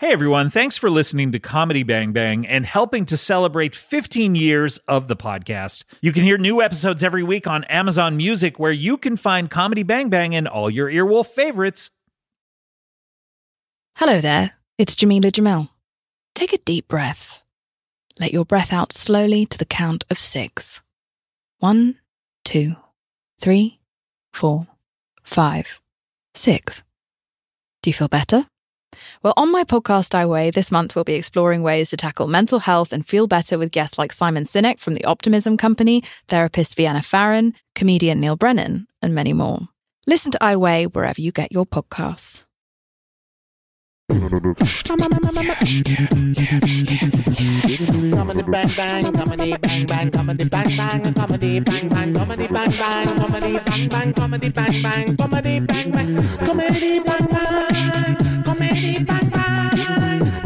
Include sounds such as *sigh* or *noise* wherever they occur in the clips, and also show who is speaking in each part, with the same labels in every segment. Speaker 1: Hey everyone, thanks for listening to Comedy Bang Bang and helping to celebrate 15 years of the podcast. You can hear new episodes every week on Amazon Music, where you can find Comedy Bang Bang and all your Earwolf favorites.
Speaker 2: Hello there, it's Jamila Jamel. Take a deep breath. Let your breath out slowly to the count of six. One, two, three, four, five, six. Do you feel better? Well, on my podcast, I Weigh, this month we'll be exploring ways to tackle mental health and feel better with guests like Simon Sinek from The Optimism Company, therapist Vienna Farron, comedian Neil Brennan, and many more. Listen to I Weigh wherever you get your podcasts.
Speaker 3: *laughs*
Speaker 4: Comedy bang bang, comedy bang bang, comedy bang bang, comedy bang bang, comedy bang bang, comedy bang bang, comedy bang bang, comedy bang bang, comedy bang bang, comedy bang bang, comedy bang bang,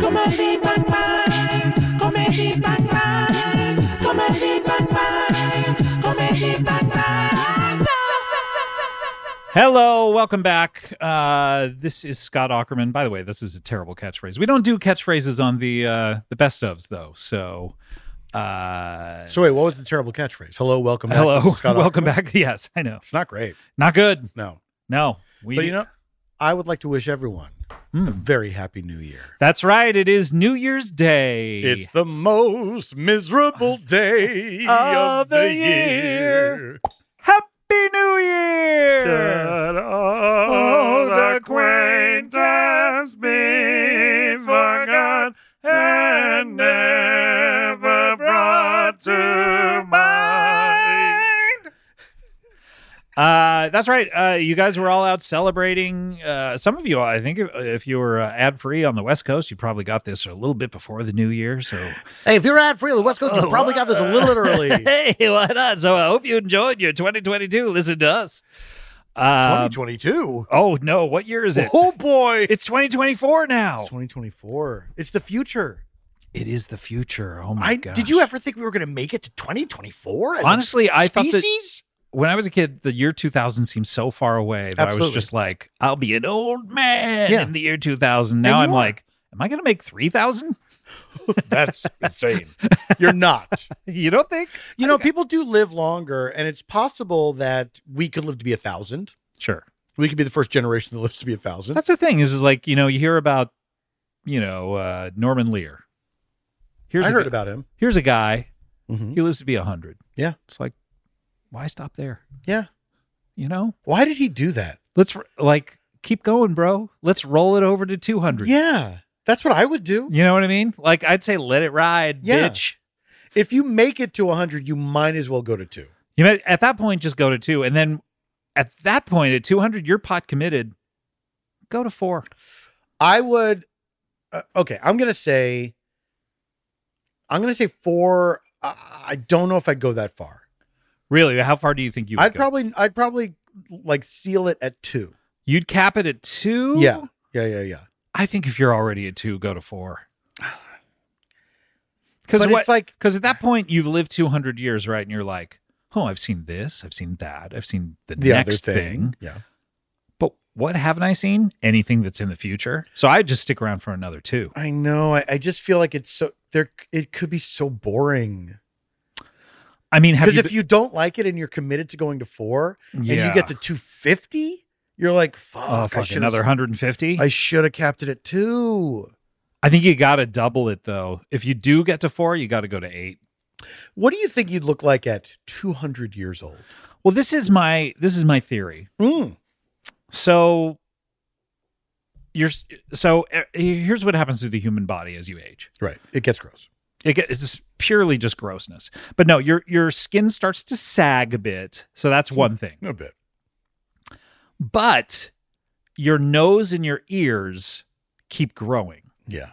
Speaker 4: comedy bang bang, comedy bang bang, comedy bang bang.
Speaker 1: Hello, welcome back. Uh, this is Scott Ackerman. By the way, this is a terrible catchphrase. We don't do catchphrases on the uh, the best ofs though. So, uh,
Speaker 5: So wait, what was the terrible catchphrase? Hello, welcome back.
Speaker 1: hello,
Speaker 5: This is Scott
Speaker 1: *laughs* welcome
Speaker 5: Aukerman.
Speaker 1: back. Yes, I know,
Speaker 5: It's not great.
Speaker 1: not good.
Speaker 5: No.
Speaker 1: No, we.
Speaker 5: but you know, I would like to wish everyone a
Speaker 1: Mm.
Speaker 5: very happy new year.
Speaker 1: That's right. It is New Year's Day.
Speaker 5: It's the most
Speaker 1: *laughs*
Speaker 5: miserable day of,
Speaker 1: Of the
Speaker 5: the,
Speaker 1: year.
Speaker 5: year.
Speaker 1: Happy New Year! Old acquaintance be forgot and never brought to mind. Uh, that's right. Uh, you guys were all out celebrating. Uh, some of you, I think, if, if you were uh, ad free on the West Coast, you probably got this a little bit before the New Year.
Speaker 5: *laughs*
Speaker 1: So
Speaker 5: Hey, if you're ad free on the *laughs* West Coast, you probably got this a little bit
Speaker 1: *laughs*
Speaker 5: early.
Speaker 1: hey, why not? So I hope you enjoyed your 2022. Listen to us. Um,
Speaker 5: 2022.
Speaker 1: oh no, what year is it?
Speaker 5: *laughs* Oh boy.
Speaker 1: It's 2024 now.
Speaker 5: 2024. It's the future.
Speaker 1: It is the future. Oh my
Speaker 5: I,
Speaker 1: god!
Speaker 5: did you ever think we were going to make it to 2024? as a
Speaker 1: Honestly, I thought that
Speaker 5: species?
Speaker 1: when I was a kid, the year 2000 seemed so far away that I was
Speaker 5: Absolutely.
Speaker 1: just like, "I'll be an old man
Speaker 5: Yeah.
Speaker 1: in the year 2000." Now
Speaker 5: you
Speaker 1: I'm
Speaker 5: are.
Speaker 1: like, "Am I going to make 3,000?"
Speaker 5: *laughs* That's insane. You're not.
Speaker 1: *laughs* You don't think?
Speaker 5: You know, people do live longer, and it's possible that we could live to be a thousand.
Speaker 1: Sure.
Speaker 5: We could be the first generation that lives to be a thousand.
Speaker 1: That's the thing. Is is like you know you hear about you know uh, Norman Lear. Here's
Speaker 5: I
Speaker 1: a
Speaker 5: heard
Speaker 1: gu-
Speaker 5: about him.
Speaker 1: Here's a guy
Speaker 5: Mhm.
Speaker 1: He lives to be a 100.
Speaker 5: Yeah.
Speaker 1: It's like, why stop there?
Speaker 5: Yeah.
Speaker 1: You know,
Speaker 5: Why did he do that?
Speaker 1: let's r- like keep going, bro. Let's roll it over to 200.
Speaker 5: Yeah, that's what I would do.
Speaker 1: You know what I mean? Like, I'd say let it ride,
Speaker 5: Yeah.
Speaker 1: bitch.
Speaker 5: If you make it to a hundred, you might as well go to two.
Speaker 1: You know, at that point, just go to two. And then at that point, at 200, you're pot committed. Go to four.
Speaker 5: I would. Uh, okay, I'm gonna say. I'm gonna say four. I, I don't know if I'd go that far.
Speaker 1: Really? How far do you think you would
Speaker 5: I'd
Speaker 1: go?
Speaker 5: probably. I'd probably like seal it at two.
Speaker 1: You'd cap it at two?
Speaker 5: Yeah. Yeah. Yeah. Yeah.
Speaker 1: I think if you're already at two, go to four. *sighs* Because
Speaker 5: But
Speaker 1: what,
Speaker 5: it's like
Speaker 1: Because at that point, you've lived 200 years, right? And you're like, oh, I've seen this, I've seen that, I've seen the,
Speaker 5: the
Speaker 1: next
Speaker 5: other
Speaker 1: thing.
Speaker 5: thing. Yeah.
Speaker 1: But what haven't I seen? Anything that's in the future. So I just stick around for another two.
Speaker 5: I know. I, I just feel like it's so there. It could be so boring
Speaker 1: I mean, have
Speaker 5: because
Speaker 1: you?
Speaker 5: if you don't like it and you're committed to going to four
Speaker 1: been-
Speaker 5: and you get to two fifty, you're like, fuck,
Speaker 1: oh,
Speaker 5: I
Speaker 1: fuck
Speaker 5: should've-
Speaker 1: another 150.
Speaker 5: I
Speaker 1: I,
Speaker 5: should have capped it at two.
Speaker 1: think you got to double it though. If you do get to four, you got to go to eight.
Speaker 5: What do you think you'd look like at two hundred years old?
Speaker 1: Well, this is my this is my theory.
Speaker 5: Mm.
Speaker 1: So you're s- so uh, here's what happens to the human body as you age.
Speaker 5: Right, it gets gross.
Speaker 1: It get- it's just purely just grossness. But no, your your skin starts to sag a bit, so that's one thing.
Speaker 5: Hmm. A bit.
Speaker 1: But your nose and your ears keep growing.
Speaker 5: Yeah.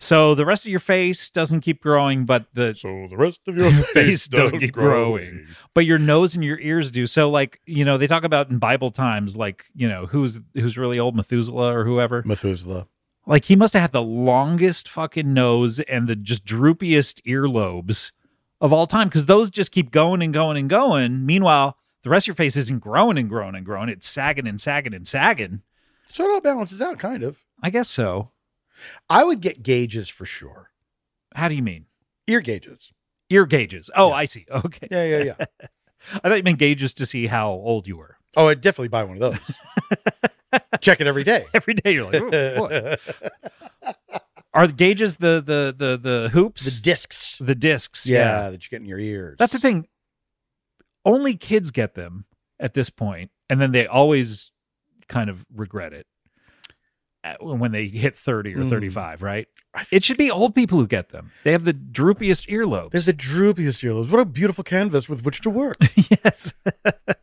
Speaker 1: So the rest of your face doesn't keep growing, but the
Speaker 5: So the rest of
Speaker 1: *laughs*
Speaker 5: your
Speaker 1: face doesn't keep growing. but your nose and your ears do. So like, you know, they talk about in Bible times like, you know, who's who's really old Methuselah or whoever.
Speaker 5: Methuselah.
Speaker 1: Like he must have had the longest fucking nose and the just droopiest earlobes of all time because those just keep going and going and going. Meanwhile, the rest of your face isn't growing and growing and growing. It's sagging and sagging and sagging.
Speaker 5: So it all balances out, kind of.
Speaker 1: I guess so.
Speaker 5: I would get gauges for sure.
Speaker 1: How do you mean?
Speaker 5: Ear gauges.
Speaker 1: Ear gauges. Oh,
Speaker 5: Yeah.
Speaker 1: I see. Okay.
Speaker 5: Yeah, yeah, yeah.
Speaker 1: *laughs* I thought you meant gauges to see how old you were.
Speaker 5: oh, I'd definitely buy one of those.
Speaker 1: *laughs*
Speaker 5: Check it every day.
Speaker 1: Every day you're like, "Ooh, boy."
Speaker 5: *laughs* the
Speaker 1: are the gauges the the the the hoops?
Speaker 5: discs.
Speaker 1: The discs.
Speaker 5: Yeah, that you get in your ears.
Speaker 1: That's the thing. Only kids get them at this point, and then they always kind of regret it at- when they hit 30 or
Speaker 5: Mm.
Speaker 1: 35, right?
Speaker 5: I-
Speaker 1: It should be old people who get them. They have the droopiest earlobes.
Speaker 5: There's the droopiest earlobes. What a beautiful canvas with which to work.
Speaker 1: *laughs* yes.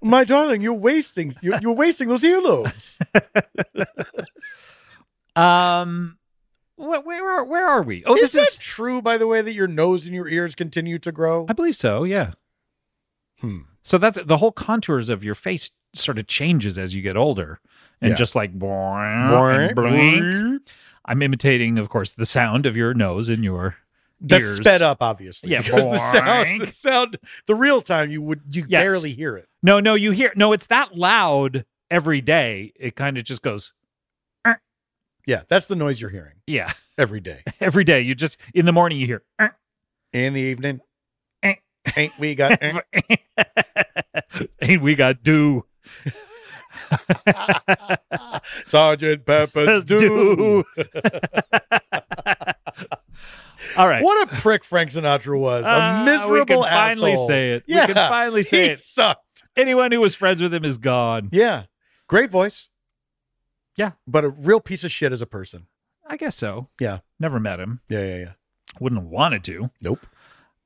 Speaker 5: My darling, you're wasting you're, you're wasting those earlobes.
Speaker 1: *laughs* Um wh- where are where are we? Oh, this
Speaker 5: is that
Speaker 1: is
Speaker 5: true, by the way, that your nose and your ears continue to grow?
Speaker 1: I believe so, yeah.
Speaker 5: Hmm.
Speaker 1: So that's the whole contours of your face sort of changes as you get older. And
Speaker 5: Yeah.
Speaker 1: just like boing,
Speaker 5: Boing,
Speaker 1: and blink.
Speaker 5: boing.
Speaker 1: I'm imitating, of course, the sound of your nose and your
Speaker 5: That's
Speaker 1: ears.
Speaker 5: sped up, obviously.
Speaker 1: Yeah,
Speaker 5: because the sound,
Speaker 1: boing.
Speaker 5: the sound, the real time you would you
Speaker 1: Yes.
Speaker 5: barely hear it.
Speaker 1: No, no, you hear no, it's that loud every day. It kind of just goes,
Speaker 5: Yeah, that's the noise you're hearing
Speaker 1: yeah.
Speaker 5: every day.
Speaker 1: *laughs* Every day. You just in the morning you hear "Eh,
Speaker 5: In the evening,
Speaker 1: Eh.
Speaker 5: ain't we
Speaker 1: *laughs*
Speaker 5: got? eh.
Speaker 1: ain't we got do
Speaker 5: Sergeant Pepper's
Speaker 1: do.
Speaker 5: do.
Speaker 1: All right.
Speaker 5: What a prick Frank Sinatra was.
Speaker 1: Ah,
Speaker 5: a miserable
Speaker 1: we can finally
Speaker 5: asshole.
Speaker 1: say it.
Speaker 5: Yeah.
Speaker 1: We can finally say
Speaker 5: he
Speaker 1: it.
Speaker 5: sucked.
Speaker 1: Anyone who was friends with him is gone.
Speaker 5: Yeah. Great voice.
Speaker 1: Yeah.
Speaker 5: But a real piece of shit as a person.
Speaker 1: *laughs* I guess so.
Speaker 5: Yeah.
Speaker 1: Never met him.
Speaker 5: Yeah, yeah, yeah.
Speaker 1: Wouldn't have wanted to.
Speaker 5: Nope.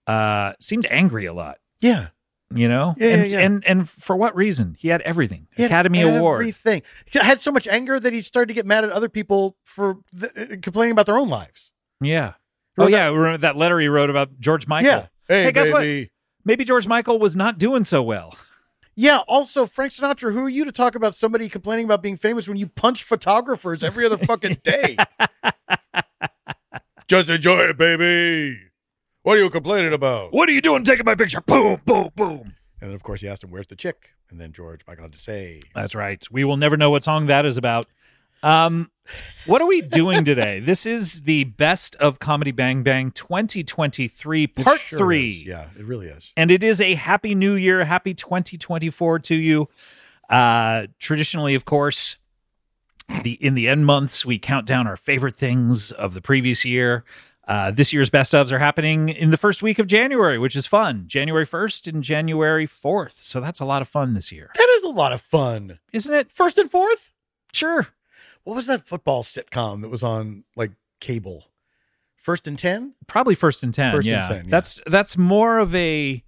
Speaker 1: Uh seemed angry a lot.
Speaker 5: Yeah.
Speaker 1: you know
Speaker 5: Yeah,
Speaker 1: and,
Speaker 5: yeah, yeah.
Speaker 1: and and for what reason he had everything
Speaker 5: He had
Speaker 1: academy award
Speaker 5: Everything. He had so much anger that he started to get mad at other people for th- uh, complaining about their own lives.
Speaker 1: yeah oh
Speaker 5: Remember
Speaker 1: yeah remember that letter he wrote about george michael
Speaker 5: Yeah. Hey,
Speaker 1: Hey, guess what?
Speaker 5: baby.
Speaker 1: maybe george michael was not doing so well
Speaker 5: Yeah. Also, Frank Sinatra, who are you to talk about somebody complaining about being famous when you punch photographers every other fucking
Speaker 1: *laughs*
Speaker 5: day? *laughs* Just enjoy it, baby. What are you complaining about?
Speaker 1: what are you doing taking my picture boom boom boom
Speaker 5: And then, of course, he asked him, "Where's the chick?" And then George Michael had to say,
Speaker 1: that's right we will never know what song that is about um what are we doing
Speaker 5: *laughs*
Speaker 1: today this is the best of comedy bang bang 2023
Speaker 5: It
Speaker 1: part
Speaker 5: sure
Speaker 1: three
Speaker 5: is. Yeah, it really is.
Speaker 1: and it is a happy new year happy 2024 to you uh traditionally of course the in the end months we count down our favorite things of the previous year uh, this year's best ofs are happening in the first week of January, which is fun. January 1st and January 4th. So that's a lot of fun this year,
Speaker 5: That is a lot of fun.
Speaker 1: isn't it?
Speaker 5: First and fourth.
Speaker 1: Sure.
Speaker 5: What was that football sitcom that was on like cable? First and ten.
Speaker 1: Probably first and 10.
Speaker 5: First and
Speaker 1: yeah.
Speaker 5: 10, yeah.
Speaker 1: That's that's more of a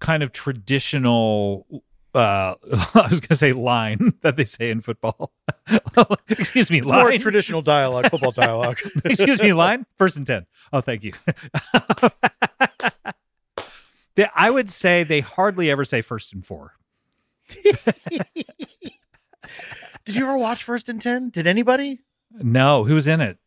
Speaker 1: kind of traditional uh *laughs* I was going to say line *laughs* that they say in football. *laughs* Excuse me,
Speaker 5: More
Speaker 1: line.
Speaker 5: traditional dialogue, football dialogue.
Speaker 1: *laughs* Excuse me, line first and ten. Oh, thank you. *laughs* They- I would say they hardly ever say first and four.
Speaker 5: *laughs* Did you ever watch First and Ten? Did anybody?
Speaker 1: No, who's in it?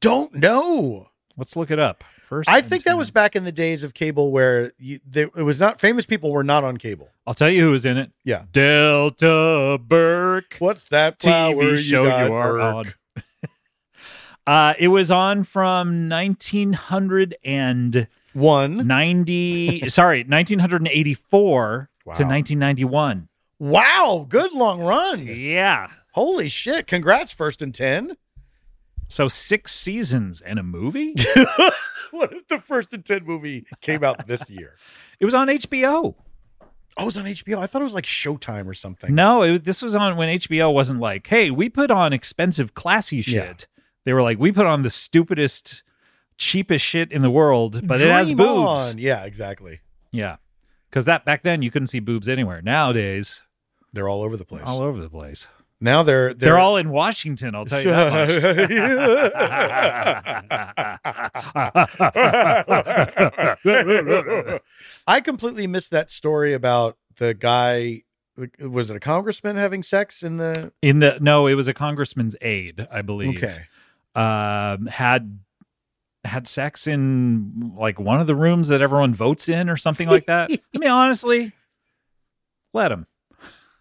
Speaker 5: Don't know.
Speaker 1: Let's look it up. First,
Speaker 5: I
Speaker 1: and
Speaker 5: think that
Speaker 1: 10.
Speaker 5: was back in the days of cable where you, they, it was not famous people were not on cable.
Speaker 1: I'll tell you who was in it.
Speaker 5: Yeah.
Speaker 1: Delta Burke.
Speaker 5: What's that flower
Speaker 1: TV show you,
Speaker 5: got,
Speaker 1: are
Speaker 5: Irk?
Speaker 1: on. uh, it was on from 1990,
Speaker 5: One.
Speaker 1: *laughs* sorry, 1984
Speaker 5: Wow.
Speaker 1: to 1991.
Speaker 5: Wow, good long run.
Speaker 1: Yeah.
Speaker 5: Holy shit! Congrats, First and Ten.
Speaker 1: So six seasons and a movie?
Speaker 5: *laughs* what if the first and ten movie came out this year?
Speaker 1: it was on HBO.
Speaker 5: Oh, it was on HBO. I thought it was like Showtime or something.
Speaker 1: No, it, was- this was on when HBO wasn't like, hey, we put on expensive, classy shit.
Speaker 5: Yeah.
Speaker 1: They were like, we put on the stupidest, cheapest shit in the world, but it has
Speaker 5: Dream
Speaker 1: boobs.
Speaker 5: on.
Speaker 1: *laughs*
Speaker 5: Yeah, exactly. *laughs*
Speaker 1: Yeah. Because that back then you couldn't see boobs anywhere. Nowadays,
Speaker 5: They're all over the place.
Speaker 1: all over the place.
Speaker 5: now they're
Speaker 1: They're, all in Washington, I'll tell you that much.
Speaker 5: I completely missed that story about the guy. Was it a congressman having sex in the?
Speaker 1: in the no, it was a congressman's aide, I believe.
Speaker 5: Okay.
Speaker 1: um, had had sex in like one of the rooms that everyone votes in or
Speaker 5: *laughs*
Speaker 1: something like that. I mean, honestly, let him.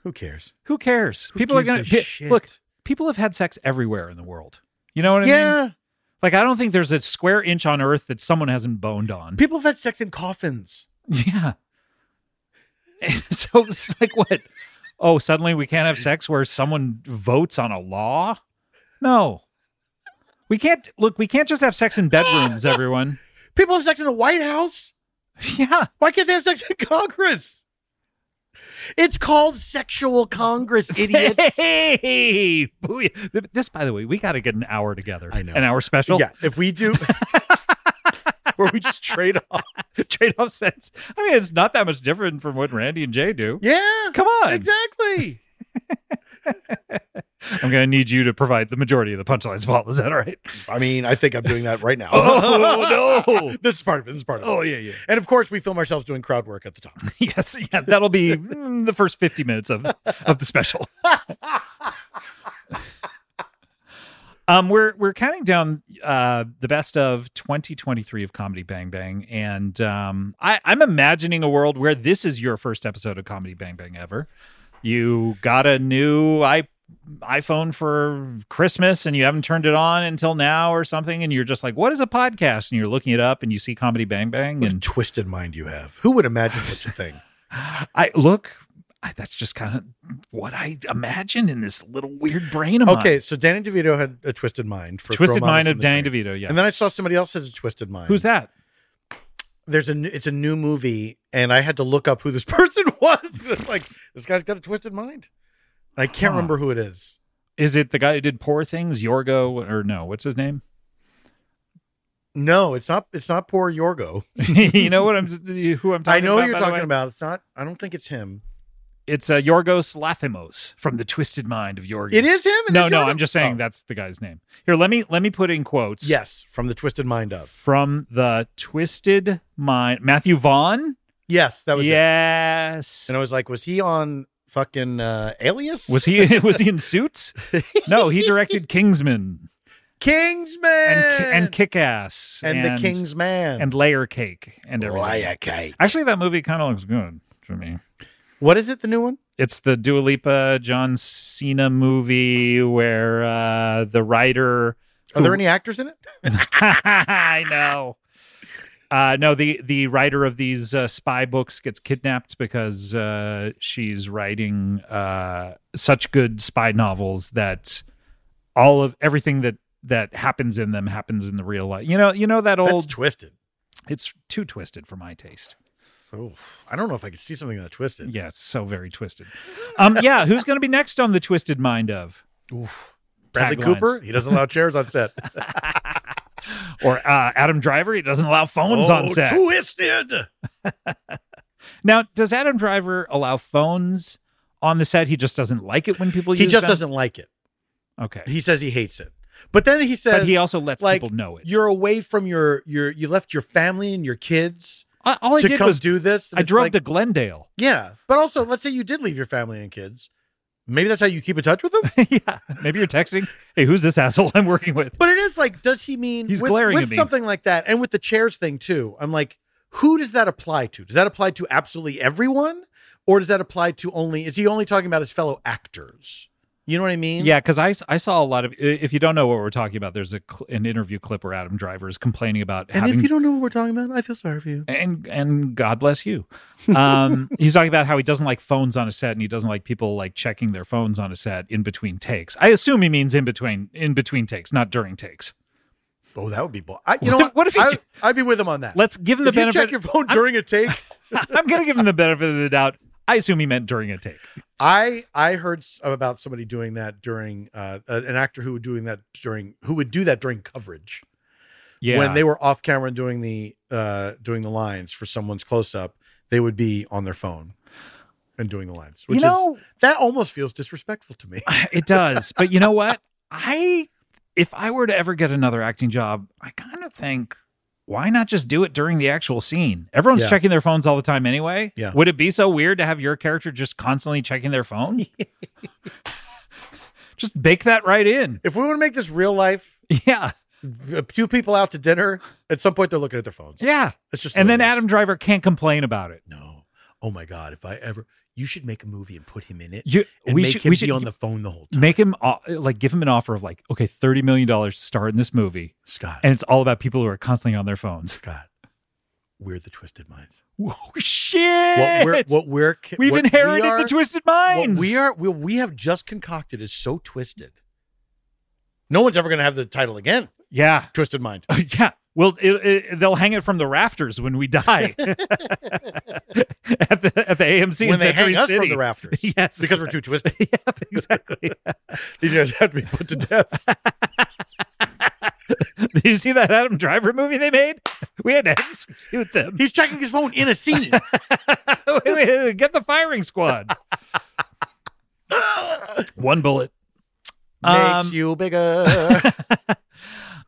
Speaker 5: Who cares?
Speaker 1: Who cares?
Speaker 5: Who
Speaker 1: people are
Speaker 5: gives
Speaker 1: gonna pe-
Speaker 5: a shit?
Speaker 1: look. People have had sex everywhere in the world. You know what I mean?
Speaker 5: yeah.
Speaker 1: Like I don't think there's a square inch on earth that someone hasn't boned on.
Speaker 5: People have had sex in coffins.
Speaker 1: Yeah. And *laughs* so it's like what? Oh, suddenly we can't have sex where someone votes on a law? No. We can't look, we can't just have sex in bedrooms, everyone.
Speaker 5: People have sex in the White House.
Speaker 1: *laughs* Yeah.
Speaker 5: Why can't they have sex in Congress? It's called
Speaker 1: *laughs*
Speaker 5: sexual Congress, idiots.
Speaker 1: Hey, booyah. Th- this, by the way, we got to get an hour together.
Speaker 5: I know.
Speaker 1: An hour special.
Speaker 5: yeah, if
Speaker 1: *laughs*
Speaker 5: we do, where we just trade off.
Speaker 1: Trade off sense. I mean, it's not that much different from what Randy and Jay do.
Speaker 5: Yeah,
Speaker 1: Come on.
Speaker 5: exactly.
Speaker 1: *laughs* I'm going to need you to provide the majority of the punchlines, Paul. Is that all right?
Speaker 5: I mean, I think I'm doing that right now.
Speaker 1: *laughs* *laughs* Oh, no.
Speaker 5: *laughs* This is part of it. This is part of it.
Speaker 1: Oh, yeah, yeah.
Speaker 5: And of course, we film ourselves doing crowd work at
Speaker 1: *laughs*
Speaker 5: the top.
Speaker 1: Yes, yeah, that'll be mm, the first 50 minutes of, of the special. *laughs* um, we're we're counting down uh, the best of 2023 of Comedy Bang Bang, and um, I, I'm imagining a world where this is your first episode of Comedy Bang Bang ever. You got a new i iPhone for Christmas and you haven't turned it on until now or something, and you're just like, "What is a podcast?" And you're looking it up, and you see Comedy Bang Bang,
Speaker 5: What
Speaker 1: and
Speaker 5: a twisted mind you have. Who would imagine such a thing?
Speaker 1: *laughs* I look. I, that's just kind of what I imagine in this little weird brain of mine.
Speaker 5: Okay, so Danny DeVito had a twisted mind for
Speaker 1: twisted
Speaker 5: Throw
Speaker 1: mind
Speaker 5: Mommy
Speaker 1: of
Speaker 5: from the
Speaker 1: Danny
Speaker 5: Train.
Speaker 1: DeVito. Yeah,
Speaker 5: And then I saw somebody else has a twisted mind. *laughs*
Speaker 1: who's that?
Speaker 5: There's a new, it's a new movie, and I had to look up who this *laughs* person was. It's like this guy's got a twisted mind. And I can't
Speaker 1: Huh.
Speaker 5: remember who it is.
Speaker 1: Is it the guy who did Poor Things, Yorgo, or no? What's his name?
Speaker 5: No, it's not. It's not poor Yorgo.
Speaker 1: *laughs* you know what I'm who I'm talking about.
Speaker 5: I know who you're
Speaker 1: by the
Speaker 5: talking
Speaker 1: way?
Speaker 5: about. It's not. I don't think it's him.
Speaker 1: It's uh, Yorgos Lathimos from the Twisted Mind of Yorgos.
Speaker 5: It is him. It
Speaker 1: No,
Speaker 5: is
Speaker 1: no,
Speaker 5: Yorgo.
Speaker 1: I'm just saying
Speaker 5: Oh.
Speaker 1: that's the guy's name. Here, let me let me put in quotes.
Speaker 5: Yes, from the twisted mind of.
Speaker 1: From the Twisted Mind, Matthew Vaughn.
Speaker 5: Yes, that was. it.
Speaker 1: Yes.
Speaker 5: And I was like, was he on fucking uh, Alias?
Speaker 1: Was he *laughs* was he in Suits? No, he
Speaker 5: *laughs*
Speaker 1: directed Kingsman.
Speaker 5: Kingsman
Speaker 1: and Ki- and kick ass
Speaker 5: and the King's Man
Speaker 1: and layer cake and everything.
Speaker 5: Cake.
Speaker 1: Actually, that movie kind of looks good to me.
Speaker 5: What is it? The new one?
Speaker 1: It's the Dua Lipa John Cena movie where uh, the writer.
Speaker 5: Are there any actors in it?
Speaker 1: *laughs* I know. Uh, no, the the writer of these uh, spy books gets kidnapped because uh, she's writing uh, such good spy novels that all of everything that that happens in them happens in the real life. You know, you know that
Speaker 5: That's
Speaker 1: old
Speaker 5: twisted.
Speaker 1: it's too twisted for my taste.
Speaker 5: Oof. I don't know if I could see something that twisted.
Speaker 1: Yeah, it's so very twisted. Um, yeah, who's going to be next on the Twisted Mind of
Speaker 5: Oof. Bradley
Speaker 1: Taglines.
Speaker 5: Cooper, he doesn't allow chairs on set.
Speaker 1: *laughs* or uh, Adam Driver? He doesn't allow phones on
Speaker 5: Oh,
Speaker 1: set.
Speaker 5: Twisted.
Speaker 1: now, does Adam Driver allow phones on the set? He just doesn't like it when people
Speaker 5: He
Speaker 1: use
Speaker 5: just
Speaker 1: them?
Speaker 5: doesn't like it.
Speaker 1: Okay,
Speaker 5: He says he hates it. But then he says
Speaker 1: but he also lets
Speaker 5: like,
Speaker 1: people know it.
Speaker 5: you're away from your your you left your family and your kids
Speaker 1: I- All I
Speaker 5: to
Speaker 1: did
Speaker 5: come
Speaker 1: was
Speaker 5: do this. And
Speaker 1: I
Speaker 5: it's
Speaker 1: drove
Speaker 5: like,
Speaker 1: to Glendale.
Speaker 5: Yeah. But also, let's say you did leave your family and kids. Maybe that's how you keep in touch with them.
Speaker 1: *laughs* yeah, maybe you're texting. Hey, who's this asshole I'm working with?
Speaker 5: But it is like, does he mean
Speaker 1: He's
Speaker 5: with,
Speaker 1: glaring
Speaker 5: with
Speaker 1: at me.
Speaker 5: something like that, and with the chairs thing too? I'm like, who does that apply to? Does that apply to absolutely everyone, or does that apply to only? Is he only talking about his fellow actors? You know what I mean?
Speaker 1: Yeah, because I, I saw a lot of. If you don't know what we're talking about, there's a cl- an interview clip where Adam Driver is complaining about
Speaker 5: And
Speaker 1: having
Speaker 5: if you don't know what we're talking about, I feel sorry for you.
Speaker 1: and and God bless you.
Speaker 5: *laughs*
Speaker 1: Um, he's talking about how he doesn't like phones on a set, and he doesn't like people like checking their phones on a set in between takes. I assume he means in between in between takes, not during takes.
Speaker 5: Oh, that would be bull. I, you know
Speaker 1: What if- what if
Speaker 5: what?
Speaker 1: he *laughs*
Speaker 5: I,
Speaker 1: ju-
Speaker 5: I'd be with him on that.
Speaker 1: Let's give him the
Speaker 5: if you check
Speaker 1: benefit.
Speaker 5: your phone during a take,
Speaker 1: *laughs* I'm going to give him the benefit of the doubt. I assume he meant during a take.
Speaker 5: I I heard s- about somebody doing that during uh, a- an actor who would doing that during who would do that during coverage.
Speaker 1: Yeah,
Speaker 5: when they were off camera and doing the uh doing the lines for someone's close up, they would be on their phone and doing the lines. Which
Speaker 1: you know,
Speaker 5: is that almost feels disrespectful to me.
Speaker 1: it does. But you know what? I if I were to ever get another acting job, I kind of think why not just do it during the actual scene? Everyone's
Speaker 5: Yeah.
Speaker 1: checking their phones all the time anyway.
Speaker 5: Yeah.
Speaker 1: Would it be so weird to have your character just constantly checking their phone? *laughs* just bake that right in.
Speaker 5: If we want to make this real life,
Speaker 1: Yeah.
Speaker 5: uh, two people out to dinner, at some point they're looking at their phones.
Speaker 1: Yeah.
Speaker 5: It's just the
Speaker 1: And
Speaker 5: way
Speaker 1: then
Speaker 5: it is.
Speaker 1: Adam Driver can't complain about it.
Speaker 5: No. oh my god, if I ever, you should make a movie and put him in it
Speaker 1: You,
Speaker 5: and
Speaker 1: we
Speaker 5: make
Speaker 1: should,
Speaker 5: him
Speaker 1: we
Speaker 5: be
Speaker 1: should
Speaker 5: on the phone the whole time.
Speaker 1: make him o- like give him an offer of like okay, thirty million dollars to star in this movie,
Speaker 5: Scott,
Speaker 1: and it's all about people who are constantly on their phones.
Speaker 5: Scott, we're the twisted minds.
Speaker 1: Whoa, shit!
Speaker 5: What we're, what we're,
Speaker 1: We've
Speaker 5: what we
Speaker 1: inherited
Speaker 5: are-
Speaker 1: the twisted
Speaker 5: What
Speaker 1: minds.
Speaker 5: we are, what we have just concocted is so twisted. No one's ever going to have the title again.
Speaker 1: yeah,
Speaker 5: Twisted mind.
Speaker 1: *laughs* yeah. Well, it, it, they'll hang it from the rafters when we
Speaker 5: *laughs*
Speaker 1: die at the at the AMC in
Speaker 5: when they
Speaker 1: Century
Speaker 5: hang us
Speaker 1: City.
Speaker 5: from the rafters,
Speaker 1: *laughs* Yes,
Speaker 5: because we're too twisted.
Speaker 1: *laughs* yeah, exactly.
Speaker 5: *laughs* These guys have to be put to death.
Speaker 1: *laughs* Did you see that Adam Driver movie they made? We had to execute them.
Speaker 5: He's checking his phone in
Speaker 1: *laughs*
Speaker 5: a scene.
Speaker 1: Get the firing
Speaker 5: *laughs*
Speaker 1: squad. One bullet. Um,
Speaker 5: Makes
Speaker 1: *laughs*
Speaker 5: you bigger.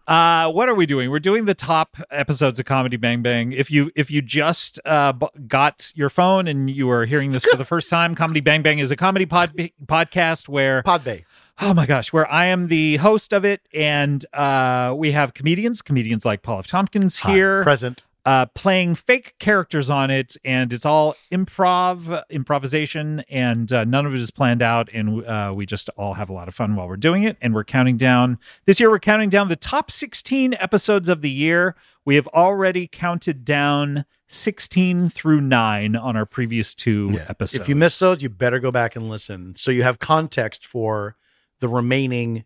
Speaker 1: Uh, what are we doing? We're doing the top episodes of Comedy Bang Bang. If you if you just uh, b- got your phone and you are hearing this for the first time, Comedy Bang Bang is a comedy pod- podcast where
Speaker 5: Podbay.
Speaker 1: oh my gosh, where I am the host of it, and uh, we have comedians, comedians like Paul F. Tompkins
Speaker 5: Hi.
Speaker 1: here,
Speaker 5: Present.
Speaker 1: uh, playing fake characters on it, and it's all improv, uh, improvisation, and uh, none of it is planned out. And uh, we just all have a lot of fun while we're doing it. And we're counting down this year. We're counting down the top 16 episodes of the year. We have already counted down 16 through nine on our previous two
Speaker 5: Yeah.
Speaker 1: episodes.
Speaker 5: If you missed those, you better go back and listen so you have context for the remaining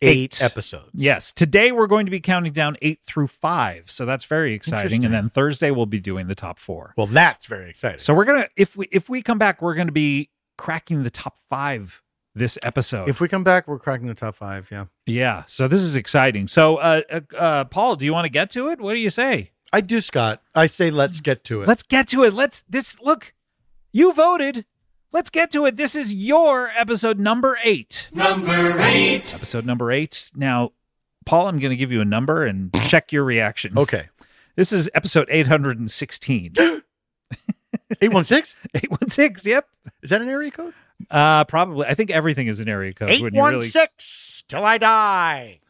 Speaker 5: eight,
Speaker 1: Eight.
Speaker 5: episodes.
Speaker 1: Yes. Today we're going to be counting down eight through five. So that's very exciting.
Speaker 5: Interesting.
Speaker 1: And then Thursday we'll be doing the top four.
Speaker 5: Well, that's very exciting.
Speaker 1: So we're gonna if we if we come back, we're gonna be cracking the top five this episode.
Speaker 5: if we come back, we're cracking the top five. Yeah.
Speaker 1: yeah. So this is exciting. So uh, uh, uh Paul, do you want to get to it? What do you say?
Speaker 5: I do, Scott. I say let's get to it.
Speaker 1: Let's get to it. Let's this look. You voted. Let's get to it. This is your episode number eight. Number eight. Episode number eight. Now, Paul, I'm going to give you a number and check your reaction.
Speaker 5: Mm-hmm. okay.
Speaker 1: This is episode
Speaker 5: *gasps*
Speaker 1: 816.
Speaker 5: 816?
Speaker 1: 816, yep.
Speaker 5: Is that an area code?
Speaker 1: Uh, probably. I think everything is an area code. when you really-
Speaker 5: till I die.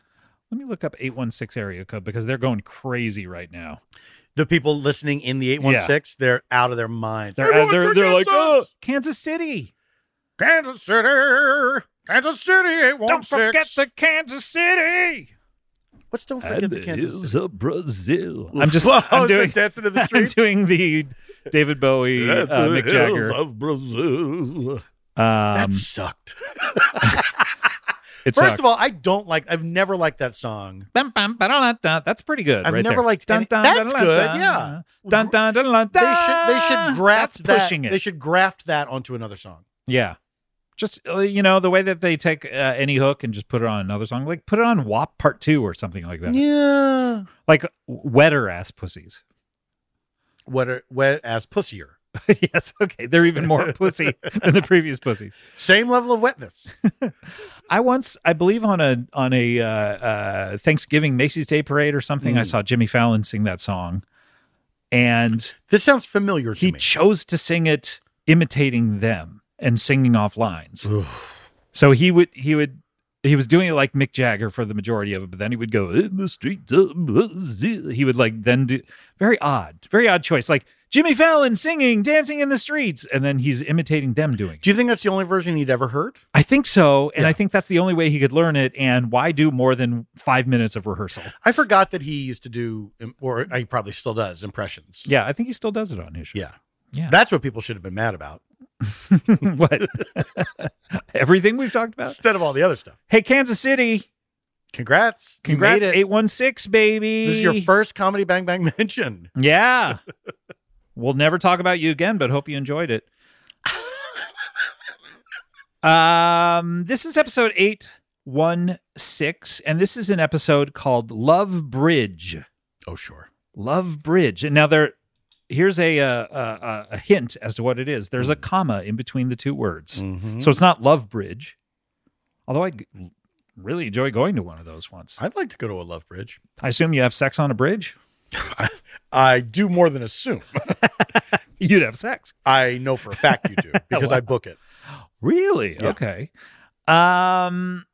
Speaker 1: Let me look up 816 area code because they're going crazy right now.
Speaker 5: The people listening in the 816, they're out of their minds.
Speaker 1: They're, uh,
Speaker 5: Everyone
Speaker 1: they're,
Speaker 5: forgets
Speaker 1: they're like,
Speaker 5: us!
Speaker 1: oh, Kansas City.
Speaker 5: Kansas City, Kansas City 816.
Speaker 1: Don't forget the Kansas City.
Speaker 5: What's don't forget the Kansas City?
Speaker 1: of Brazil. I'm just
Speaker 5: Whoa,
Speaker 1: I'm
Speaker 5: they're
Speaker 1: doing,
Speaker 5: dancing in
Speaker 1: *laughs*
Speaker 5: the
Speaker 1: I'm
Speaker 5: streets.
Speaker 1: doing the David Bowie, uh,
Speaker 5: At the
Speaker 1: Mick
Speaker 5: hills
Speaker 1: Jagger.
Speaker 5: of Brazil. That
Speaker 1: Um,
Speaker 5: sucked.
Speaker 1: it's
Speaker 5: First of all, I don't like. I've never liked that song.
Speaker 1: that's pretty good.
Speaker 5: I've
Speaker 1: right
Speaker 5: never
Speaker 1: there.
Speaker 5: liked
Speaker 1: Dun,
Speaker 5: any-
Speaker 1: dun,
Speaker 5: that's
Speaker 1: dun,
Speaker 5: good,
Speaker 1: dun.
Speaker 5: yeah.
Speaker 1: Dun, dun, dun, dun,
Speaker 5: They
Speaker 1: dun.
Speaker 5: should they should graft
Speaker 1: That's pushing
Speaker 5: that.
Speaker 1: it.
Speaker 5: They should graft that onto another song.
Speaker 1: Yeah. Just uh, you know the way that they take uh, any hook and just put it on another song, like put it on WAP Part Two or something like that,
Speaker 5: Yeah.
Speaker 1: like wetter ass pussies.
Speaker 5: What are wet ass pussier.
Speaker 1: *laughs* yes, okay, they're even
Speaker 5: *laughs*
Speaker 1: more pussy than the previous pussies.
Speaker 5: Same level of wetness.
Speaker 1: *laughs* I once, I believe, on a on a uh, uh, Thanksgiving Macy's Day Parade or something, I
Speaker 5: Mm.
Speaker 1: saw Jimmy Fallon sing that song, and
Speaker 5: This sounds familiar to
Speaker 1: he
Speaker 5: me.
Speaker 1: chose to sing it imitating them and singing off lines.
Speaker 5: Oof.
Speaker 1: So he would he would he was doing it like Mick Jagger for the majority of it, but then he would go in the street. of Brazil." He would like then do very odd, very odd choice, like Jimmy Fallon singing, dancing in the streets, and then he's imitating them doing. It.
Speaker 5: Do you think that's the only version he'd ever heard?
Speaker 1: I think so, and
Speaker 5: Yeah.
Speaker 1: I think that's the only way he could learn it. And why do more than five minutes of rehearsal?
Speaker 5: I forgot that he used to do, or he probably still does, impressions.
Speaker 1: Yeah, I think he still does it on his show.
Speaker 5: Yeah.
Speaker 1: Yeah.
Speaker 5: That's what people should have been mad about
Speaker 1: *laughs* what? *laughs* Everything we've talked about.
Speaker 5: instead of all the other stuff.
Speaker 1: Hey, Kansas City,
Speaker 5: Congrats. You made
Speaker 1: congrats,
Speaker 5: it.
Speaker 1: eight one six, baby.
Speaker 5: This is your first comedy bang bang mention.
Speaker 1: Yeah. we'll never talk about you again, but hope you enjoyed
Speaker 5: *laughs*
Speaker 1: it. um, this is episode 816, and this is an episode called Love Bridge.
Speaker 5: Oh, sure.
Speaker 1: Love Bridge. And now there here's a uh, uh, a hint as to what it is.
Speaker 5: Mm.
Speaker 1: There's a comma in between the two words.
Speaker 5: Mm-hmm.
Speaker 1: So it's not Love Bridge. Although I g- really enjoy going to one of those once.
Speaker 5: I'd like to go to a love bridge.
Speaker 1: I assume you have sex on a bridge?
Speaker 5: I do more than *laughs* assume.
Speaker 1: You'd have sex.
Speaker 5: I know for a fact
Speaker 1: *laughs*
Speaker 5: you do because I book it.
Speaker 1: Really?
Speaker 5: Yeah.
Speaker 1: Okay. Um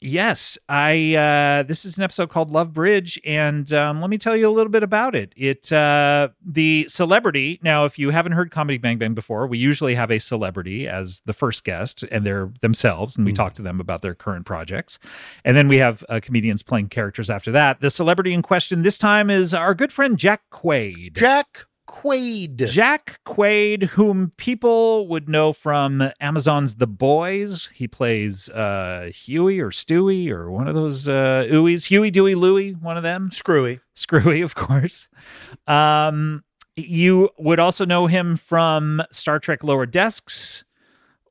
Speaker 1: Yes, I. Uh, this is an episode called Love Bridge, and um, let me tell you a little bit about it. It uh, the celebrity. Now, if you haven't heard Comedy Bang Bang before, we usually have a celebrity as the first guest, and they're themselves, and we
Speaker 5: Mhm.
Speaker 1: talk to them about their current projects, and then we have uh, comedians playing characters after that. The celebrity in question this time is our good friend Jack Quaid.
Speaker 5: Jack Quaid.
Speaker 1: Jack Quaid, whom people would know from Amazon's The Boys. He plays uh, Huey or Stewie or one of those uh, Ooies. Huey, Dewey, Louie, one of them.
Speaker 5: Screwy.
Speaker 1: Screwy, of course. Um, you would also know him from Star Trek Lower Desks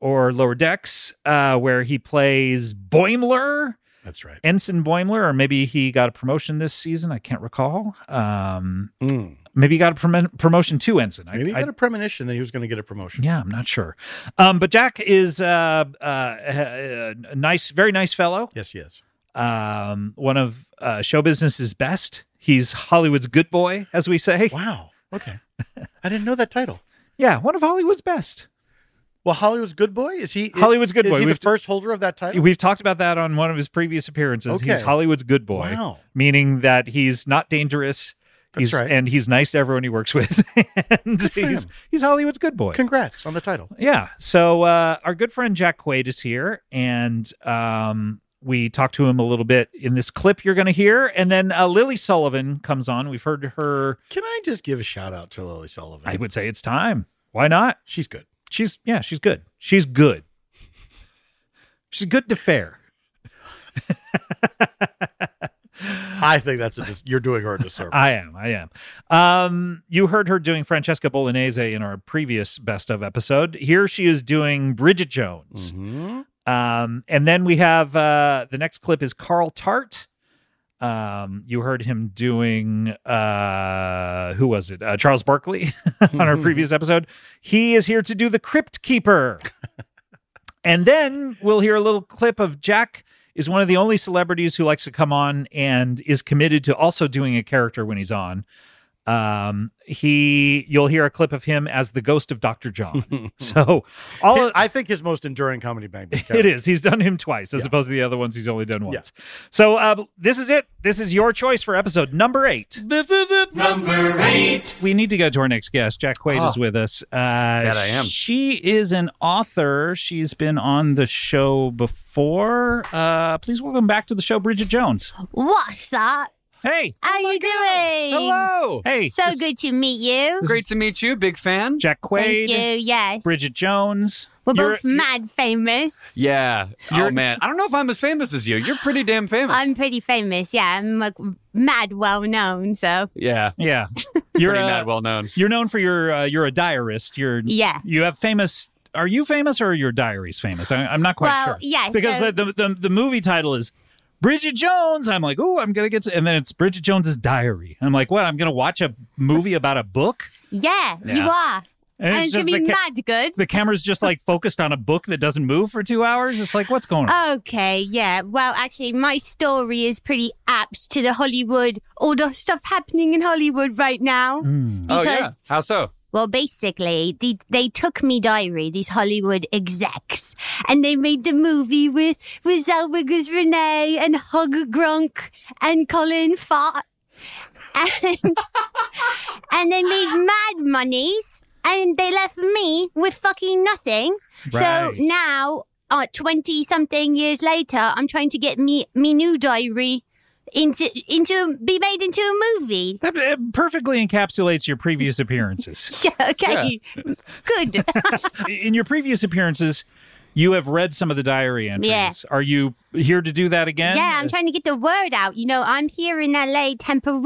Speaker 1: or Lower Decks, uh, where he plays Boimler.
Speaker 5: That's right.
Speaker 1: Ensign Boimler, or maybe he got a promotion this season. I can't recall. Um,
Speaker 5: Mm.
Speaker 1: maybe he got a prom- promotion to Ensign. I,
Speaker 5: Maybe he
Speaker 1: I-
Speaker 5: got a premonition that he was going to get a promotion.
Speaker 1: yeah, I'm not sure. Um, but Jack is uh, uh, a a nice, very nice fellow.
Speaker 5: Yes, yes.
Speaker 1: Um, one of uh, show business's best. He's Hollywood's good boy, as we say.
Speaker 5: Wow. Okay. I didn't know that title.
Speaker 1: Yeah, one of Hollywood's best.
Speaker 5: Well, Hollywood's good boy is he?
Speaker 1: Hollywood's good
Speaker 5: is
Speaker 1: boy.
Speaker 5: he the
Speaker 1: We've,
Speaker 5: first holder of that title?
Speaker 1: we've talked about that on one of his previous appearances. He's
Speaker 5: Okay.
Speaker 1: Hollywood's good boy,
Speaker 5: Wow.
Speaker 1: meaning that he's not dangerous.
Speaker 5: That's
Speaker 1: he's,
Speaker 5: right.
Speaker 1: And he's nice to everyone he works with. *laughs* and
Speaker 5: for
Speaker 1: he's,
Speaker 5: him.
Speaker 1: he's Hollywood's good boy.
Speaker 5: Congrats on the title.
Speaker 1: Yeah. So uh, our good friend Jack Quaid is here, and um, we talked to him a little bit in this clip you're going to hear. And then uh, Lily Sullivan comes on. We've heard her.
Speaker 5: Can I just give a shout out to Lily Sullivan?
Speaker 1: I would say it's time. Why not?
Speaker 5: She's good.
Speaker 1: She's yeah, she's good. She's
Speaker 5: *laughs*
Speaker 1: good. She's good to fair.
Speaker 5: I think that's a dis- you're doing her a disservice.
Speaker 1: I am. I am. Um, you heard her doing Francesca Bolognese in our previous best of episode. Here she is doing Bridget
Speaker 6: Mm-hmm.
Speaker 1: Jones.
Speaker 6: Hmm?
Speaker 5: Mhm.
Speaker 1: Um, and then we have uh, the next clip is Carl Tart. Um, you heard him doing uh, who was it? Uh, Charles Barkley *laughs* on our previous episode. He is here to do the Crypt Keeper. and then we'll hear a little clip of Jack is one of the only celebrities who likes to come on and is committed to also doing a character when he's on. Um, he you'll hear a clip of him as the ghost of Dr. John. so all
Speaker 5: I think his most enduring comedy bang. bang
Speaker 1: *laughs* it is. He's done him twice as
Speaker 5: Yeah.
Speaker 1: opposed to the other ones he's only done once. So uh, this is it. This is your choice for episode number eight.
Speaker 5: This is it.
Speaker 1: We need to go to our next guest. Jack Quaid
Speaker 5: Ah.
Speaker 1: is with us. Uh, that
Speaker 6: I am.
Speaker 1: She is an author. She's been on the show before. Uh, please welcome back to the show, Bridget Jones.
Speaker 7: What's up?
Speaker 1: Hey,
Speaker 6: Oh
Speaker 7: How you doing?
Speaker 6: Hello.
Speaker 1: hey.
Speaker 7: So
Speaker 1: this is
Speaker 7: good to meet you.
Speaker 6: Great to meet you. Big fan.
Speaker 1: Jack Quaid.
Speaker 7: Thank you. Yes.
Speaker 1: Bridget Jones.
Speaker 7: We're
Speaker 1: You're-
Speaker 7: both mad famous.
Speaker 6: Yeah.
Speaker 1: You're-
Speaker 6: oh man, I don't know if I'm as famous as you. You're pretty damn famous.
Speaker 7: I'm pretty famous. Yeah, I'm like mad well known. So
Speaker 6: yeah. *laughs*
Speaker 1: Yeah, you're
Speaker 6: pretty
Speaker 1: uh,
Speaker 6: mad well known.
Speaker 1: you're known for your uh, you're a diarist. You're
Speaker 7: yeah.
Speaker 1: you have famous. Are you famous or are your diaries famous? I, I'm not quite
Speaker 7: well,
Speaker 1: sure.
Speaker 7: yeah.
Speaker 1: because
Speaker 7: so,
Speaker 1: the, the, the the movie title is Bridget Jones. I'm like, oh, I'm gonna get, to, and then it's Bridget Jones's diary. I'm like, what? I'm gonna watch a movie about a book,
Speaker 7: yeah, you
Speaker 1: Yeah.
Speaker 7: are.
Speaker 1: and
Speaker 7: and
Speaker 1: it's
Speaker 7: it's
Speaker 1: just
Speaker 7: gonna be
Speaker 1: the, ca-
Speaker 7: mad good.
Speaker 1: the camera's just like focused on a book that doesn't move for two hours. It's like, what's going
Speaker 7: Uh,
Speaker 1: on?
Speaker 7: Okay, yeah. Well, actually, my story is pretty apt to the Hollywood, all the stuff happening in Hollywood right now.
Speaker 1: Mm.
Speaker 6: oh yeah.
Speaker 7: because-
Speaker 6: How so?
Speaker 7: Well, basically, they, they took me diary, these Hollywood execs, and they made the movie with, with Zellweger's Renee and Hug Grunk and Colin Farr. And, *laughs* and they made mad monies and they left me with fucking nothing.
Speaker 1: Right.
Speaker 7: So now, uh, 20 something years later, I'm trying to get me, me new diary into, into, be made into a movie.
Speaker 1: That uh, perfectly encapsulates your previous appearances.
Speaker 7: *laughs* Yeah, okay. Good.
Speaker 1: In your previous appearances, you have read some of the diary entries.
Speaker 7: Yeah.
Speaker 1: Are you here to do that again?
Speaker 7: Yeah, I'm trying to get the word out. You know, I'm here in LA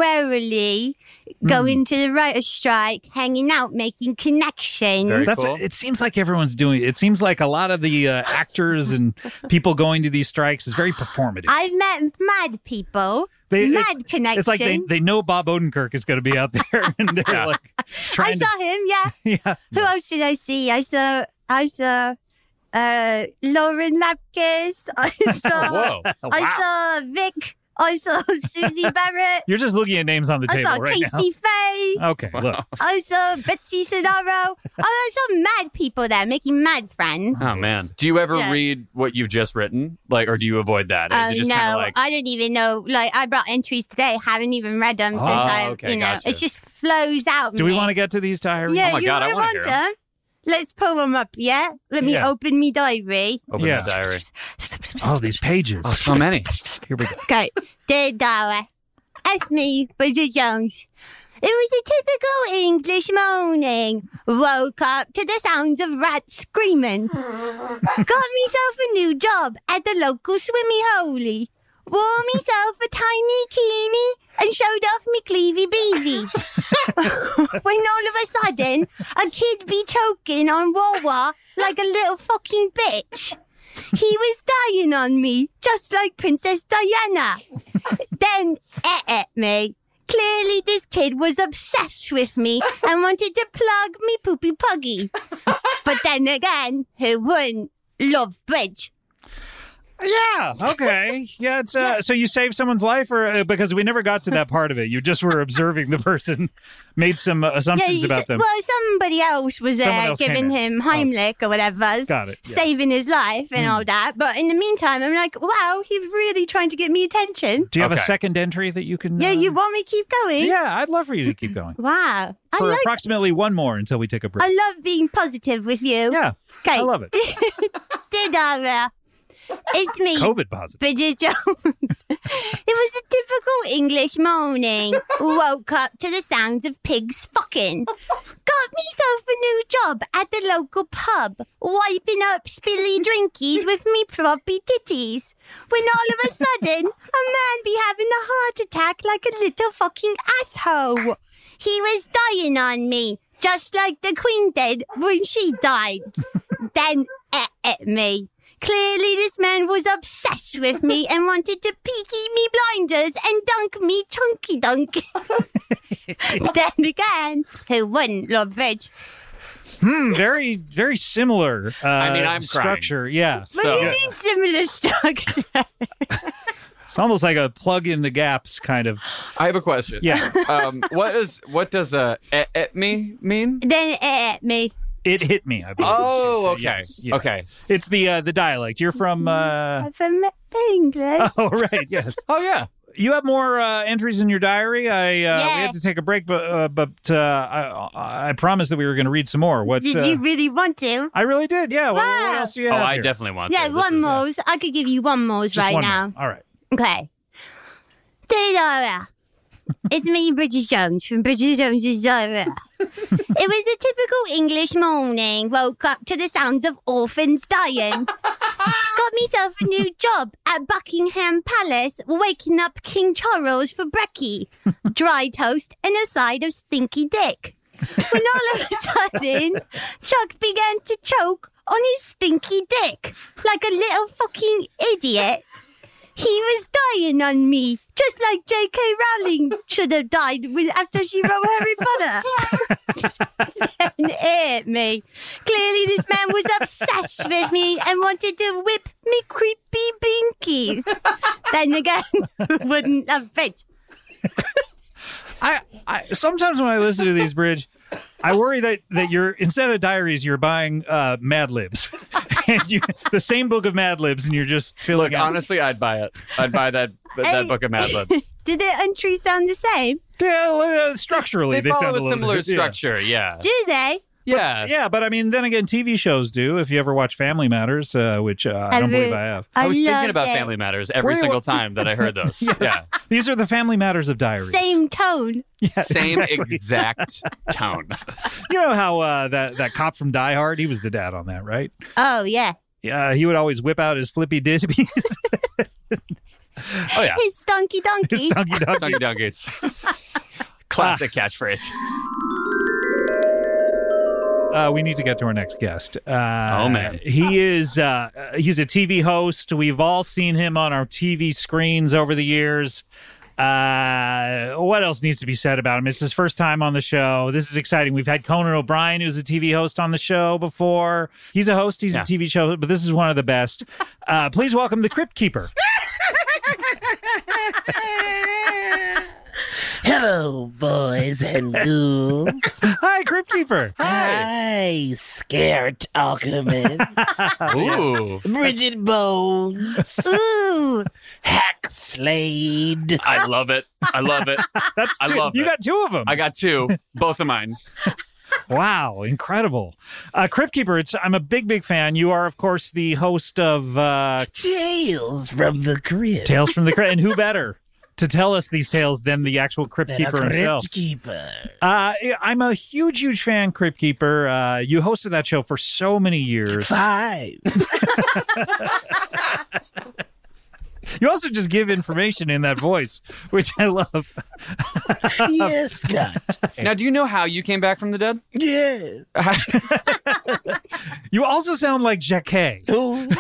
Speaker 7: temporarily,
Speaker 1: Mm.
Speaker 7: going to the writer strike, hanging out, making connections.
Speaker 6: Very
Speaker 1: That's
Speaker 6: cool.
Speaker 1: it. Seems like everyone's doing. It seems like a lot of the uh, actors and people going to these strikes is very performative.
Speaker 7: I've met mad people,
Speaker 1: They-
Speaker 7: mad
Speaker 1: it's,
Speaker 7: connections.
Speaker 1: it's like they, they know Bob Odenkirk is going to be out there, *laughs* and they're
Speaker 6: Yeah.
Speaker 1: like
Speaker 7: I
Speaker 1: trying
Speaker 7: saw him. Yeah.
Speaker 1: to. *laughs* Yeah,
Speaker 7: Who else did I see? I saw. I saw.
Speaker 1: *laughs*
Speaker 7: Uh, Lauren Lapkus. *laughs* I saw.
Speaker 1: Oh,
Speaker 6: Whoa.
Speaker 7: I saw Vic I saw *laughs* Susie Barrett.
Speaker 1: You're just looking at names on the
Speaker 7: I
Speaker 1: table
Speaker 7: saw
Speaker 1: right
Speaker 7: Casey Faye.
Speaker 1: *laughs* now. Okay, look.
Speaker 7: I saw Oh, Betsy Sodaro. Oh, I saw mad people there making mad friends.
Speaker 6: Oh man. Do you ever
Speaker 7: Yeah.
Speaker 6: read what you've just written? Like or do you avoid that? Is
Speaker 7: Oh
Speaker 6: it
Speaker 7: no,
Speaker 6: just kinda like
Speaker 7: I don't even know. Like I brought entries today, haven't even read them since
Speaker 6: Oh,
Speaker 7: I,
Speaker 6: okay,
Speaker 7: you know,
Speaker 6: gotcha.
Speaker 7: it just flows out.
Speaker 1: Do we
Speaker 7: me.
Speaker 1: want to get to these diaries?
Speaker 7: Yeah,
Speaker 6: Oh my
Speaker 7: you
Speaker 6: God, I
Speaker 7: might
Speaker 6: wanna
Speaker 7: want
Speaker 6: hear 'em.
Speaker 7: them. Let's pull them up. Yeah, let me
Speaker 1: Yeah.
Speaker 7: open me diary.
Speaker 6: open
Speaker 1: Yeah.
Speaker 6: the
Speaker 7: *laughs*
Speaker 6: diary?
Speaker 1: Oh, these pages.
Speaker 6: Oh, so many.
Speaker 1: Here we go.
Speaker 7: Okay, dear diary, it's me, Bridget Jones. It was a typical English morning. Woke up to the sounds of rats screaming. Got myself a new job at the local swimmy holy. Wore myself a tiny keeny and showed off me cleavy beavy. *laughs* when all of a sudden, a kid be choking on Wawa like a little fucking bitch. He was dying on me, just like Princess Diana. then it hit me. Clearly, this kid was obsessed with me and wanted to plug me poopy puggy. But then again, who wouldn't? Love Bridge.
Speaker 1: Yeah. Okay. Yeah. It's uh, so you saved someone's life, or uh, because we never got to that part of it. You just were observing the person, made some uh, assumptions
Speaker 7: you
Speaker 1: about
Speaker 7: s-
Speaker 1: them.
Speaker 7: Well, somebody else was
Speaker 1: Someone
Speaker 7: uh,
Speaker 1: else came
Speaker 7: giving
Speaker 1: in. Oh.
Speaker 7: him Heimlich or whatever,
Speaker 1: Got it, yeah. Hmm.
Speaker 7: saving his life and all that. But in the meantime, I'm like, wow, he's really trying to get me attention.
Speaker 1: Do you have a
Speaker 6: Okay.
Speaker 1: second entry that you can?
Speaker 7: Yeah,
Speaker 1: uh,
Speaker 7: you want me to keep going?
Speaker 1: Yeah, I'd love for you to keep going
Speaker 7: Wow. *laughs* I
Speaker 1: for
Speaker 7: like.
Speaker 1: approximately one more until we take a break.
Speaker 7: I love being positive with you.
Speaker 1: yeah,
Speaker 7: Okay.
Speaker 1: I love it.
Speaker 7: Dinner. It's me,
Speaker 1: COVID positive.
Speaker 7: Bridget Jones. it was a typical English morning. Woke up to the sounds of pigs fucking. Got myself a new job at the local pub, wiping up spilly drinkies with me floppy titties. When all of a sudden, a man be having a heart attack like a little fucking asshole. He was dying on me, just like the queen did when she
Speaker 1: *laughs*
Speaker 7: died. then eh, at me. Clearly, this man was obsessed with me and wanted to peeky me blinders and dunk me chunky dunk.
Speaker 1: *laughs*
Speaker 7: then again, who wouldn't love Reg?
Speaker 1: Hmm, very, very similar.
Speaker 6: *laughs*
Speaker 1: Uh,
Speaker 6: I mean, I'm crying.
Speaker 1: structure. Yeah,
Speaker 7: What do you mean
Speaker 1: *laughs*
Speaker 7: similar structure?
Speaker 1: it's almost like a plug in the gaps kind of.
Speaker 6: I have a question.
Speaker 7: *laughs*
Speaker 1: Yeah.
Speaker 6: um what is what does uh et, et me mean?
Speaker 7: then eh, at me.
Speaker 1: It hit me. I believe.
Speaker 6: Oh, okay.
Speaker 1: Yes, yeah.
Speaker 6: Okay.
Speaker 1: It's the uh, the dialect. You're from. Uh...
Speaker 7: Mm-hmm. I'm from England.
Speaker 1: *laughs* Oh right, yes.
Speaker 6: *laughs* Oh yeah.
Speaker 1: You have more uh, entries in your diary. I uh,
Speaker 7: Yeah.
Speaker 1: we have to take a break, but uh, but uh, I I promised that we were going to read some more. What
Speaker 7: Did
Speaker 1: uh,
Speaker 7: you really want to?
Speaker 1: I really did. Yeah. Well, what
Speaker 7: Wow.
Speaker 1: else do you
Speaker 6: Oh,
Speaker 1: have?
Speaker 6: I
Speaker 1: here?
Speaker 6: definitely want
Speaker 7: Yeah,
Speaker 6: to. This
Speaker 7: one
Speaker 6: is-
Speaker 7: more. I could give you one more
Speaker 1: Just
Speaker 7: right
Speaker 1: one
Speaker 7: now.
Speaker 1: more. All right.
Speaker 7: Okay. Dora. It's me, Bridget Jones, from Bridget Jones's Dora. it was a typical English morning. Woke up to the sounds of orphans dying. Got myself a new job at Buckingham Palace, waking up King Charles for brekkie, dry toast, and a side of stinky dick. When all of a sudden, Chuck began to choke on his stinky dick like a little fucking idiot. He was dying on me, just like J.K. Rowling should have died with, after she wrote Harry Potter. and it hit me. Clearly, this man was obsessed with me and wanted to whip me creepy binkies. then again, *laughs* wouldn't have it.
Speaker 1: I, I sometimes when I listen to these bridge, I worry that that you're instead of diaries, you're buying uh, Mad Libs, *laughs* and you, the same book of Mad Libs, and you're just filling
Speaker 6: Look,
Speaker 1: out.
Speaker 6: honestly, I'd buy it. I'd buy that that
Speaker 7: *laughs* Hey.
Speaker 6: book of *laughs* Mad Libs.
Speaker 7: Did the entry sound the same?
Speaker 1: Yeah, uh, structurally,
Speaker 6: They
Speaker 1: they, sound
Speaker 6: follow
Speaker 1: a
Speaker 6: a
Speaker 1: little
Speaker 6: similar
Speaker 1: bit- yeah.
Speaker 6: structure. Yeah.
Speaker 7: Do they?
Speaker 6: Yeah.
Speaker 1: Yeah, but I mean, then again, TV shows do. If you ever watch Family Matters, uh, which uh, I don't
Speaker 7: re-
Speaker 1: believe I have.
Speaker 6: I was
Speaker 7: loved
Speaker 6: thinking about
Speaker 7: it.
Speaker 1: *laughs*
Speaker 6: Family Matters every
Speaker 1: Wait,
Speaker 6: single
Speaker 1: what-
Speaker 6: time that I heard those.
Speaker 1: *laughs*
Speaker 6: *laughs* Yeah.
Speaker 1: These are the Family Matters of diaries.
Speaker 7: Same tone.
Speaker 1: *laughs* Yeah,
Speaker 6: Same
Speaker 1: exactly.
Speaker 6: exact tone.
Speaker 1: You know how uh, that that cop from Die Hard, he was the dad on that, right?
Speaker 7: Oh, yeah.
Speaker 1: Yeah, he would always whip out his flippy *laughs* dispies,
Speaker 6: Oh yeah.
Speaker 7: His stonky donkey.
Speaker 1: his donkey donkey.
Speaker 6: Sunny Donkeys. *laughs* Classic catchphrase.
Speaker 1: Uh, we need to get to our next guest. Uh,
Speaker 6: Oh, man.
Speaker 1: he is uh, uh, he's a TV host. We've all seen him on our TV screens over the years. Uh, what else needs to be said about him? It's his first time on the show. This is exciting. We've had Conan O'Brien, who's a TV host, on the show before. He's a host. He's
Speaker 6: Yeah.
Speaker 1: a TV show, but this is one of the best. Uh, please welcome the Crypt Keeper.
Speaker 3: Hello, boys and ghouls.
Speaker 1: Hi, Crypt Keeper.
Speaker 3: Hi, scared Alchemist.
Speaker 6: *laughs* Ooh.
Speaker 3: Bridget Bones.
Speaker 6: *laughs*
Speaker 7: Ooh,
Speaker 3: Hack Slade.
Speaker 6: I love it. I love it.
Speaker 1: That's
Speaker 6: I
Speaker 1: two.
Speaker 6: love
Speaker 1: you
Speaker 6: it.
Speaker 1: got two of them.
Speaker 6: I got two, both of mine.
Speaker 1: Wow, incredible. Uh, Crypt Keeper, it's, I'm a big, big fan. You are, of course, the host of uh,
Speaker 3: Tales from the Crypt.
Speaker 1: Tales from the Crypt. And who better to tell us these tales than the actual Crypt
Speaker 3: Than a
Speaker 1: Keeper
Speaker 3: Crypt
Speaker 1: himself?
Speaker 3: Keeper.
Speaker 1: Uh, I'm a huge, huge fan, Crypt Keeper. Uh, you hosted that show for so many years.
Speaker 3: Five.
Speaker 6: *laughs*
Speaker 1: You also just give information in that voice, which I love.
Speaker 3: yes,
Speaker 6: *laughs*
Speaker 3: Scott.
Speaker 6: Now, do you know how you came back from the dead?
Speaker 3: Yes.
Speaker 6: *laughs*
Speaker 1: You also sound like Jacquet
Speaker 3: Who?
Speaker 1: *laughs*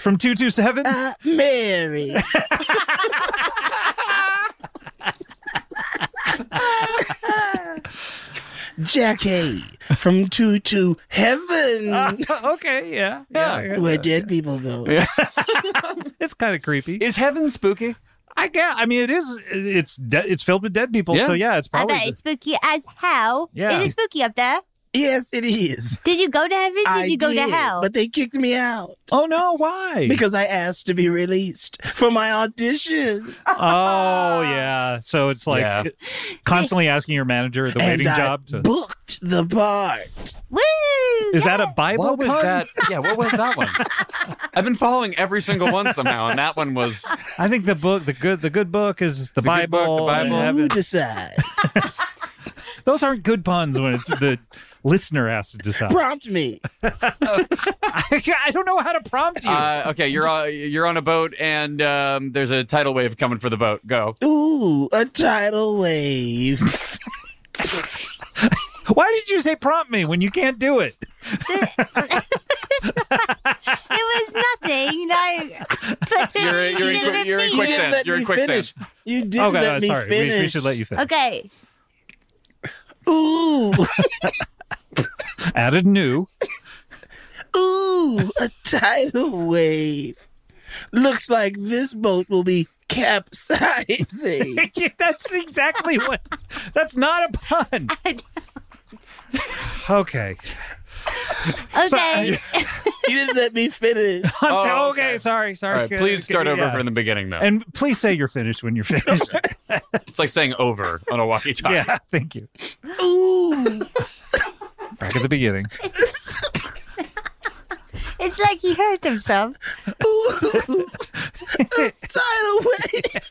Speaker 1: from 227.
Speaker 3: Uh, Mary.
Speaker 1: *laughs*
Speaker 3: Jackie from Two to Heaven,
Speaker 6: *laughs*
Speaker 7: Mm.
Speaker 1: *laughs* okay, yeah. Yeah.
Speaker 3: where dead people go.
Speaker 1: *laughs* It's kind of creepy.
Speaker 6: Is heaven spooky?
Speaker 1: I guess. I mean, it is. It's de- it's filled with dead people.
Speaker 6: Yeah.
Speaker 1: So yeah, it's
Speaker 7: I
Speaker 1: probably.
Speaker 7: bet it's *laughs* spooky as hell.
Speaker 1: Yeah.
Speaker 7: Is it spooky up there?
Speaker 3: Yes, it is.
Speaker 7: Did you go to heaven? Did
Speaker 3: I
Speaker 7: you go
Speaker 3: did,
Speaker 7: to hell?
Speaker 3: but they kicked me out
Speaker 1: oh no! Why?
Speaker 3: because I asked to be released for my audition,
Speaker 1: oh yeah. So it's like
Speaker 6: Yeah.
Speaker 1: constantly asking your manager at the
Speaker 3: and
Speaker 1: waiting
Speaker 3: I
Speaker 1: job to.
Speaker 3: booked the part.
Speaker 7: Woo!
Speaker 1: Is
Speaker 7: yeah.
Speaker 1: that a Bible
Speaker 6: what was
Speaker 1: card?
Speaker 6: that? Yeah, what was that one? I've been following every single one somehow, and that one was
Speaker 1: I think the book, the good, the good book is the,
Speaker 6: The good book, the
Speaker 1: Bible. and
Speaker 6: Bible.
Speaker 3: You
Speaker 1: heaven.
Speaker 3: decide.
Speaker 1: Those aren't good puns when it's the listener has to decide. *laughs*
Speaker 3: Prompt me.
Speaker 1: I,
Speaker 8: *laughs*
Speaker 1: don't know how to prompt you.
Speaker 6: uh, okay. You're on, you're on a boat, and um, there's a tidal wave coming for the boat. Go.
Speaker 3: Ooh, a tidal wave.
Speaker 6: *laughs*
Speaker 1: Why did you say prompt me when you can't do it?
Speaker 7: It was
Speaker 6: *laughs*
Speaker 7: nothing. Like, but
Speaker 6: You're- you're in-
Speaker 7: didn't
Speaker 6: you're in
Speaker 7: repeat.
Speaker 3: you
Speaker 6: quick-
Speaker 3: didn't
Speaker 6: quicksand.
Speaker 3: let
Speaker 6: You're in
Speaker 3: me
Speaker 6: quicksand.
Speaker 3: finish. You didn't
Speaker 1: Oh god,
Speaker 3: let
Speaker 1: no,
Speaker 3: me
Speaker 1: sorry.
Speaker 3: finish.
Speaker 1: We, we should let you finish.
Speaker 7: Okay.
Speaker 3: Ooh,
Speaker 1: Added new.
Speaker 3: ooh, a tidal wave. Looks like this boat will be
Speaker 1: *laughs*
Speaker 3: capsizing.
Speaker 1: that's exactly what. That's not a pun. Okay.
Speaker 7: *laughs* Okay.
Speaker 1: So-
Speaker 3: you didn't let me finish.
Speaker 1: *laughs* I'm
Speaker 6: Oh,
Speaker 1: so- okay.
Speaker 6: okay.
Speaker 1: sorry, sorry.
Speaker 6: All right, please start over
Speaker 1: Yeah.
Speaker 6: from the beginning, though.
Speaker 1: And please say you're finished when you're
Speaker 6: *laughs*
Speaker 1: finished.
Speaker 6: it's like saying over on a walkie-talkie.
Speaker 1: yeah, thank you.
Speaker 3: Ooh,
Speaker 1: Back at the beginning.
Speaker 7: It's like he hurt himself.
Speaker 3: *laughs* ooh, a tidal wave.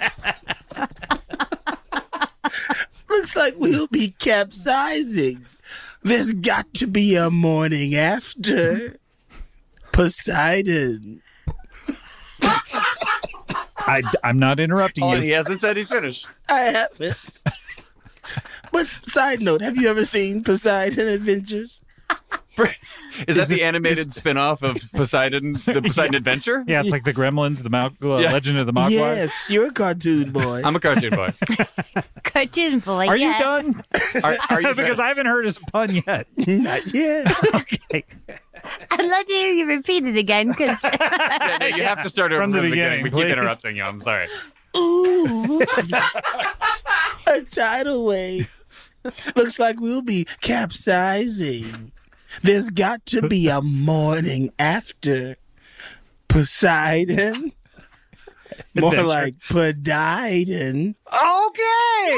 Speaker 3: Looks like we'll be capsizing. There's got to be a morning
Speaker 5: Uh,
Speaker 3: after. Poseidon.
Speaker 1: I, am not interrupting
Speaker 6: Oh,
Speaker 1: you.
Speaker 6: he hasn't said he's finished.
Speaker 3: I haven't. but side note, have you ever seen Poseidon Adventures?
Speaker 6: Is that
Speaker 1: Is
Speaker 6: the
Speaker 1: this-
Speaker 6: animated spin-off of Poseidon,
Speaker 1: *laughs*
Speaker 6: the Poseidon Adventure?
Speaker 1: Yeah, it's like the Gremlins, the Mal- uh,
Speaker 6: Yeah.
Speaker 1: Legend of the Mogwai.
Speaker 3: Yes, you're a cartoon boy.
Speaker 6: I'm a cartoon boy.
Speaker 7: Cartoon boy.
Speaker 1: Are
Speaker 7: yeah.
Speaker 1: you done?
Speaker 6: Are, are
Speaker 1: *laughs*
Speaker 6: you
Speaker 1: because I haven't heard his pun yet.
Speaker 3: Not yet.
Speaker 1: Okay.
Speaker 7: I'd love to hear you repeat it again *laughs* because
Speaker 6: Yeah, no, you have to start over
Speaker 1: From
Speaker 6: from
Speaker 1: the
Speaker 6: the beginning. We
Speaker 1: beginning,
Speaker 6: keep
Speaker 1: please.
Speaker 6: interrupting you. I'm sorry.
Speaker 3: Ooh. *laughs* a tidal wave. Looks like we'll be capsizing. There's got to be a morning after Poseidon. More
Speaker 1: Adventure.
Speaker 3: like Podidon.
Speaker 1: Okay.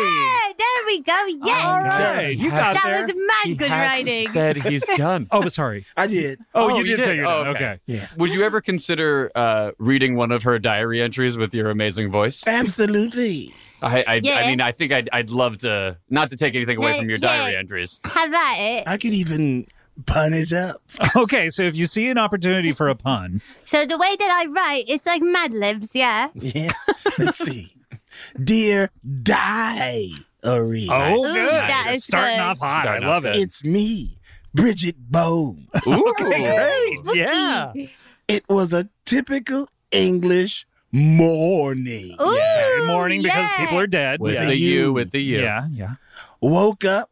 Speaker 7: there we go. Yes.
Speaker 1: All right. You got
Speaker 7: That
Speaker 1: there.
Speaker 7: was mad good writing.
Speaker 6: Said
Speaker 7: *laughs*
Speaker 6: he's done.
Speaker 1: *laughs* Oh, sorry.
Speaker 3: I did.
Speaker 1: Oh,
Speaker 6: Oh,
Speaker 1: you,
Speaker 6: you
Speaker 1: did say
Speaker 6: did.
Speaker 1: you
Speaker 6: Oh,
Speaker 1: done.
Speaker 6: okay.
Speaker 1: Okay.
Speaker 3: Yes.
Speaker 6: Would you ever consider uh, reading one of her diary entries with your amazing voice?
Speaker 3: Absolutely.
Speaker 6: I, I,
Speaker 7: Yeah.
Speaker 6: I mean, I think I'd, I'd love to, not to take anything away
Speaker 7: No,
Speaker 6: from your
Speaker 7: yeah.
Speaker 6: diary entries.
Speaker 7: Have at it.
Speaker 3: I could even pun it up.
Speaker 1: *laughs* Okay. So if you see an opportunity for a pun,
Speaker 7: So the way that I write, it's like Mad Libs. Yeah.
Speaker 3: Yeah. Let's see. Dear Diary.
Speaker 1: oh,
Speaker 7: Ooh,
Speaker 1: good.
Speaker 7: that is
Speaker 1: Starting
Speaker 7: good.
Speaker 1: off hot.
Speaker 6: Starting
Speaker 1: I
Speaker 6: off
Speaker 1: love it.
Speaker 3: It's me, Bridget Bone.
Speaker 1: *laughs*
Speaker 6: Ooh.
Speaker 1: Great.
Speaker 7: Spooky.
Speaker 1: Yeah.
Speaker 3: It was a typical English morning.
Speaker 7: Ooh,
Speaker 1: Good morning because
Speaker 7: yeah.
Speaker 1: people are dead.
Speaker 6: With
Speaker 1: yeah.
Speaker 6: the
Speaker 3: You.
Speaker 6: U, with the U.
Speaker 1: yeah. Yeah.
Speaker 3: Woke up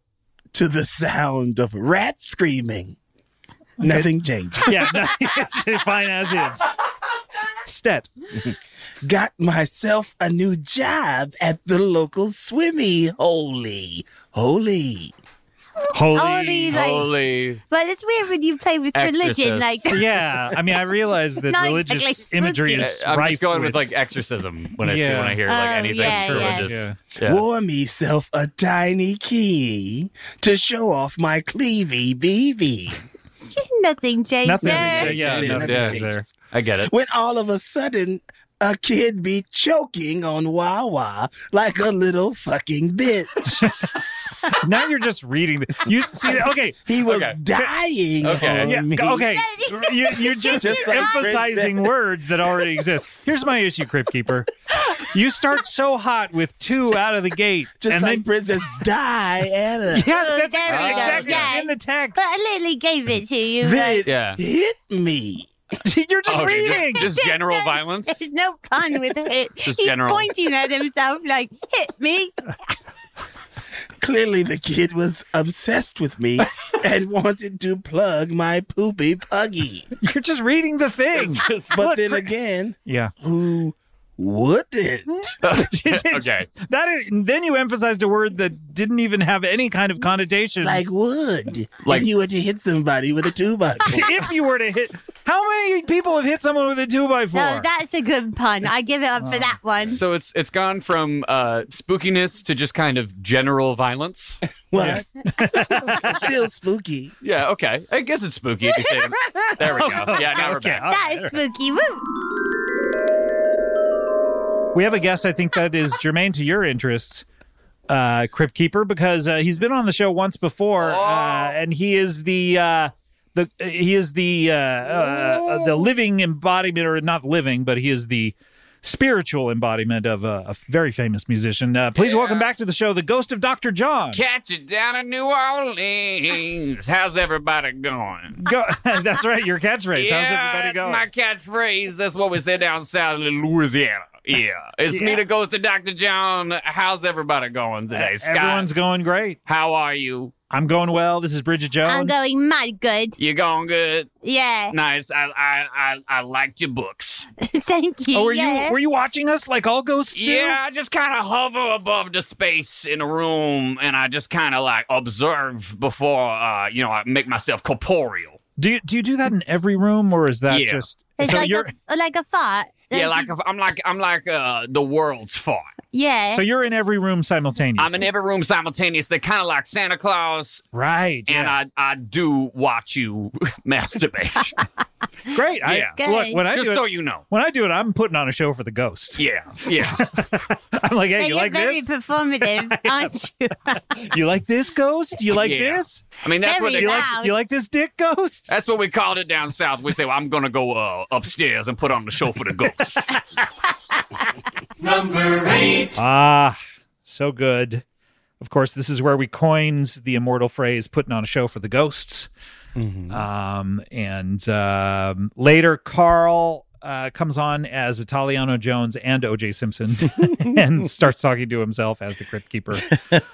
Speaker 3: to the sound of rats
Speaker 1: *laughs*
Speaker 3: screaming. Nothing changes.
Speaker 1: Yeah, no, it's fine as is. Stet.
Speaker 3: *laughs* Got myself a new job at the local swimmy. Holy, holy.
Speaker 1: Holy.
Speaker 7: Holy, like,
Speaker 6: Holy.
Speaker 7: but it's weird when you play with
Speaker 6: Exorcist.
Speaker 7: religion, like that.
Speaker 1: yeah, I
Speaker 7: *laughs*
Speaker 1: mean, I
Speaker 3: *laughs*
Speaker 1: realize that
Speaker 7: Not
Speaker 1: religious
Speaker 7: exactly
Speaker 1: imagery
Speaker 7: spooky.
Speaker 1: is
Speaker 6: Uh, I'm
Speaker 1: rife
Speaker 6: just going with, like exorcism when I
Speaker 1: Yeah.
Speaker 6: see when I hear like
Speaker 7: Oh,
Speaker 6: anything
Speaker 7: yeah, yeah.
Speaker 6: religious.
Speaker 1: Yeah.
Speaker 6: Yeah.
Speaker 3: Wore meself a tiny key to show off my cleavy BB.
Speaker 7: *laughs* nothing changed
Speaker 1: nothing.
Speaker 7: there.
Speaker 1: Yeah,
Speaker 3: Yeah.
Speaker 1: nothing
Speaker 6: Yeah.
Speaker 1: there.
Speaker 6: I get it.
Speaker 3: when all of a sudden a kid be choking on Wawa like a little fucking bitch.
Speaker 1: *laughs* Now you're just reading. The, you see? Okay,
Speaker 3: He was
Speaker 6: Okay.
Speaker 3: dying
Speaker 6: Okay.
Speaker 3: on
Speaker 1: yeah,
Speaker 3: me. *laughs*
Speaker 1: okay. You, you're just,
Speaker 3: Just like
Speaker 1: emphasizing
Speaker 3: Princess.
Speaker 1: words that already exist. Here's my issue, Crypt Keeper. You start so hot with two out of the gate,
Speaker 3: *laughs* Just
Speaker 1: and
Speaker 3: like
Speaker 1: then
Speaker 3: Princess *laughs* Diana.
Speaker 1: yes,
Speaker 7: *laughs*
Speaker 1: that's
Speaker 7: Oh, There we
Speaker 3: Ah.
Speaker 6: go,
Speaker 1: exactly it's in the
Speaker 7: But
Speaker 1: text.
Speaker 7: I literally gave it to you.
Speaker 3: Then it
Speaker 6: Yeah.
Speaker 3: hit me.
Speaker 1: *laughs* You're
Speaker 6: Okay,
Speaker 1: just
Speaker 6: just-
Speaker 1: reading.
Speaker 6: Just,
Speaker 7: *laughs*
Speaker 6: general violence.
Speaker 7: There's no pun with
Speaker 6: *laughs*
Speaker 7: it.
Speaker 6: Just
Speaker 7: He's
Speaker 6: general.
Speaker 7: pointing at himself like, hit me.
Speaker 3: Clearly, the kid was obsessed
Speaker 1: *laughs*
Speaker 3: with me and wanted to plug my poopy puggy.
Speaker 1: You're just reading the thing.
Speaker 3: But
Speaker 1: Look,
Speaker 3: then
Speaker 1: cr-
Speaker 3: again,
Speaker 1: yeah.
Speaker 3: who
Speaker 1: *laughs*
Speaker 3: wouldn't? *laughs*
Speaker 6: okay.
Speaker 1: That is, then you emphasized a word that didn't even have any kind of connotation.
Speaker 3: Like, would
Speaker 6: Like-
Speaker 3: if you were to hit somebody with a
Speaker 1: *laughs*
Speaker 3: two by four?
Speaker 1: *laughs* if you were to hit, how many people have hit someone with a two by four?
Speaker 7: No, that's a good pun. I give it up for that *laughs* one.
Speaker 6: So it's it's gone from uh, spookiness to just kind of general
Speaker 1: *laughs*
Speaker 6: violence.
Speaker 3: What? Still spooky.
Speaker 6: Yeah, okay. I guess it's spooky. If you say it. There we
Speaker 1: *laughs*
Speaker 6: go. Yeah, now we're
Speaker 1: Okay,
Speaker 6: back.
Speaker 1: all
Speaker 7: that
Speaker 1: right.
Speaker 7: is spooky. Woo.
Speaker 1: We have a guest I think that is germane to your interests, uh, Crypt Keeper, because uh, he's been on the show once before, uh, and he is the. Uh, the, he is the uh, uh, the living embodiment, or not living, but he is the spiritual embodiment of a, a very famous musician. Uh, please welcome back to the show the ghost of Doctor John.
Speaker 6: Catch it down in New Orleans. How's everybody going?
Speaker 1: Go- *laughs* That's right, your catchphrase. How's everybody
Speaker 6: that's
Speaker 1: going?
Speaker 6: my catchphrase. That's what we say down south in Louisiana. Yeah. It's me,
Speaker 1: Yeah. E,
Speaker 6: the ghost of Dr. John. How's everybody going today, Scott?
Speaker 1: Everyone's going great.
Speaker 6: How are you?
Speaker 1: I'm going well. This is Bridget Jones.
Speaker 7: I'm going mad good.
Speaker 6: You going good?
Speaker 7: Yeah.
Speaker 6: Nice. I I I, I liked your books.
Speaker 7: Thank you.
Speaker 1: Oh, were
Speaker 7: yeah.
Speaker 1: you were you watching us like all ghosts do?
Speaker 6: Yeah, I just kind of hover above the space in a room, and I just kind of like observe before, uh, you know, I make myself corporeal.
Speaker 1: Do you, do you do that in every room, or is that
Speaker 6: Yeah.
Speaker 1: just
Speaker 7: it's
Speaker 1: so
Speaker 7: like,
Speaker 1: you're
Speaker 7: a, like a fart.
Speaker 6: yeah, like if- I'm like I'm like uh, the world's fart.
Speaker 7: yeah.
Speaker 1: so you're in every room simultaneously?
Speaker 6: I'm in every room simultaneously, kind of like Santa Claus,
Speaker 1: right.
Speaker 6: and
Speaker 1: yeah.
Speaker 6: I I do watch you *laughs* masturbate.
Speaker 1: *laughs* great.
Speaker 6: Yeah.
Speaker 1: I, look
Speaker 7: Good.
Speaker 1: when I
Speaker 6: just
Speaker 1: do it,
Speaker 6: so you know.
Speaker 1: when I do it, I'm putting on a show for the ghosts.
Speaker 6: Yeah. Yes.
Speaker 1: *laughs* I'm like, hey,
Speaker 7: But
Speaker 1: you
Speaker 7: you're
Speaker 1: like
Speaker 7: very
Speaker 1: this?
Speaker 7: performative, aren't you?
Speaker 1: *laughs* You like this ghost? You like
Speaker 6: Yeah.
Speaker 1: this?
Speaker 6: I mean, that's what
Speaker 7: Very
Speaker 6: they,
Speaker 7: loud.
Speaker 1: You like this dick ghost?
Speaker 6: that's what we called it down south. We say, well, I'm gonna go uh, upstairs and put on the show for the
Speaker 1: *laughs*
Speaker 6: ghosts.
Speaker 1: Ah, so good. Of course, this is where we coins the immortal phrase "putting on a show for the ghosts." Um, and um, later, Carl uh, comes on as Italiano Jones and O.J. Simpson, *laughs* and starts talking to himself as the Crypt Keeper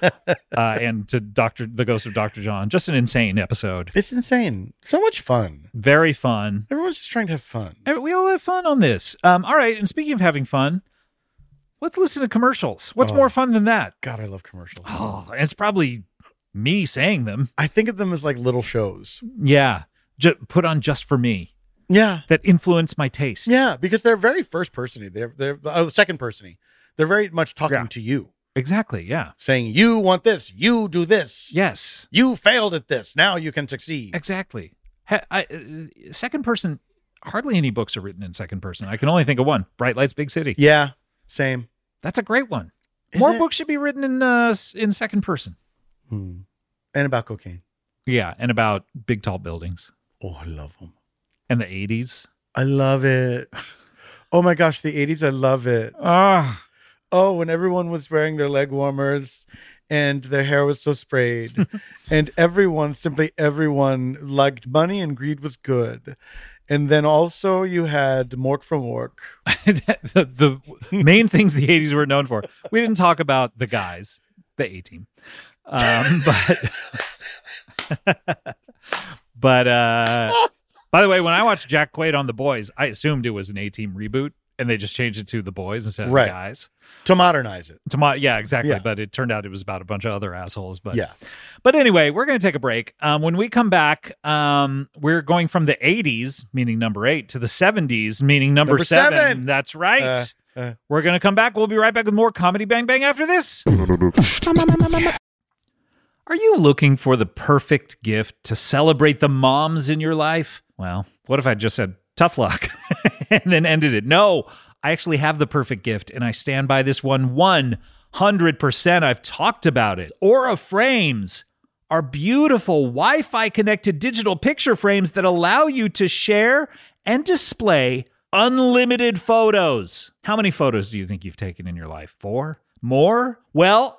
Speaker 5: *laughs*
Speaker 1: uh, and to Doctor the Ghost of Doctor John. Just an insane episode.
Speaker 5: It's insane. So much fun.
Speaker 1: Very fun.
Speaker 5: Everyone's just trying to have fun.
Speaker 1: Hey, We all have fun on this. Um, all right. And speaking of having fun, let's listen to commercials. What's
Speaker 5: Oh.
Speaker 1: more fun than that?
Speaker 5: God, I love commercials.
Speaker 1: Oh, and it's probably me saying them.
Speaker 5: I think of them as like little shows.
Speaker 1: Yeah. Ju- put on just for me
Speaker 5: Yeah.
Speaker 1: that influence my taste.
Speaker 5: Yeah, because they're very first person They're they're oh, second person They're very much talking
Speaker 1: Yeah.
Speaker 5: to you,
Speaker 1: Exactly. Yeah.
Speaker 5: saying you want this, you do this.
Speaker 1: Yes.
Speaker 5: You failed at this. Now you can succeed.
Speaker 1: Exactly. Ha- I, uh, second person, hardly any books are written in second person. I can only think of one Bright Lights, Big City.
Speaker 5: Yeah, same.
Speaker 1: That's a great one.
Speaker 5: Is
Speaker 1: More
Speaker 5: it?
Speaker 1: books should be written in uh, s- in second person.
Speaker 5: Hmm. And about cocaine.
Speaker 1: Yeah. And about big, tall buildings
Speaker 5: Oh, I love them.
Speaker 1: and the 80s.
Speaker 5: I love it. Oh my gosh, the 80s, I love it.
Speaker 1: Ah.
Speaker 5: oh, when everyone was wearing their leg warmers and their hair was
Speaker 1: *laughs*
Speaker 5: so sprayed, and everyone, simply everyone, liked money and greed was good. And then also you had Mork from Work.
Speaker 1: *laughs* the, the main things
Speaker 5: *laughs*
Speaker 1: the 80s were known for. We didn't talk about the guys, the A team. *laughs* Um, but but uh By the way, when I watched Jack Quaid on The Boys, I assumed it was an A Team reboot, and they just changed it to The Boys instead of
Speaker 5: Right.
Speaker 1: The Guys.
Speaker 5: to modernize it.
Speaker 1: To my, yeah, exactly.
Speaker 5: Yeah.
Speaker 1: But it turned out it was about a bunch of other assholes. But
Speaker 5: Yeah.
Speaker 1: But anyway, we're going to take a break. Um, when we come back, um, we're going from the 80s, meaning number eight, to the 70s, meaning number,
Speaker 5: Number
Speaker 1: seven.
Speaker 5: seven.
Speaker 1: That's right.
Speaker 5: Uh, uh.
Speaker 1: We're going to come back. We'll be right back with more Comedy Bang Bang after this. Are you looking for the perfect gift to celebrate the moms in your life? Well, what if I just said tough luck *laughs* and then ended it? No, I actually have the perfect gift and I stand by this one 100%. I've talked about it. Aura Frames are beautiful Wi Fi connected digital picture frames that allow you to share and display unlimited photos. How many photos do you think you've taken in your life? Four? More? Well,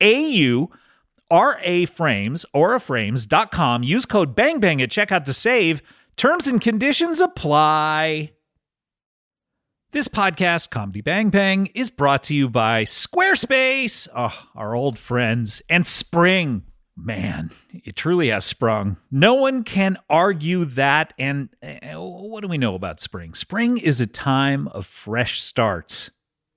Speaker 1: A U R A frames, auraframes.com. Use code BANGBANG at checkout to save. Terms and conditions apply. This podcast, Comedy Bang Bang, is brought to you by Squarespace, oh, our old friends, and Spring. Man, it truly has sprung. No one can argue that. And eh, what do we know about spring? Spring is a time of fresh starts.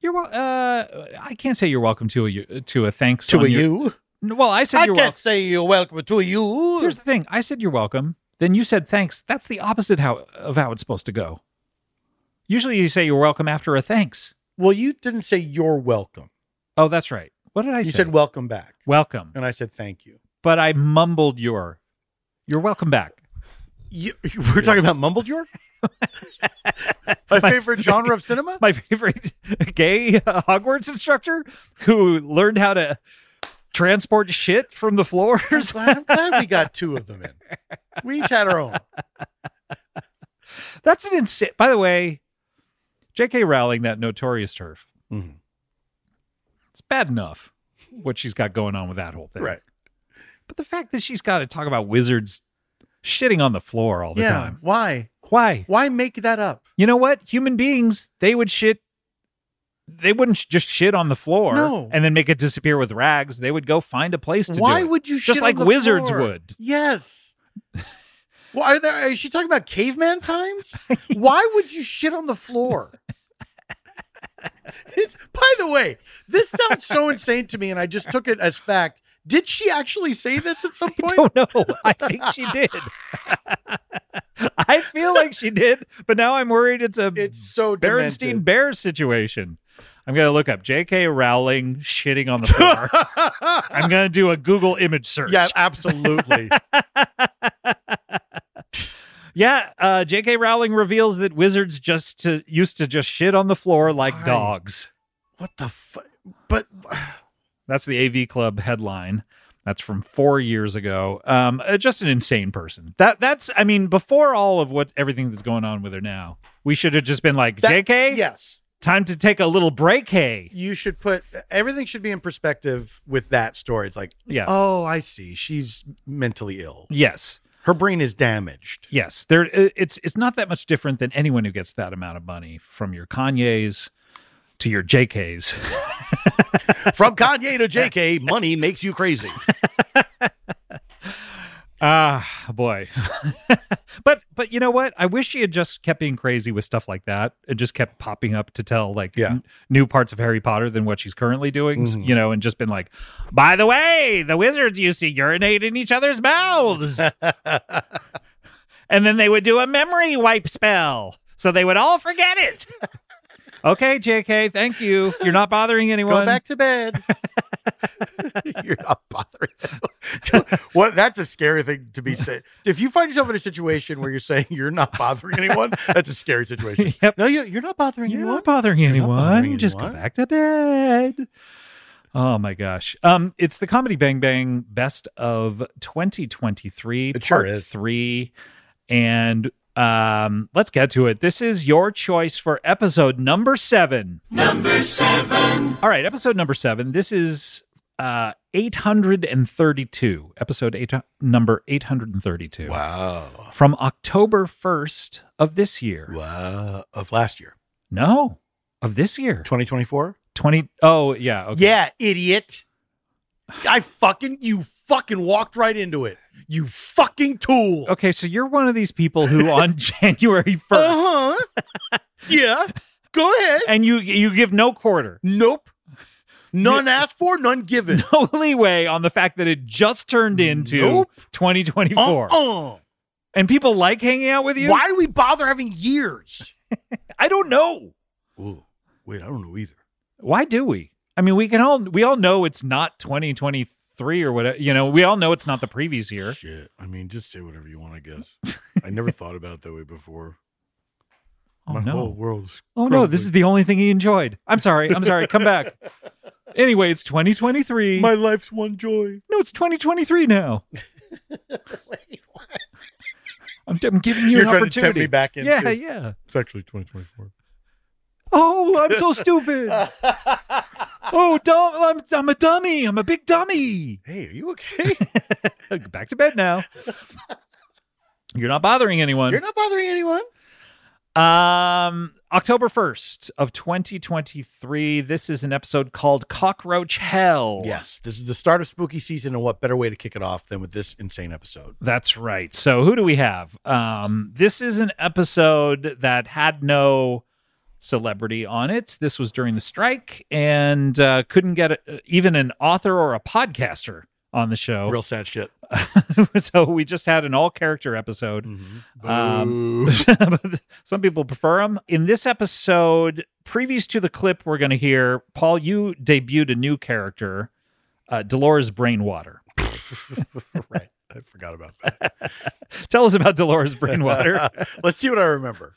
Speaker 1: You're wel- uh I can't say you're welcome to a you- to a thanks
Speaker 5: To
Speaker 1: on
Speaker 5: a
Speaker 1: your-
Speaker 5: you.
Speaker 1: No, Well, I said
Speaker 5: I
Speaker 1: you're
Speaker 5: can't
Speaker 1: welcome.
Speaker 5: say you're welcome to a you.
Speaker 1: Here's the thing. I said you're welcome. Then you said thanks. That's the opposite how of how it's supposed to go. Usually you say you're welcome after a thanks.
Speaker 5: well, you didn't say you're welcome.
Speaker 1: Oh, that's right. What did I
Speaker 5: You
Speaker 1: say?
Speaker 5: said welcome back.
Speaker 1: welcome.
Speaker 5: And I said thank you.
Speaker 1: But I mumbled your you're welcome back.
Speaker 5: you *laughs* we're talking about mumbled
Speaker 1: *laughs*
Speaker 5: your? My favorite genre of cinema?
Speaker 1: My favorite *laughs* gay Hogwarts instructor who learned how to transport shit from the
Speaker 5: I'm
Speaker 1: floors.
Speaker 5: glad, I'm glad
Speaker 1: *laughs*
Speaker 5: we got two of them in. We each had our own.
Speaker 1: That's an insane. By the way, J.K. Rowling, that notorious turf,
Speaker 5: Mhm.
Speaker 1: it's bad enough what she's got going on with that whole thing.
Speaker 5: Right.
Speaker 1: But the fact that she's got to talk about wizards shitting on the floor all the
Speaker 5: yeah.
Speaker 1: time.
Speaker 5: Why?
Speaker 1: Why?
Speaker 5: Why make that up?
Speaker 1: You know what? Human beings, they would shit. They wouldn't sh- just shit on the floor
Speaker 5: No.
Speaker 1: and then make it disappear with rags. They would go find a place to
Speaker 5: Why
Speaker 1: do it.
Speaker 5: would you
Speaker 1: Just
Speaker 5: shit
Speaker 1: like
Speaker 5: on the
Speaker 1: wizards
Speaker 5: floor?
Speaker 1: would. *laughs*
Speaker 5: Yes. Well, are there? Is she talking about
Speaker 1: *laughs*
Speaker 5: caveman times? Why would you shit on the floor? It's, by the way, this sounds so insane to me, and I just took it as fact Did she actually say this at some point?
Speaker 1: don't
Speaker 5: *laughs*
Speaker 1: know. I think she did. I feel like she did, but now I'm worried it's a
Speaker 5: It's so
Speaker 1: Berenstein
Speaker 5: demented.
Speaker 1: Bear situation. I'm going to look up J.K. Rowling shitting on the floor.
Speaker 5: *laughs*
Speaker 1: I'm going to do a Google image search.
Speaker 9: Yeah, absolutely.
Speaker 1: *laughs* Yeah, uh, J.K. Rowling reveals that wizards just to, used to just shit on the floor like
Speaker 9: Why?
Speaker 1: dogs.
Speaker 9: what the fuck? But
Speaker 1: That's the AV Club headline. That's from four years ago. Um, uh, just an insane person. That that's. I mean, before all of what everything that's going on with her now, we should have just been like,
Speaker 5: That-
Speaker 1: J.K.
Speaker 5: Yes.
Speaker 1: time to take a little break. Hey,
Speaker 5: You should put everything should be in perspective with that story. It's like,
Speaker 1: yeah,
Speaker 5: oh, I see. She's mentally ill.
Speaker 1: yes.
Speaker 5: Her brain is damaged.
Speaker 1: Yes, there. i- It's it's not that much different than anyone who gets that amount of money from your Kanyes to your JKs. *laughs*
Speaker 9: from Kanye to JK, money makes you crazy.
Speaker 1: Ah, boy. *laughs* but but you know what? I wish she had just kept being crazy with stuff like that and just kept popping up to tell like
Speaker 5: Yeah.
Speaker 1: n- new parts of Harry Potter than what she's currently doing. s-
Speaker 5: Mhm.
Speaker 1: You know, and just been like, by the way, the wizards used to urinate in each other's
Speaker 5: *laughs*
Speaker 1: mouths, and then they would do a memory wipe spell, so they would all forget it. okay, J.K., thank you. You're not bothering *laughs* anyone.
Speaker 5: Go back to bed. You're not bothering. anyone. *laughs* what? That's a scary thing to
Speaker 1: *laughs*
Speaker 5: be said. If you find yourself in a situation where you're saying you're not
Speaker 1: *laughs*
Speaker 5: bothering anyone, that's a scary situation.
Speaker 1: *laughs* Yep.
Speaker 5: No, you're, you're not bothering
Speaker 1: You're
Speaker 5: anyone.
Speaker 1: not bothering
Speaker 5: not
Speaker 1: anyone.
Speaker 5: bothering
Speaker 1: Just go
Speaker 5: anyone.
Speaker 1: back to bed. Oh my gosh. Um, it's the Comedy Bang Bang Best of 2023,
Speaker 5: It sure
Speaker 1: Part
Speaker 5: is.
Speaker 1: Three, and um, let's get to it. This is your choice for episode number seven. Number seven. All right, episode number seven. This is uh 832 episode eight number 832
Speaker 9: Wow.
Speaker 1: from october 1st of this year
Speaker 9: Wow. Of last year.
Speaker 1: no of this year
Speaker 5: 2024.
Speaker 1: 20 oh yeah okay.
Speaker 9: Yeah, idiot. I fucking, you fucking walked right into it. You fucking tool.
Speaker 1: okay so you're one of these people
Speaker 9: *laughs*
Speaker 1: who on *laughs* january 1st
Speaker 9: Uh-huh. yeah. Go ahead.
Speaker 1: and you you give no quarter
Speaker 9: Nope. None asked for, none given.
Speaker 1: *laughs* no leeway on the fact that it just turned into
Speaker 9: Nope.
Speaker 1: 2024
Speaker 9: Uh-uh.
Speaker 1: and people like hanging out with you
Speaker 9: Why do we bother
Speaker 1: *laughs*
Speaker 9: having years?
Speaker 1: i don't know
Speaker 9: Ooh, wait, I don't know either.
Speaker 1: why do we i mean we can all we all know it's not 2023 or whatever you know we all know it's not the previous year
Speaker 9: Shit. I mean, just say whatever you want, I
Speaker 1: *laughs*
Speaker 9: guess. I never thought about it that way before.
Speaker 1: oh
Speaker 9: My whole
Speaker 1: no
Speaker 9: world's
Speaker 1: oh no this
Speaker 9: crumbling.
Speaker 1: is the only thing he enjoyed i'm sorry i'm sorry
Speaker 9: *laughs*
Speaker 1: come
Speaker 5: *laughs*
Speaker 1: back anyway it's 2023
Speaker 9: My life's one joy.
Speaker 1: no it's 2023 now
Speaker 5: *laughs*
Speaker 1: I'm, I'm giving you
Speaker 5: You're
Speaker 1: an
Speaker 5: trying to
Speaker 1: opportunity.
Speaker 5: tempt me back into.
Speaker 1: yeah, yeah.
Speaker 9: It's actually 2024.
Speaker 1: Oh, I'm so
Speaker 5: *laughs*
Speaker 1: stupid. oh, dumb. I'm, I'm a dummy. I'm a big dummy.
Speaker 5: Hey, are you okay?
Speaker 1: *laughs* Back to bed
Speaker 5: *laughs*
Speaker 1: now. You're not bothering anyone.
Speaker 5: You're not bothering anyone.
Speaker 1: Um, October 1st of 2023. This is an episode called Cockroach Hell.
Speaker 5: Yes, this is the start of spooky season, and what better way to kick it off than with this insane episode?
Speaker 1: That's right. So who do we have? Um, this is an episode that had no celebrity on it. This was during the strike and uh, couldn't get a, even an author or a podcaster on the show.
Speaker 5: Real sad shit.
Speaker 1: so we just had an all character episode.
Speaker 5: Mm-hmm.
Speaker 1: Um, *laughs* some people prefer them. In this episode, previous to the clip we're going to hear, Paul, you debuted a new character, uh, Dolores Brainwater.
Speaker 5: *laughs* right. I forgot about that.
Speaker 1: *laughs* *laughs* Tell us about Dolores
Speaker 5: *laughs*
Speaker 1: Brainwater.
Speaker 5: Let's see what I remember.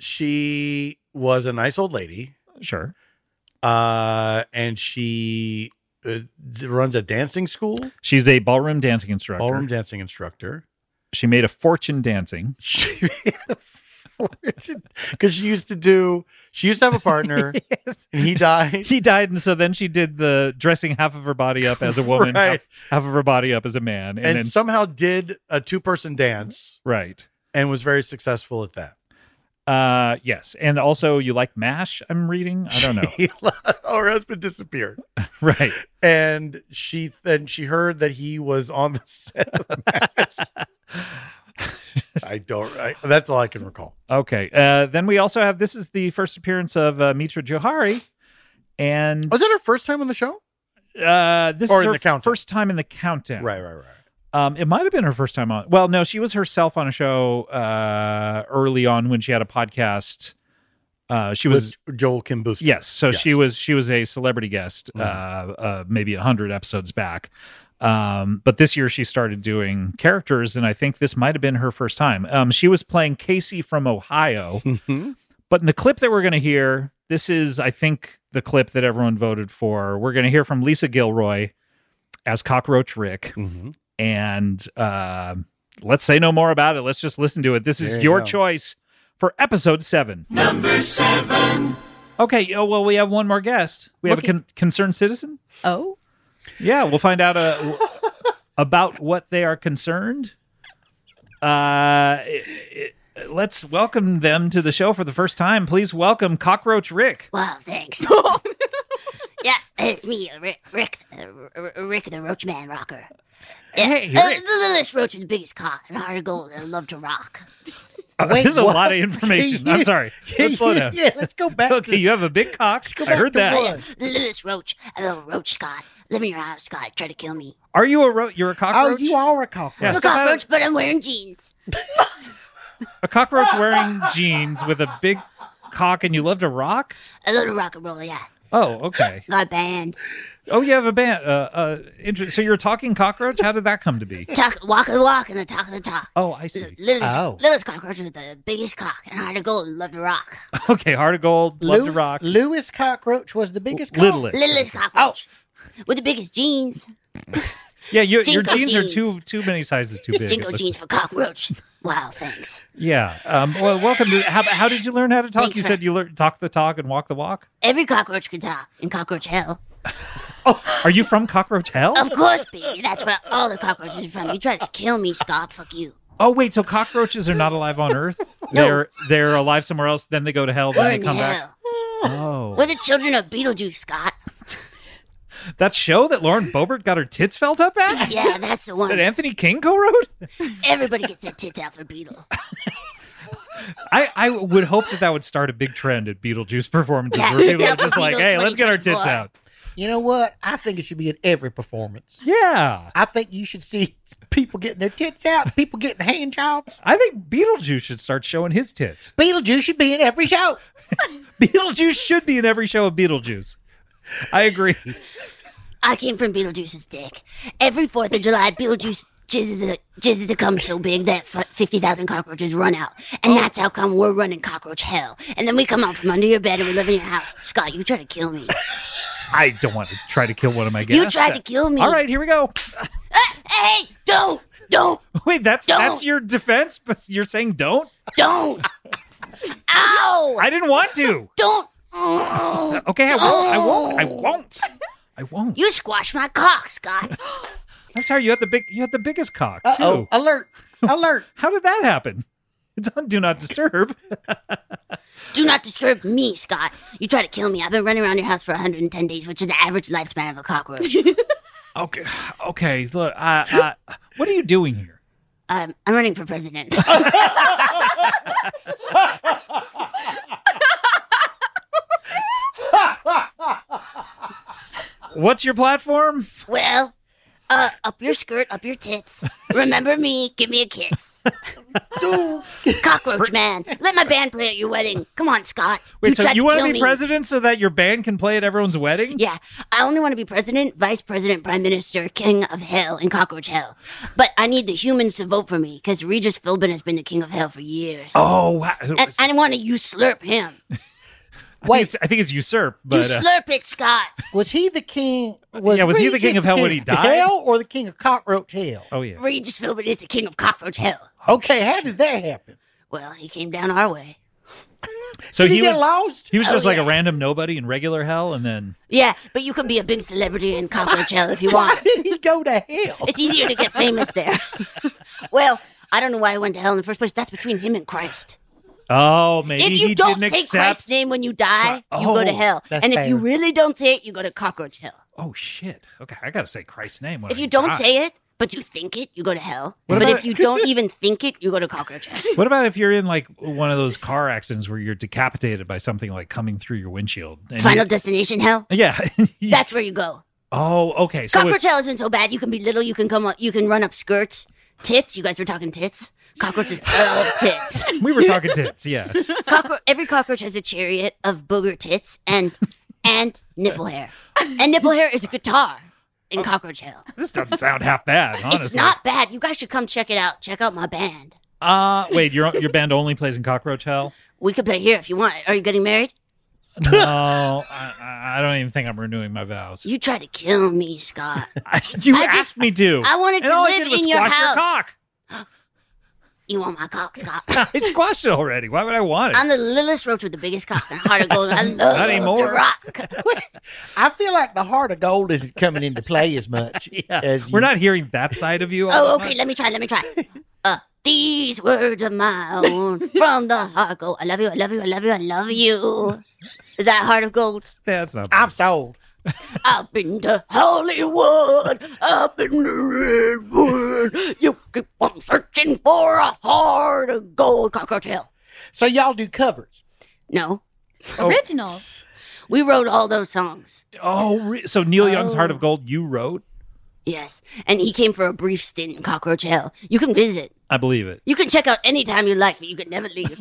Speaker 5: She was a nice old lady,
Speaker 1: sure.
Speaker 5: uh, and she uh, d- runs a dancing school,
Speaker 1: She's a ballroom dancing instructor.
Speaker 5: ballroom dancing instructor.
Speaker 1: She made a fortune dancing.
Speaker 5: *laughs* She because she used to do. She used to have a partner,
Speaker 1: *laughs* Yes.
Speaker 5: and he died.
Speaker 1: He died, and so then she did the dressing half of her body up as a woman,
Speaker 5: *laughs* Right.
Speaker 1: half, half of her body up as a man, and,
Speaker 5: And,
Speaker 1: then
Speaker 5: somehow did a two-person dance
Speaker 1: right.
Speaker 5: and was very successful at that.
Speaker 1: Uh, yes, and also you like Mash. I'm reading. I don't know.
Speaker 5: *laughs* She lo- her husband disappeared,
Speaker 1: *laughs* right.
Speaker 5: and she then she heard that he was on the set.
Speaker 1: *laughs*
Speaker 5: Of MASH. I don't. I, that's all I can recall.
Speaker 1: Okay. Uh, then we also have this is the first appearance of uh, Mitra Johari, and
Speaker 5: Oh, Was that her first time on the show?
Speaker 1: Uh, this
Speaker 5: Or
Speaker 1: is
Speaker 5: in
Speaker 1: her
Speaker 5: the countdown.
Speaker 1: first time in the countdown.
Speaker 5: Right, right, right.
Speaker 1: Um, it might have been her first time on. Well, no, she was herself on a show uh, early on when she had a podcast. Uh, she was
Speaker 5: With Joel Kim Booster.
Speaker 1: yes, so
Speaker 5: Yes.
Speaker 1: she was she was a celebrity guest
Speaker 5: Mhm.
Speaker 1: uh, uh, maybe a hundred episodes back. Um, but this year she started doing characters, and I think this might have been her first time. Um, she was playing Casey from Ohio.
Speaker 5: Mhm.
Speaker 1: But in the clip that we're going to hear, this is, I think, the clip that everyone voted for. We're going to hear from Lisa Gilroy as Cockroach Rick.
Speaker 5: Mhm.
Speaker 1: And uh, let's say no more about it. Let's just listen to it. This is
Speaker 5: There you
Speaker 1: your
Speaker 5: go.
Speaker 1: choice for episode seven. Number seven. Okay. Oh, well, we have one more guest. We have a
Speaker 2: Looking-
Speaker 1: con- concerned citizen.
Speaker 2: Oh,
Speaker 1: Yeah, we'll find out uh, w- about what they are concerned. Uh, it- it- let's welcome them to the show for the first time. Please welcome Cockroach Rick.
Speaker 10: Well, thanks. *laughs* yeah, it's me, Rick, Rick, uh, R- R- Rick the Roach Man Rocker. Yeah,
Speaker 1: Hey,
Speaker 10: uh,
Speaker 1: Rick.
Speaker 10: the littlest roach with the biggest cock and heart of gold and love to rock.
Speaker 1: Uh,
Speaker 5: Wait,
Speaker 1: this is a
Speaker 5: what?
Speaker 1: lot of information.
Speaker 5: *laughs*
Speaker 1: I'm sorry. Let's slow down.
Speaker 5: yeah, let's go back.
Speaker 1: Okay, you have a big cock. I heard that.
Speaker 10: Uh, yeah, the littlest roach, a little roach Scott. Live in your house, Scott. Try to kill me.
Speaker 1: Are you a ro- you're a cockroach?
Speaker 5: are a cockroach.
Speaker 1: Yeah,
Speaker 10: I'm a
Speaker 1: stop out-
Speaker 10: cockroach, but I'm wearing jeans.
Speaker 1: a cockroach
Speaker 5: *laughs*
Speaker 1: wearing jeans with a big cock, and you love to rock.
Speaker 10: A little rock and roll, yeah.
Speaker 1: Oh, okay.
Speaker 10: Got *laughs* a band.
Speaker 1: Oh, you have a band. Uh, uh, inter- so you're a talking cockroach. How did that come to
Speaker 10: *laughs*
Speaker 1: be?
Speaker 10: Talk, walk the walk and the talk of the talk.
Speaker 1: Oh, I
Speaker 10: L-
Speaker 1: see.
Speaker 10: Littlest,
Speaker 5: Oh.
Speaker 10: littlest cockroach with the biggest cock and heart of gold and love to rock.
Speaker 1: *laughs* Okay, Heart of Gold, Love to Rock,
Speaker 11: Lewis Cockroach was the biggest. Oh. cock-
Speaker 1: Littlest.
Speaker 10: Littlest cockroach with the biggest jeans.
Speaker 1: Yeah, your your
Speaker 10: Jingle
Speaker 1: jeans are
Speaker 10: jeans.
Speaker 1: too too many sizes too big.
Speaker 10: Jingle
Speaker 1: Let's-
Speaker 10: jeans for cockroach. Wow, thanks.
Speaker 1: Yeah. Um, well, welcome. To, how, how did you learn how to talk?
Speaker 10: Thanks
Speaker 1: you
Speaker 10: for-
Speaker 1: said you learned talk the talk and walk the walk.
Speaker 10: Every cockroach can talk in cockroach
Speaker 1: *laughs*
Speaker 10: hell.
Speaker 1: Oh, Are you from Cockroach Hell?
Speaker 10: Of course, baby. That's where all the cockroaches are from. You tried to kill me, Scott. Fuck you.
Speaker 1: Oh wait, so cockroaches are not alive on Earth.
Speaker 10: *laughs*
Speaker 1: They're they're alive somewhere else. Then they go to hell.
Speaker 10: We're
Speaker 1: Then
Speaker 10: in
Speaker 1: they come back.
Speaker 10: hell.
Speaker 1: Oh,
Speaker 10: We're the children of Beetlejuice, Scott.
Speaker 1: that show that Lauren Boebert got her tits felt up
Speaker 10: *laughs*
Speaker 1: at.
Speaker 10: Yeah, that's the
Speaker 1: That
Speaker 10: one.
Speaker 1: Anthony King co-wrote.
Speaker 10: Everybody gets their tits out for Beetle.
Speaker 1: I, I would hope that that would start a big trend at Beetlejuice performances
Speaker 10: Yeah,
Speaker 11: *laughs*
Speaker 1: where people are
Speaker 10: that would
Speaker 1: just
Speaker 10: be
Speaker 1: like,
Speaker 10: the
Speaker 1: "Hey, let's get our tits
Speaker 10: 2024.
Speaker 1: out."
Speaker 11: You know what? I think it should be in every performance.
Speaker 1: Yeah,
Speaker 11: I think you should see people getting their tits out, people getting hand jobs.
Speaker 1: I think Beetlejuice should start showing his tits.
Speaker 11: Beetlejuice should be in every show.
Speaker 1: Beetlejuice should be in every show of Beetlejuice. I agree.
Speaker 10: I came from Beetlejuice's dick. Every 4th of July, Beetlejuice jizzes a, jizzes a cum so big that f- 50,000 cockroaches run out.
Speaker 1: Oh.
Speaker 10: And that's how come we're running cockroach hell. And then we come out from under your bed and we live in your house. Scott, you try to kill me.
Speaker 1: I don't want to try to kill one of my guests.
Speaker 10: You tried to kill me.
Speaker 1: All right, here we go. *clears throat*
Speaker 10: Hey, don't, don't,
Speaker 1: *laughs* Wait, that's
Speaker 10: Don't.
Speaker 1: that's your defense, but you're saying don't.
Speaker 10: don't. Ow!
Speaker 1: *laughs* I didn't want to.
Speaker 10: Don't. Mm.
Speaker 1: *laughs* Okay, I won't. I won't. I won't. I won't.
Speaker 10: You squashed my cock, Scott.
Speaker 1: I'm sorry. You had the big. You had the biggest cock too.
Speaker 11: Uh-oh.
Speaker 1: *laughs*
Speaker 11: Alert. Alert.
Speaker 1: How did that happen? It's on Do Not Disturb. *laughs*
Speaker 10: Do not disturb me, Scott. You try to kill me. I've been running around your house for 110 days, which is the average lifespan of a
Speaker 1: *laughs*
Speaker 10: cockroach.
Speaker 1: Okay. Okay. Look. I, I, what are you
Speaker 10: *laughs*
Speaker 1: doing here?
Speaker 10: um, I'm running for
Speaker 1: *laughs*
Speaker 10: president. *laughs*
Speaker 1: What's your platform?
Speaker 10: well, uh, up your skirt, up your tits. Remember me. Give me a
Speaker 1: *laughs*
Speaker 10: kiss. Cockroach man, let my band play at your wedding. Come on, Scott.
Speaker 1: Wait. so
Speaker 10: tried
Speaker 1: you
Speaker 10: to
Speaker 1: want
Speaker 10: kill
Speaker 1: to be
Speaker 10: me.
Speaker 1: president so that your band can play at everyone's wedding?
Speaker 10: Yeah, I only want to be president, vice president, prime minister, king of hell, and cockroach hell. But I need the humans to vote for me because Regis Philbin has been the king of hell for years.
Speaker 1: Oh. Wow.
Speaker 10: And I want to usurp him.
Speaker 1: Wait. I think it's usurp. But uh,
Speaker 10: usurp it, Scott.
Speaker 11: Was he the king? Was
Speaker 1: Yeah, was he the
Speaker 11: Regis
Speaker 1: king of hell when he died?
Speaker 11: Hell or the king of cockroach hell?
Speaker 1: oh yeah.
Speaker 10: Regis Philbin is the king of cockroach hell.
Speaker 11: Okay, how did that happen?
Speaker 10: Well, he came down our way.
Speaker 1: So
Speaker 11: did he,
Speaker 1: he
Speaker 11: get
Speaker 1: was.
Speaker 11: lost?
Speaker 1: He was
Speaker 10: Oh,
Speaker 1: just like a
Speaker 10: yeah.
Speaker 1: random nobody in regular hell, and then
Speaker 10: Yeah, but you can be a big celebrity in cockroach hell if you
Speaker 11: Why
Speaker 10: want.
Speaker 11: did he go to hell?
Speaker 10: It's easier to get
Speaker 11: *laughs*
Speaker 10: famous there. well, I don't know why I went to hell in the first place. That's between him and Christ.
Speaker 1: oh, maybe
Speaker 10: If
Speaker 1: he
Speaker 10: you don't
Speaker 1: didn't
Speaker 10: say
Speaker 1: accept.
Speaker 10: Christ's name when you die, you go to
Speaker 1: Oh,
Speaker 10: hell.
Speaker 11: that's
Speaker 10: And if you
Speaker 11: fair.
Speaker 10: really don't say it, you go to cockroach hell.
Speaker 1: Oh shit! Okay, I gotta say Christ's name. when
Speaker 10: If
Speaker 1: I
Speaker 10: you don't
Speaker 1: die.
Speaker 10: say it, but you think it, you go to hell.
Speaker 1: What
Speaker 10: but
Speaker 1: about-
Speaker 11: *laughs*
Speaker 10: if you don't even think it, you go to cockroach hell.
Speaker 1: What about if you're in like one of those car accidents where you're decapitated by something like coming through your windshield? And
Speaker 10: Final destination hell.
Speaker 1: You, yeah. *laughs*
Speaker 10: That's where you go.
Speaker 1: Oh, okay. So
Speaker 10: Cockroach
Speaker 1: it's,
Speaker 10: hell isn't so bad. You can be little. You can come up. You can run up skirts. Tits. You guys were talking tits. Cockroaches love
Speaker 1: *laughs*
Speaker 10: tits.
Speaker 1: we
Speaker 10: *laughs*
Speaker 1: were talking tits. Yeah.
Speaker 10: Cockro- every cockroach has a chariot of booger tits and and nipple hair. And nipple hair is a guitar in cockroach hell.
Speaker 1: Oh. *laughs* This doesn't sound half bad, honestly.
Speaker 10: It's not bad. You guys should come check it out. Check out my band.
Speaker 1: Uh, wait, your your band only plays in Cockroach Hell?
Speaker 10: *laughs* We could play here if you want. Are you getting married?
Speaker 1: No, I, I don't even think I'm renewing my vows. *laughs*
Speaker 10: You tried to kill me, Scott.
Speaker 1: I, you
Speaker 10: I
Speaker 1: asked
Speaker 10: just-
Speaker 1: me to.
Speaker 10: I wanted
Speaker 1: and
Speaker 10: to
Speaker 1: all I
Speaker 10: live
Speaker 1: did was
Speaker 10: in your
Speaker 1: squash
Speaker 10: house.
Speaker 1: your cock.
Speaker 10: *gasps* You want my cock, Scott?
Speaker 1: *laughs* I squashed it already. Why would I want it?
Speaker 10: I'm the littlest roach with the biggest cock and heart of gold. I love
Speaker 1: anymore. *laughs*
Speaker 10: to rock.
Speaker 11: I feel like the heart of gold isn't coming into play as much.
Speaker 1: *laughs* yeah,
Speaker 11: as
Speaker 1: we're
Speaker 11: you-
Speaker 1: not hearing that side of you. all
Speaker 10: Oh,
Speaker 1: that
Speaker 10: okay.
Speaker 1: much.
Speaker 10: Let me try. Let me
Speaker 1: *laughs*
Speaker 10: try. Uh, these words of my own from the heart go. I love you. I love you. I love you. I love you. Is that heart of gold?
Speaker 1: That's not.
Speaker 11: I'm sold.
Speaker 10: *laughs* I've been to Hollywood. I've been to Redwood. You keep on searching for a heart of gold, cockroach hill.
Speaker 11: So y'all do covers.
Speaker 10: No,
Speaker 12: Originals.
Speaker 10: we wrote all those songs.
Speaker 1: oh, re- so Neil Young's Heart of
Speaker 10: Oh.
Speaker 1: Gold you wrote?
Speaker 10: Yes, and he came for a brief stint in Cockroach Hell. You can visit.
Speaker 1: I believe it.
Speaker 10: You can check out anytime you like, but you can never
Speaker 1: *laughs*
Speaker 10: leave.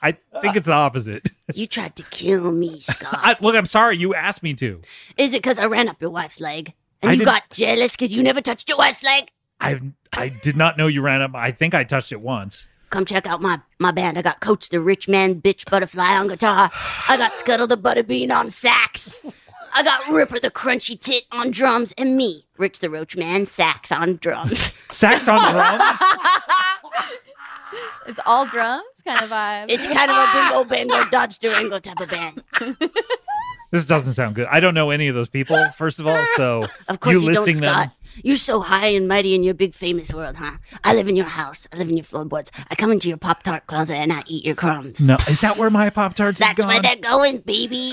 Speaker 1: I think it's the opposite. *laughs*
Speaker 10: you tried to kill me, Scott.
Speaker 1: I, look, I'm sorry. You asked me to.
Speaker 10: Is it because I ran up your wife's leg? And
Speaker 1: I
Speaker 10: you
Speaker 1: didn't-
Speaker 10: got jealous because you never touched your wife's leg?
Speaker 1: I I did not know you ran up. I think I touched it once.
Speaker 10: Come check out my, my band. I got Coach the Rich Man Bitch Butterfly on guitar. I got Scuttle the Butterbean on sax. I got Ripper the Crunchy Tit on drums. And me, Rich the Roach Man, sax on drums. *laughs*
Speaker 1: Sax on drums.
Speaker 12: It's all drums kind of vibe.
Speaker 10: It's kind of a bingo bango dodge durango type of band.
Speaker 1: This doesn't sound good. I don't know any of those people, first of all. So
Speaker 10: *laughs* Of course you, don't,
Speaker 1: listing
Speaker 10: Scott.
Speaker 1: them.
Speaker 10: You're so high and mighty in your big famous world, huh? I live in your house. I live in your floorboards. I come into your Pop Tart closet and I eat your crumbs.
Speaker 1: No, is that where my pop tarts is
Speaker 10: That's
Speaker 1: gone?
Speaker 10: where they're going, baby.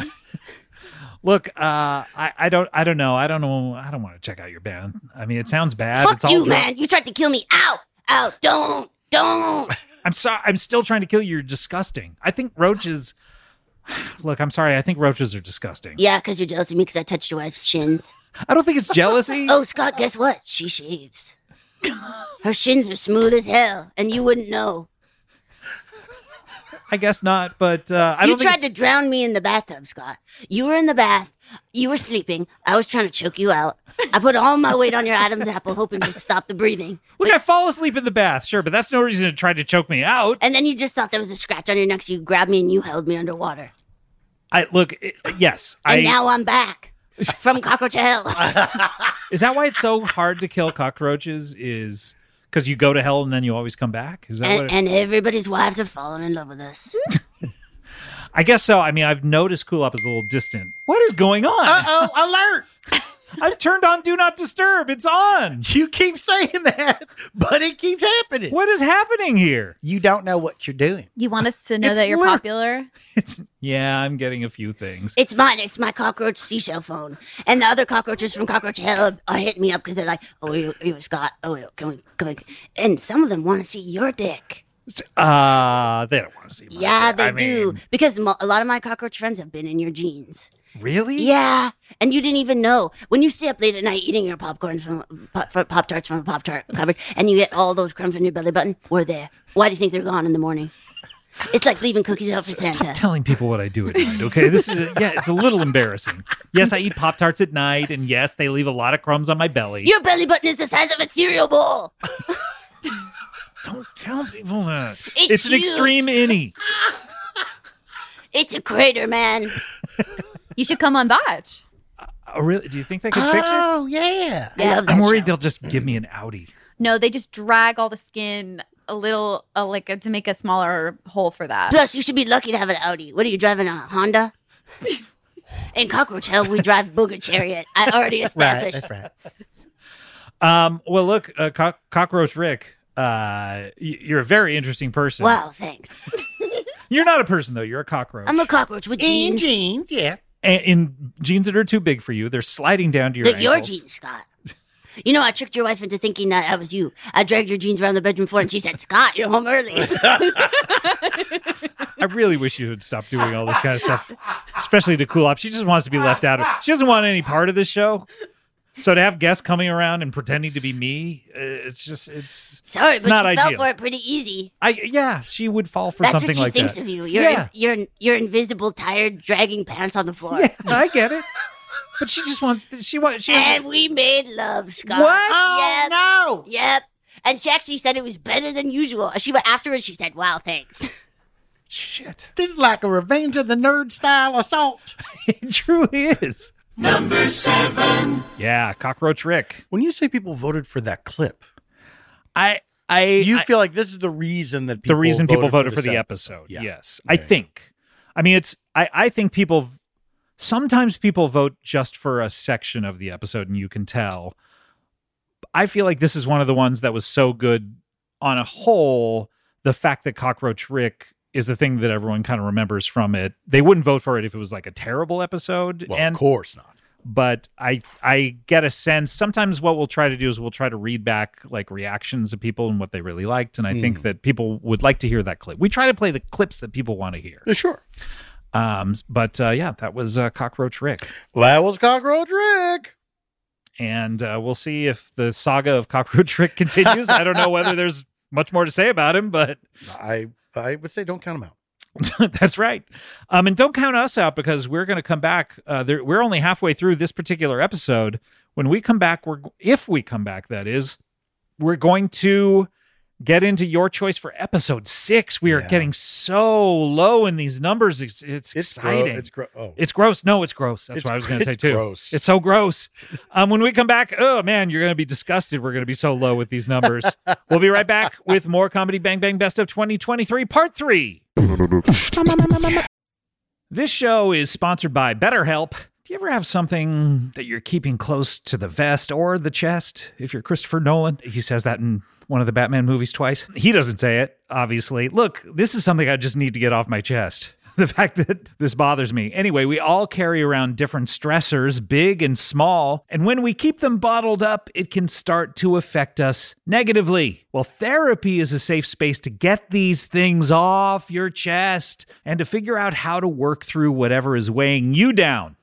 Speaker 1: Look, uh, I, I don't, I don't know, I don't know, I don't want to check out your band. I mean, it sounds bad.
Speaker 10: Fuck
Speaker 1: it's all
Speaker 10: you,
Speaker 1: dr-
Speaker 10: man. You tried to kill me. Ow! Ow! Don't! Don't!
Speaker 1: *laughs* I'm sorry. I'm still trying to kill you. You're disgusting. I think roaches. *sighs* Look, I'm sorry. I think roaches are disgusting.
Speaker 10: Yeah, because you're jealous of me because I touched your wife's shins.
Speaker 1: I don't think it's jealousy.
Speaker 10: *laughs* Oh, Scott, guess what? She shaves. Her shins are smooth as hell, and you wouldn't know.
Speaker 1: I guess not. But uh, I
Speaker 10: you
Speaker 1: don't. think
Speaker 10: tried
Speaker 1: it's-
Speaker 10: to drown me in the bathtub, Scott. You were in the bath. You were sleeping. I was trying to choke you out. I put all my weight on your Adam's apple, hoping to stop the breathing.
Speaker 1: Look, I fall asleep in the bath, sure, but that's no reason to try to choke me out.
Speaker 10: And then you just thought there was a scratch on your neck, so you grabbed me and you held me underwater.
Speaker 1: I look. It, yes,
Speaker 10: And
Speaker 1: I.
Speaker 10: now I'm back from cockroach
Speaker 1: *laughs*
Speaker 10: hell.
Speaker 1: is that why it's so hard to kill cockroaches? Is because you go to hell and then you always come back? Is that what?
Speaker 10: and,
Speaker 1: it-
Speaker 10: and everybody's wives are falling in love with us.
Speaker 1: I guess so. I mean, I've noticed Cool Up is a little distant. What is going on?
Speaker 11: Uh oh,
Speaker 1: *laughs*
Speaker 11: alert!
Speaker 1: I've turned on Do Not Disturb. It's on.
Speaker 11: You keep *laughs* saying that, but it keeps happening.
Speaker 1: What is happening here?
Speaker 11: You don't know what you're doing.
Speaker 12: *laughs* you want us to know
Speaker 1: It's
Speaker 12: that you're
Speaker 1: lit-
Speaker 12: popular?
Speaker 1: It's yeah. I'm getting a few things.
Speaker 10: It's mine. It's my cockroach seashell phone. And the other cockroaches from Cockroach Hell are hitting me up because they're like, "Oh, you, you Scott. Oh, you- can we, can we?" And some of them want to see your dick.
Speaker 1: Uh they don't want to see. my
Speaker 10: Yeah,
Speaker 1: dick.
Speaker 10: they
Speaker 1: I
Speaker 10: do.
Speaker 1: mean,
Speaker 10: Because mo- a lot of my cockroach friends have been in your jeans.
Speaker 1: really?
Speaker 10: Yeah, and you didn't even know when you stay up late at night eating your popcorn from pop tarts from a pop tart cupboard, and you get all those crumbs on your belly button. We're there. Why do you think they're gone in the morning? It's like leaving cookies out for
Speaker 1: Stop
Speaker 10: Santa.
Speaker 1: telling people what I do at night, okay?
Speaker 10: *laughs*
Speaker 1: This is yeah, it's a little embarrassing. Yes, I eat Pop Tarts at night, and yes, they leave a lot of crumbs on my belly.
Speaker 10: your belly button is the size of a cereal bowl.
Speaker 1: *laughs* Don't tell people that.
Speaker 10: It's
Speaker 1: It's, an
Speaker 10: huge.
Speaker 1: extreme innie.
Speaker 10: It's a crater, man.
Speaker 12: You should come on Botch.
Speaker 1: Oh, really? Do you think they could fix
Speaker 10: Ah,
Speaker 1: it?
Speaker 11: Oh yeah.
Speaker 10: I love that
Speaker 1: I'm worried
Speaker 10: show. Mm-hmm.
Speaker 1: they'll just give me an Audi.
Speaker 12: No, they just drag all the skin a little, uh, like uh, to make a smaller hole for that.
Speaker 10: Plus, you should be lucky to have an Audi. What are you driving, a
Speaker 12: *laughs*
Speaker 10: Honda? In Cockroach Hell, we drive Booger Chariot. I already
Speaker 11: Right.
Speaker 10: established.
Speaker 11: That's right.
Speaker 1: *laughs* Um, well, look, uh, Co- Cockroach Rick, uh, y- you're a very interesting person.
Speaker 10: Wow, thanks.
Speaker 1: You're not a person though. You're a cockroach.
Speaker 10: I'm a cockroach with
Speaker 11: In
Speaker 10: jeans.
Speaker 11: jeans, yeah.
Speaker 1: A- in jeans that are too big for you. They're sliding down to your
Speaker 10: They're your
Speaker 1: ankles.
Speaker 10: jeans, Scott. You know, I tricked your wife into thinking that I was you. I dragged your jeans around the bedroom floor and she said, Scott, you're home early.
Speaker 1: I really wish you would stop doing all this kind of stuff, especially to Cool Op. She just wants to be left out of. She doesn't want any part of this show. So to have guests coming around and pretending to be me, uh, it's just it's
Speaker 10: Sorry,
Speaker 1: it's
Speaker 10: but
Speaker 1: not
Speaker 10: you
Speaker 1: ideal.
Speaker 10: fell for it pretty easy.
Speaker 1: I yeah, she would fall for
Speaker 10: That's
Speaker 1: something
Speaker 10: what she
Speaker 1: like
Speaker 10: thinks
Speaker 1: that.
Speaker 10: of you. You're
Speaker 1: Yeah.
Speaker 10: you're you're invisible, tired, dragging pants on the floor.
Speaker 1: Yeah, I get it, but she just wants she wants she.
Speaker 10: And we made love, Scott.
Speaker 1: What?
Speaker 13: Oh,
Speaker 12: Oh.
Speaker 10: Yep.
Speaker 3: no!
Speaker 10: Yep. And she actually said it was better than usual. She went afterwards. She said, "Wow, thanks." *laughs*
Speaker 1: Shit,
Speaker 11: This is like a revenge of the nerd style assault.
Speaker 1: *laughs* it truly is. Number seven. Yeah, cockroach Rick.
Speaker 5: When you say people voted for that clip,
Speaker 1: I I
Speaker 5: you
Speaker 1: I-
Speaker 5: feel like this is the reason that people
Speaker 1: the reason people voted for,
Speaker 5: this
Speaker 1: the episode.
Speaker 5: Yeah.
Speaker 1: Yes,
Speaker 5: Yeah,
Speaker 1: I
Speaker 5: yeah.
Speaker 1: think. I mean, it's. I I think people. v- Sometimes people vote just for a section of the episode, and you can tell. I feel like this is one of the ones that was so good on a whole. The fact that Cockroach Rick is the thing that everyone kind of remembers from it. They wouldn't vote for it if it was like a terrible episode.
Speaker 5: Well,
Speaker 1: and
Speaker 5: of course not.
Speaker 1: but I I get a sense sometimes what we'll try to do is we'll try to read back like reactions of people and what they really liked and I
Speaker 5: Hmm.
Speaker 1: think that people would like to hear that clip. We try to play the clips that people want to hear.
Speaker 5: Yeah, Sure.
Speaker 1: Um but uh yeah, that was uh, Cockroach Rick.
Speaker 5: Well, that was Cockroach Rick.
Speaker 1: And uh, we'll see if the saga of Cockroach Rick continues. I don't know whether
Speaker 5: *laughs*
Speaker 1: there's much more to say about him, but
Speaker 5: I I would say don't count him out.
Speaker 1: *laughs* That's right. Um, and don't count us out because we're going to come back. Uh, there, we're only halfway through this particular episode. When we come back, we're if we come back, that is, we're going to get into your choice for episode six. We are
Speaker 5: Yeah.
Speaker 1: getting so low in these numbers. It's, it's,
Speaker 5: It's gro-
Speaker 1: exciting.
Speaker 5: it's gro- oh.
Speaker 1: It's gross. No, it's gross. That's
Speaker 5: It's-
Speaker 1: what I was going to say
Speaker 5: it's
Speaker 1: too.
Speaker 5: gross.
Speaker 1: It's so gross. Um, when we come back, oh man, you're going to be disgusted. We're going to be so low with these
Speaker 5: *laughs*
Speaker 1: numbers. we'll be right back with more comedy Bang Bang Best of 2023 Part Three. This show is sponsored by BetterHelp. Do you ever have something that you're keeping close to the vest or the chest? If you're Christopher Nolan, he says that in one of the Batman movies twice. He doesn't say it, obviously. Look, this is something I just need to get off my chest. *laughs* The fact that this bothers me. Anyway, we all carry around different stressors, big and small, and when we keep them bottled up, it can start to affect us negatively. Well, therapy is a safe space to get these things off your chest and to figure out how to work through whatever is weighing you down.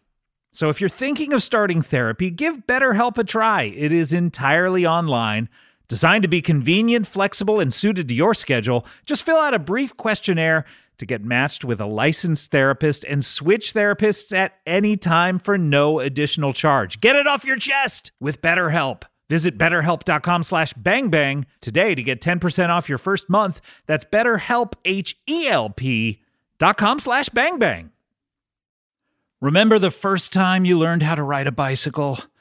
Speaker 1: So if you're thinking of starting therapy, give BetterHelp a try. It is entirely online, designed to be convenient, flexible, and suited to your schedule. Just fill out a brief questionnaire to get matched with a licensed therapist and switch therapists at any time for no additional charge. Get it off your chest with BetterHelp. Visit betterhelp.com slash bangbang today to get 10% off your first month. That's betterhelp, H-E-L-P dot com slash bangbang. Remember the first time you learned how to ride a bicycle?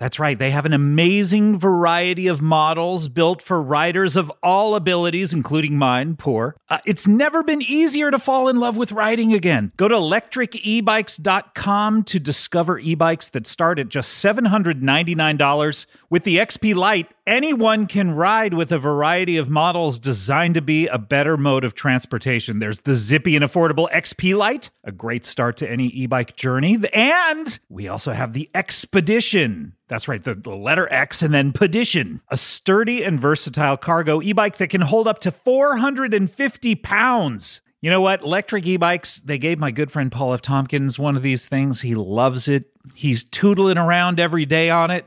Speaker 1: That's right, they have an amazing variety of models built for riders of all abilities, including mine, poor. Uh, it's never been easier to fall in love with riding again. Go to electricebikes.com to discover e bikes that start at just $799. With the XP Lite, anyone can ride with a variety of models designed to be a better mode of transportation. There's the zippy and affordable XP Lite, a great start to any e bike journey. And we also have the Expedition. That's right, the, the letter X and then Pedition, a sturdy and versatile cargo e bike that can hold up to 450 pounds. You know what? Electric e bikes, they gave my good friend Paul F. Tompkins one of these things. He loves it. He's tootling around every day on it.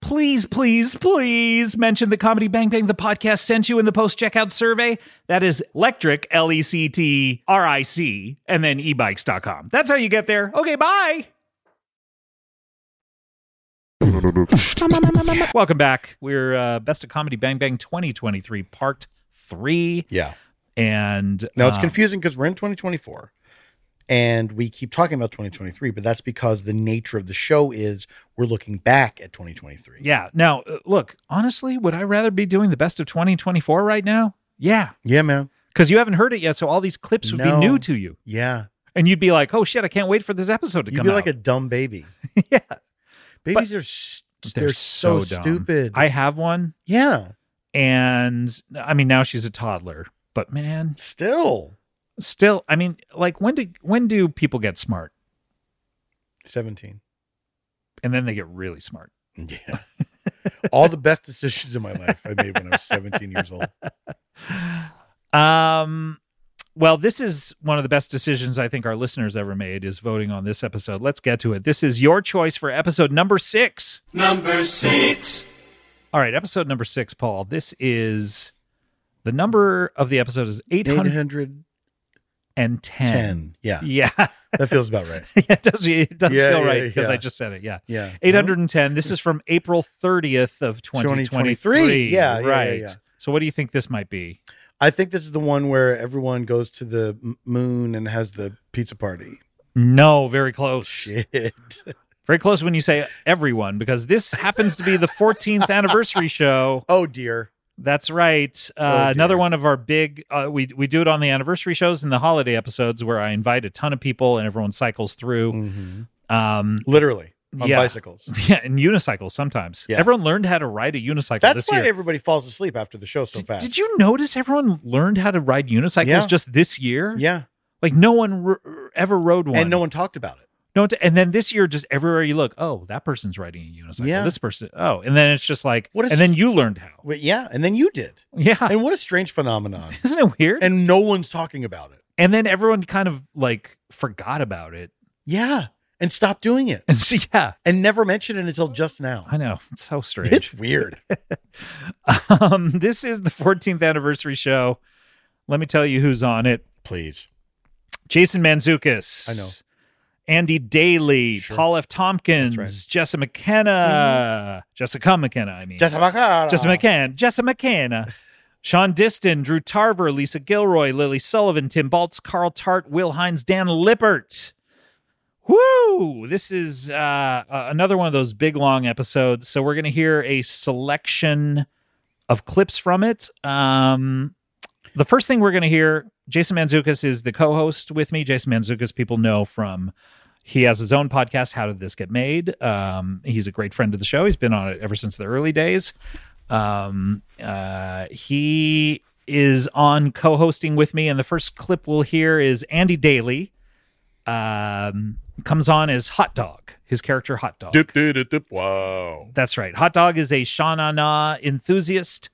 Speaker 1: Please, please, please mention the Comedy Bang Bang the podcast sent you in the post checkout survey. That is electric, L E C T R I C, and then e ebikes.com. That's how you get there. Okay, bye. Welcome back. We're uh, Best of Comedy Bang Bang 2023, Part 3.
Speaker 5: Yeah.
Speaker 1: And
Speaker 5: Now it's
Speaker 1: uh,
Speaker 5: confusing because we're in 2024 and we keep talking about 2023, but that's because the nature of the show is we're looking back at 2023.
Speaker 1: Yeah. Now, uh, look, honestly, would I rather be doing the best of 2024 right now? Yeah.
Speaker 5: Yeah, man.
Speaker 1: Because you haven't heard it yet. So all these clips would
Speaker 5: No.
Speaker 1: be new to you.
Speaker 5: Yeah.
Speaker 1: And you'd be like, oh shit, I can't wait for this episode to
Speaker 5: You'd
Speaker 1: come
Speaker 5: be
Speaker 1: out.
Speaker 5: like a dumb baby.
Speaker 1: *laughs* yeah.
Speaker 5: Babies are st-
Speaker 1: They're
Speaker 5: they're, so,
Speaker 1: so dumb.
Speaker 5: stupid.
Speaker 1: I have one.
Speaker 5: yeah.
Speaker 1: And I mean, now she's a toddler, but man,
Speaker 5: Still
Speaker 1: still, I mean, like when do, when do people get smart
Speaker 5: 17.
Speaker 1: and then they get really smart?
Speaker 5: Yeah. All the best decisions in my life I made when I was 17
Speaker 1: *laughs*
Speaker 5: years old.
Speaker 1: Um, well, this is one of the best decisions I think our listeners ever made is voting on this episode. Let's get to it. This is your choice for episode number six. Number six. All right, episode number six, Paul. This is the number of the episode is 810.
Speaker 5: 810. Yeah.
Speaker 1: Yeah.
Speaker 5: *laughs* That feels
Speaker 1: *laughs*
Speaker 5: about right.
Speaker 1: it does, it does
Speaker 5: Yeah,
Speaker 1: feel
Speaker 5: yeah,
Speaker 1: right because
Speaker 5: yeah.
Speaker 1: I just said it. Yeah.
Speaker 5: Yeah.
Speaker 1: 810. This is from April 30th of 2023.
Speaker 5: 2023. Yeah, yeah, yeah,
Speaker 1: Right.
Speaker 5: yeah.
Speaker 1: So what do you think this might be?
Speaker 5: I think this is the one where everyone goes to the m- moon and has the pizza party.
Speaker 1: No, very close.
Speaker 5: Shit. *laughs*
Speaker 1: Very close when you say everyone, because this happens to be the 14th
Speaker 5: *laughs*
Speaker 1: anniversary show.
Speaker 5: Oh dear. Oh,
Speaker 1: That's right. Uh,
Speaker 5: dear.
Speaker 1: another one of our big. Uh, we we do it on the anniversary shows and the holiday episodes where I invite a ton of people and everyone cycles through. Um,
Speaker 5: Mm-hmm. Literally on
Speaker 1: Yeah.
Speaker 5: bicycles.
Speaker 1: *laughs* yeah, and unicycles sometimes.
Speaker 5: Yeah.
Speaker 1: Everyone learned how to ride a unicycle
Speaker 5: That's
Speaker 1: this
Speaker 5: why
Speaker 1: year.
Speaker 5: everybody falls asleep after the show so
Speaker 1: Did-
Speaker 5: fast.
Speaker 1: Did you notice everyone learned how to ride unicycles
Speaker 5: Yeah.
Speaker 1: just this year?
Speaker 5: Yeah.
Speaker 1: like no one r- ever rode one,
Speaker 5: And no one talked about it.
Speaker 1: No, t- and then this year, just everywhere you look, oh, that person's riding a unicycle.
Speaker 5: Yeah.
Speaker 1: This person, oh, and then it's just like,
Speaker 5: What a
Speaker 1: and then
Speaker 5: s-
Speaker 1: you learned how.
Speaker 5: But yeah, and then you did.
Speaker 1: Yeah,
Speaker 5: And what a strange phenomenon.
Speaker 1: *laughs* isn't it weird? And,
Speaker 5: and no one's talking about it.
Speaker 1: then everyone kind of like forgot about it,
Speaker 5: Yeah. And stopped doing it.
Speaker 1: and so *laughs* yeah,
Speaker 5: And never mentioned it until just now.
Speaker 1: I know it's so strange.
Speaker 5: It's weird.
Speaker 1: *laughs* um, this is the 14th anniversary show. Let me tell you who's on it:
Speaker 5: Please.
Speaker 1: Jason Manzukis.
Speaker 5: I know.
Speaker 1: Andy Daly,
Speaker 5: Sure.
Speaker 1: Paul F. Tompkins,
Speaker 5: right. Mm-hmm.
Speaker 1: Jessica McKenna, Jessica McKenna. I mean,
Speaker 5: Jessica.
Speaker 1: Jessica McCann, Jessica
Speaker 5: *laughs*
Speaker 1: McCann, Sean Diston, Drew Tarver, Lisa Gilroy, Lily Sullivan, Tim Baltz, Carl Tart, Will Hines, Dan Lippert. Woo! This is uh, uh, another one of those big long episodes. So we're going to hear a selection of clips from it. Um, the first thing we're going to hear, Jason Manzukas is the co-host with me. Jason Manzukas, people know from he has his own podcast. How did this get made? Um, he's a great friend of the show. He's been on it ever since the early days. Um, uh, he is on co-hosting with me, and the first clip we'll hear is Andy Daly. Um, comes on as Hot Dog, his character Hot Dog.
Speaker 9: Dip, dip, dip, dip. Wow.
Speaker 1: That's right. *laughs* Hot Dog is a Shanana enthusiast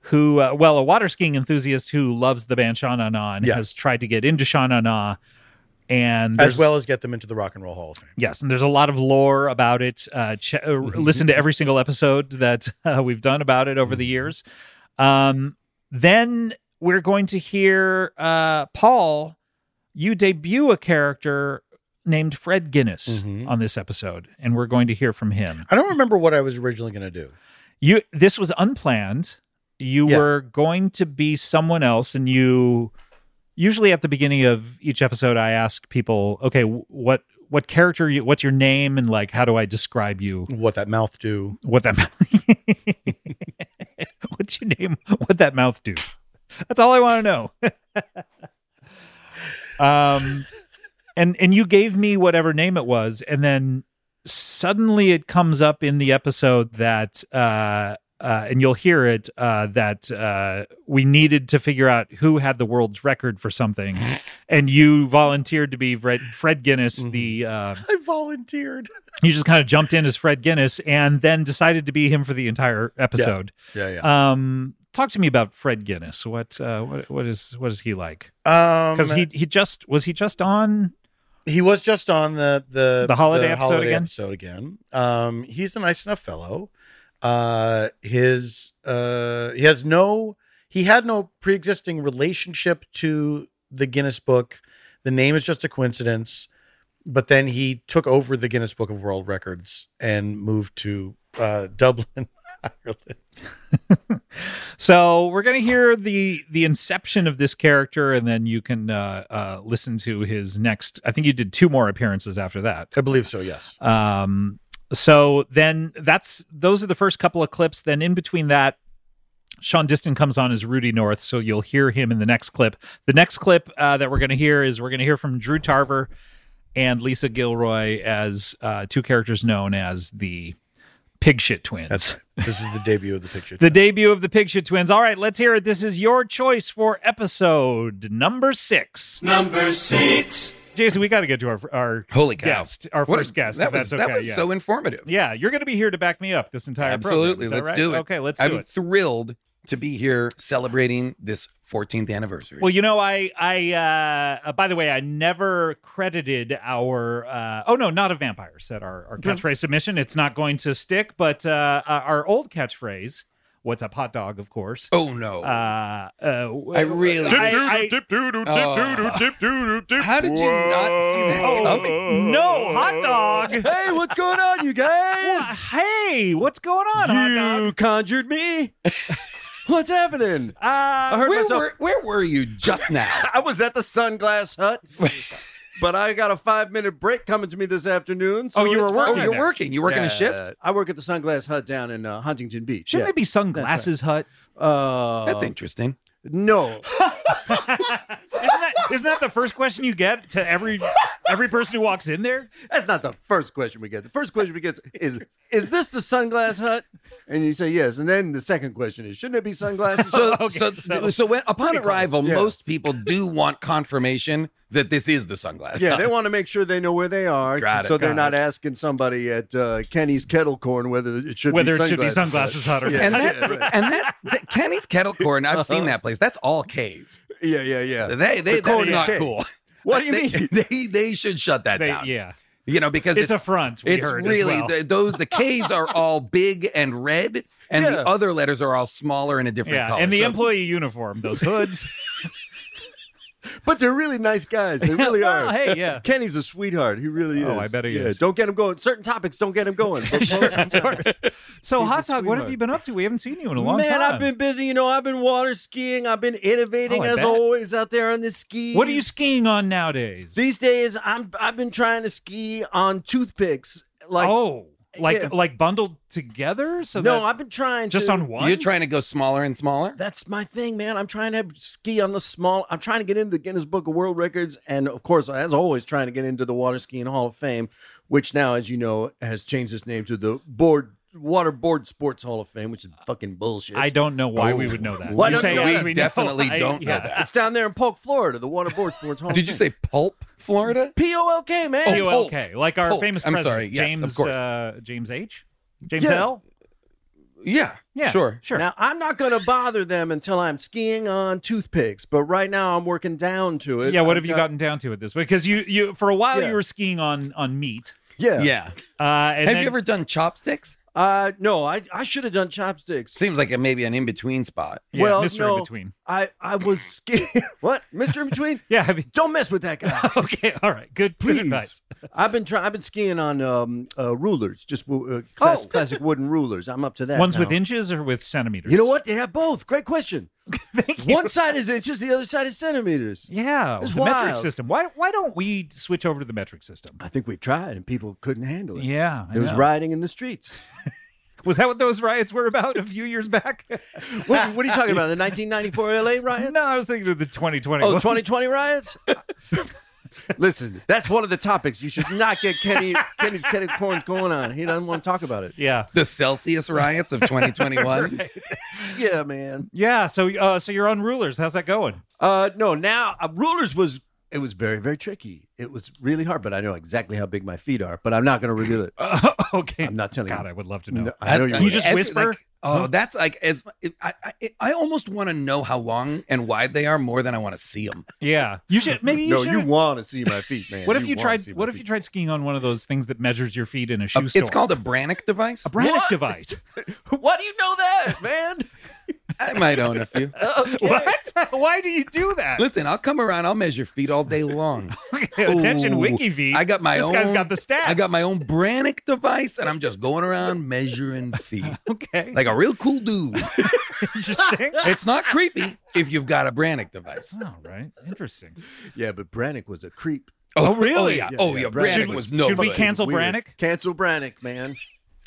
Speaker 1: who, uh, well, a water skiing enthusiast who loves the band Shanana and
Speaker 5: Yeah.
Speaker 1: has tried to get into Shanana. And
Speaker 5: As
Speaker 1: there's-
Speaker 5: well as get them into the Rock and Roll Hall of Fame. *laughs*
Speaker 1: Yes, and there's a lot of lore about it. Uh, ch- uh,
Speaker 5: Mm-hmm.
Speaker 1: listen to every single episode that *laughs* uh, we've done about it
Speaker 5: Mm-hmm.
Speaker 1: over the years. Um, then we're going to hear uh, Paul. You debut a character named Fred Guinness
Speaker 5: Mhm.
Speaker 1: on this episode, and we're going to hear from him.
Speaker 5: I don't remember what I was originally going to do.
Speaker 1: You this was unplanned. You
Speaker 5: Yeah.
Speaker 1: were going to be someone else, and you usually at the beginning of each episode, I ask people, okay, wh- what what character you, what's your name, and like how do I describe you?
Speaker 5: What that mouth do?
Speaker 1: What that mou- *laughs* what's your name? What that mouth do? That's all I want to know. um, and and you gave me whatever name it was, and then suddenly it comes up in the episode that uh, uh, and you'll hear it uh, that uh, we needed to figure out who had the world's record for something, and you volunteered to be Fred, Fred Guinness, the uh,
Speaker 5: I volunteered.
Speaker 1: you just kind of jumped in as Fred Guinness and then decided to be him for the entire episode.
Speaker 5: Yeah, yeah.
Speaker 1: Um, talk to me about Fred Guinness. What uh, what what is what is he like?
Speaker 5: Um,
Speaker 1: Because he he just was he just on
Speaker 5: he was just on the the,
Speaker 1: The holiday episode
Speaker 5: holiday
Speaker 1: again?
Speaker 5: episode again. Um, he's a nice enough fellow. Uh, his uh, he has no he had no pre existing relationship to the Guinness Book. The name is just a coincidence. But then he took over the Guinness Book of World Records and moved to uh, *laughs* Dublin, Ireland.
Speaker 1: *laughs* So we're gonna hear the the inception of this character, and then you can uh, uh, listen to his next. I think you did two more appearances after that.
Speaker 5: I believe so, yes.
Speaker 1: Um, so then that's those are the first couple of clips. Then in between that, Sean Diston comes on as Rudy North, so you'll hear him in the next clip. The next clip uh, that we're going to hear is we're going to hear from Drew Tarver and Lisa Gilroy as uh, two characters known as the Pig Shit Twins.
Speaker 5: That's right. This is the debut of the picture.
Speaker 1: the debut of the Pig Shit Twins. All right, let's hear it. This is your choice for episode number six.
Speaker 8: Number six.
Speaker 1: Jason, we got to get to our our
Speaker 14: Holy cow.
Speaker 1: guest, our
Speaker 14: What a-
Speaker 1: first guest.
Speaker 14: that
Speaker 1: if
Speaker 14: was-
Speaker 1: that's
Speaker 14: that
Speaker 1: okay.
Speaker 14: was
Speaker 1: yeah.
Speaker 14: so informative.
Speaker 1: Yeah, you're going to be here to back me up this entire
Speaker 14: Absolutely.
Speaker 1: program.
Speaker 14: Let's
Speaker 1: Is that right?
Speaker 14: do it.
Speaker 1: Okay, let's
Speaker 14: I'm
Speaker 1: do it.
Speaker 14: thrilled to be here celebrating this 14th anniversary.
Speaker 1: Well, you know, I, I, uh, uh, by the way, I never credited our, uh, oh no, not a vampire said our, our catchphrase submission. It's not going to stick, but, uh, uh, our old catchphrase, what's up hot dog, of course.
Speaker 14: Oh no.
Speaker 1: Uh, uh,
Speaker 14: I really- Dip, doo,
Speaker 15: dip, doo, doo,
Speaker 14: Oh.
Speaker 15: dip, doo, doo, dip, doo, doo, dip.
Speaker 14: How did you not see that coming?
Speaker 1: Oh, no hot
Speaker 14: *laughs*
Speaker 1: dog.
Speaker 8: Hey, what's going on, you guys?
Speaker 1: hey, what's going on? hot dog?
Speaker 8: You conjured
Speaker 1: *laughs*
Speaker 8: me. What's happening?
Speaker 1: Uh,
Speaker 8: I heard
Speaker 14: Where
Speaker 8: myself.
Speaker 14: were, where were you just now?
Speaker 8: I was at the Sunglass Hut, but I got a five-minute break coming to me this afternoon. So
Speaker 1: Oh, you
Speaker 8: it's
Speaker 1: were working
Speaker 14: oh,
Speaker 8: fine.
Speaker 14: you're
Speaker 1: there.
Speaker 14: working. You're working a shift?
Speaker 8: I work at the Sunglass Hut down in uh, Huntington Beach.
Speaker 1: Shouldn't
Speaker 8: yeah.
Speaker 1: it be sunglasses hut?
Speaker 8: Uh,
Speaker 14: *laughs* That's
Speaker 1: *laughs*
Speaker 14: interesting.
Speaker 8: *laughs* No,
Speaker 1: Isn't that, isn't that the first question you get to every every person who walks in there?
Speaker 8: that's not the first question we get. The first question we get is, "Is this the Sunglass Hut?" And you say yes. And then the second question is, "Shouldn't it be sunglasses?"
Speaker 14: So,
Speaker 1: Okay,
Speaker 14: so,
Speaker 1: so-
Speaker 14: so, when, upon
Speaker 1: Pretty
Speaker 14: arrival,
Speaker 8: Yeah.
Speaker 14: most people do want confirmation that this is the sunglass.
Speaker 8: Yeah, they want to make sure they know where they are,
Speaker 14: Got it,
Speaker 8: so they're
Speaker 14: got
Speaker 8: not asking somebody at uh, Kenny's Kettle Corn whether it should
Speaker 1: Whether
Speaker 8: be
Speaker 1: it should be sunglasses hut or
Speaker 8: Yeah.
Speaker 1: not.
Speaker 14: and
Speaker 8: Yeah, Uh-huh.
Speaker 14: that's and that, that Kenny's kettle corn. I've seen that place. That's all K's.
Speaker 8: Yeah, yeah, yeah.
Speaker 14: They they
Speaker 8: corn
Speaker 14: that's
Speaker 8: is
Speaker 14: not
Speaker 8: K.
Speaker 14: cool.
Speaker 8: What do you
Speaker 14: They-
Speaker 8: mean?
Speaker 14: They they should shut that
Speaker 1: They-
Speaker 14: down.
Speaker 1: yeah,
Speaker 14: You know because
Speaker 1: it's
Speaker 14: it's
Speaker 1: a front. We
Speaker 14: it's
Speaker 1: heard as
Speaker 14: really
Speaker 1: well.
Speaker 14: the, those the K's are all big and red, and
Speaker 8: Yeah.
Speaker 14: the other letters are all smaller and a different
Speaker 1: yeah,
Speaker 14: color.
Speaker 1: and the
Speaker 14: So-
Speaker 1: employee uniform, those hoods. *laughs*
Speaker 8: But they're really nice guys. They really
Speaker 1: *laughs*
Speaker 8: are.
Speaker 1: Well, Oh, hey, yeah.
Speaker 8: Kenny's a sweetheart. He really is.
Speaker 1: Oh, I bet he
Speaker 8: yeah,
Speaker 1: is.
Speaker 8: Don't get him going. Certain topics don't get him
Speaker 1: *laughs*
Speaker 8: going. But most of the time-
Speaker 1: So,
Speaker 8: He's a
Speaker 1: Hot Dog, what have
Speaker 8: sweetheart.
Speaker 1: you been up to? We haven't seen you in a long
Speaker 8: Man,
Speaker 1: time.
Speaker 8: I've been busy. You know, I've been water skiing. I've been innovating
Speaker 1: Oh, I
Speaker 8: as
Speaker 1: bet.
Speaker 8: always out there on the skis.
Speaker 1: What are you skiing on nowadays?
Speaker 8: These days, I'm I've been trying to ski on toothpicks. Like
Speaker 1: oh, like
Speaker 8: Yeah.
Speaker 1: like bundled together? So
Speaker 8: no,
Speaker 1: that-
Speaker 8: I've been trying
Speaker 1: just
Speaker 8: to,
Speaker 1: on one.
Speaker 14: You're trying to go smaller and smaller.
Speaker 8: That's my thing, man. I'm trying to ski on the small. I'm trying to get into the Guinness Book of World Records, and of course, as always, trying to get into the Water Skiing Hall of Fame, which now, as you know, has changed its name to the Board Water Board Sports Hall of Fame, which is fucking bullshit.
Speaker 1: I don't know why
Speaker 14: Oh.
Speaker 1: we would know that.
Speaker 8: Why
Speaker 1: You
Speaker 8: don't
Speaker 1: say
Speaker 8: you know
Speaker 1: as
Speaker 8: that?
Speaker 1: we
Speaker 14: We definitely
Speaker 1: I-
Speaker 14: don't know
Speaker 1: yeah.
Speaker 14: that.
Speaker 8: it's down there in Polk, Florida, the Water Board Sports Hall. of
Speaker 14: Did you
Speaker 8: Fame.
Speaker 14: say pulp, Florida?
Speaker 8: P O L K, man?
Speaker 14: Oh, Polk.
Speaker 1: POLK, like our
Speaker 14: Polk.
Speaker 1: famous
Speaker 14: I'm sorry.
Speaker 1: president,
Speaker 14: Yes,
Speaker 1: James,
Speaker 14: of course.
Speaker 1: Uh, James H. James
Speaker 8: Yeah.
Speaker 1: L.
Speaker 14: Yeah,
Speaker 1: Yeah,
Speaker 14: sure.
Speaker 1: sure.
Speaker 8: Now, I'm not going to bother them until I'm skiing on toothpicks, but right now I'm working down to it.
Speaker 1: yeah, what
Speaker 8: I've
Speaker 1: have you
Speaker 8: got-
Speaker 1: gotten down to at this? Because you, you for a while
Speaker 8: Yeah.
Speaker 1: you were skiing on on meat.
Speaker 8: Yeah.
Speaker 14: Yeah.
Speaker 1: Uh, and
Speaker 14: Have
Speaker 1: then-
Speaker 14: you ever done chopsticks?
Speaker 8: Uh, no, I, I should have done chopsticks.
Speaker 14: Seems like it may be an in between spot.
Speaker 1: Yeah,
Speaker 8: well,
Speaker 1: mystery
Speaker 8: no.
Speaker 1: between.
Speaker 8: I, I
Speaker 1: *laughs*
Speaker 8: was skiing. *laughs* what? Mr. In Between?
Speaker 1: Yeah, have you?
Speaker 8: Don't mess with that guy.
Speaker 1: *laughs* Okay, all right, good, good advice. *laughs*
Speaker 8: Please. I've been trying. I've been skiing on um, uh, rulers, just uh, class-
Speaker 1: Oh.
Speaker 8: classic wooden rulers. I'm up to that.
Speaker 1: Ones
Speaker 8: now.
Speaker 1: with inches or with centimeters?
Speaker 8: You know what? They have both. Great question.
Speaker 1: *laughs* Thank you.
Speaker 8: One side is inches, the other side is centimeters.
Speaker 1: Yeah,
Speaker 8: It's
Speaker 1: the metric
Speaker 8: wild.
Speaker 1: system. Why why don't we switch over to the metric system?
Speaker 8: I think we've tried, and people couldn't handle it.
Speaker 1: Yeah, I
Speaker 8: It was
Speaker 1: know.
Speaker 8: rioting in the streets.
Speaker 1: *laughs* Was that what those riots were about a few years back?
Speaker 8: *laughs* What, what are you talking about? The 1994 LA riots?
Speaker 1: no, I was thinking of the 2020.
Speaker 8: Oh,
Speaker 1: ones.
Speaker 8: 2020 riots? Listen, that's one of the topics you should not get Kenny Kenny's Kenny Corns going on. He doesn't want to talk about it.
Speaker 1: Yeah,
Speaker 14: The Celsius riots of *laughs*
Speaker 1: *laughs*
Speaker 14: 2021.
Speaker 8: *laughs* Yeah, man.
Speaker 1: *laughs* yeah. So uh, so you're on rulers. How's that going?
Speaker 8: Uh, no, now uh, rulers was it was very very tricky. It was really hard, but I know exactly how big my feet are. But I'm not going to reveal it.
Speaker 1: Uh, okay.
Speaker 8: I'm not telling
Speaker 1: God,
Speaker 8: you.
Speaker 1: I would love to know.
Speaker 8: No, I know
Speaker 14: That-
Speaker 8: you.
Speaker 1: Can you
Speaker 8: would.
Speaker 1: just
Speaker 14: every-
Speaker 1: whisper?
Speaker 14: like, oh, that's like as I I, I almost want to know how long and wide they are more than I want to see them.
Speaker 1: Yeah, you should. Maybe you
Speaker 8: no,
Speaker 1: should.
Speaker 8: you want to see my feet, man.
Speaker 1: what if you,
Speaker 8: wanna
Speaker 1: tried?
Speaker 8: see my
Speaker 1: What if you
Speaker 8: feet.
Speaker 1: tried skiing on one of those things that measures your feet in
Speaker 14: Uh,
Speaker 1: a shoe store?
Speaker 14: It's called a Brannock device.
Speaker 1: a Brannick device.
Speaker 14: *laughs*
Speaker 8: Why do you know that, man?
Speaker 14: I might own a
Speaker 1: *laughs*
Speaker 14: few.
Speaker 1: What? Why do you do that?
Speaker 14: Listen, I'll come around. I'll measure feet all day
Speaker 1: *laughs*
Speaker 14: long.
Speaker 1: Attention,
Speaker 14: Ooh,
Speaker 1: WikiV.
Speaker 14: I got my
Speaker 1: This
Speaker 14: own.
Speaker 1: guy's got
Speaker 8: *laughs*
Speaker 1: the stats.
Speaker 14: I got my own Brannick device, and I'm just going around
Speaker 1: *laughs*
Speaker 14: measuring feet.
Speaker 1: okay.
Speaker 14: Like a real cool dude. *laughs*
Speaker 1: Interesting.
Speaker 14: It's not creepy if you've got a Brannick device.
Speaker 1: All right. Interesting.
Speaker 8: Yeah, but Brannick was a creep.
Speaker 14: *laughs* Oh, really? Oh, yeah, Brannick
Speaker 8: Should-
Speaker 14: was no
Speaker 1: should we
Speaker 14: fun.
Speaker 1: cancel
Speaker 8: Weird.
Speaker 1: Brannick?
Speaker 8: Cancel Brannick, man.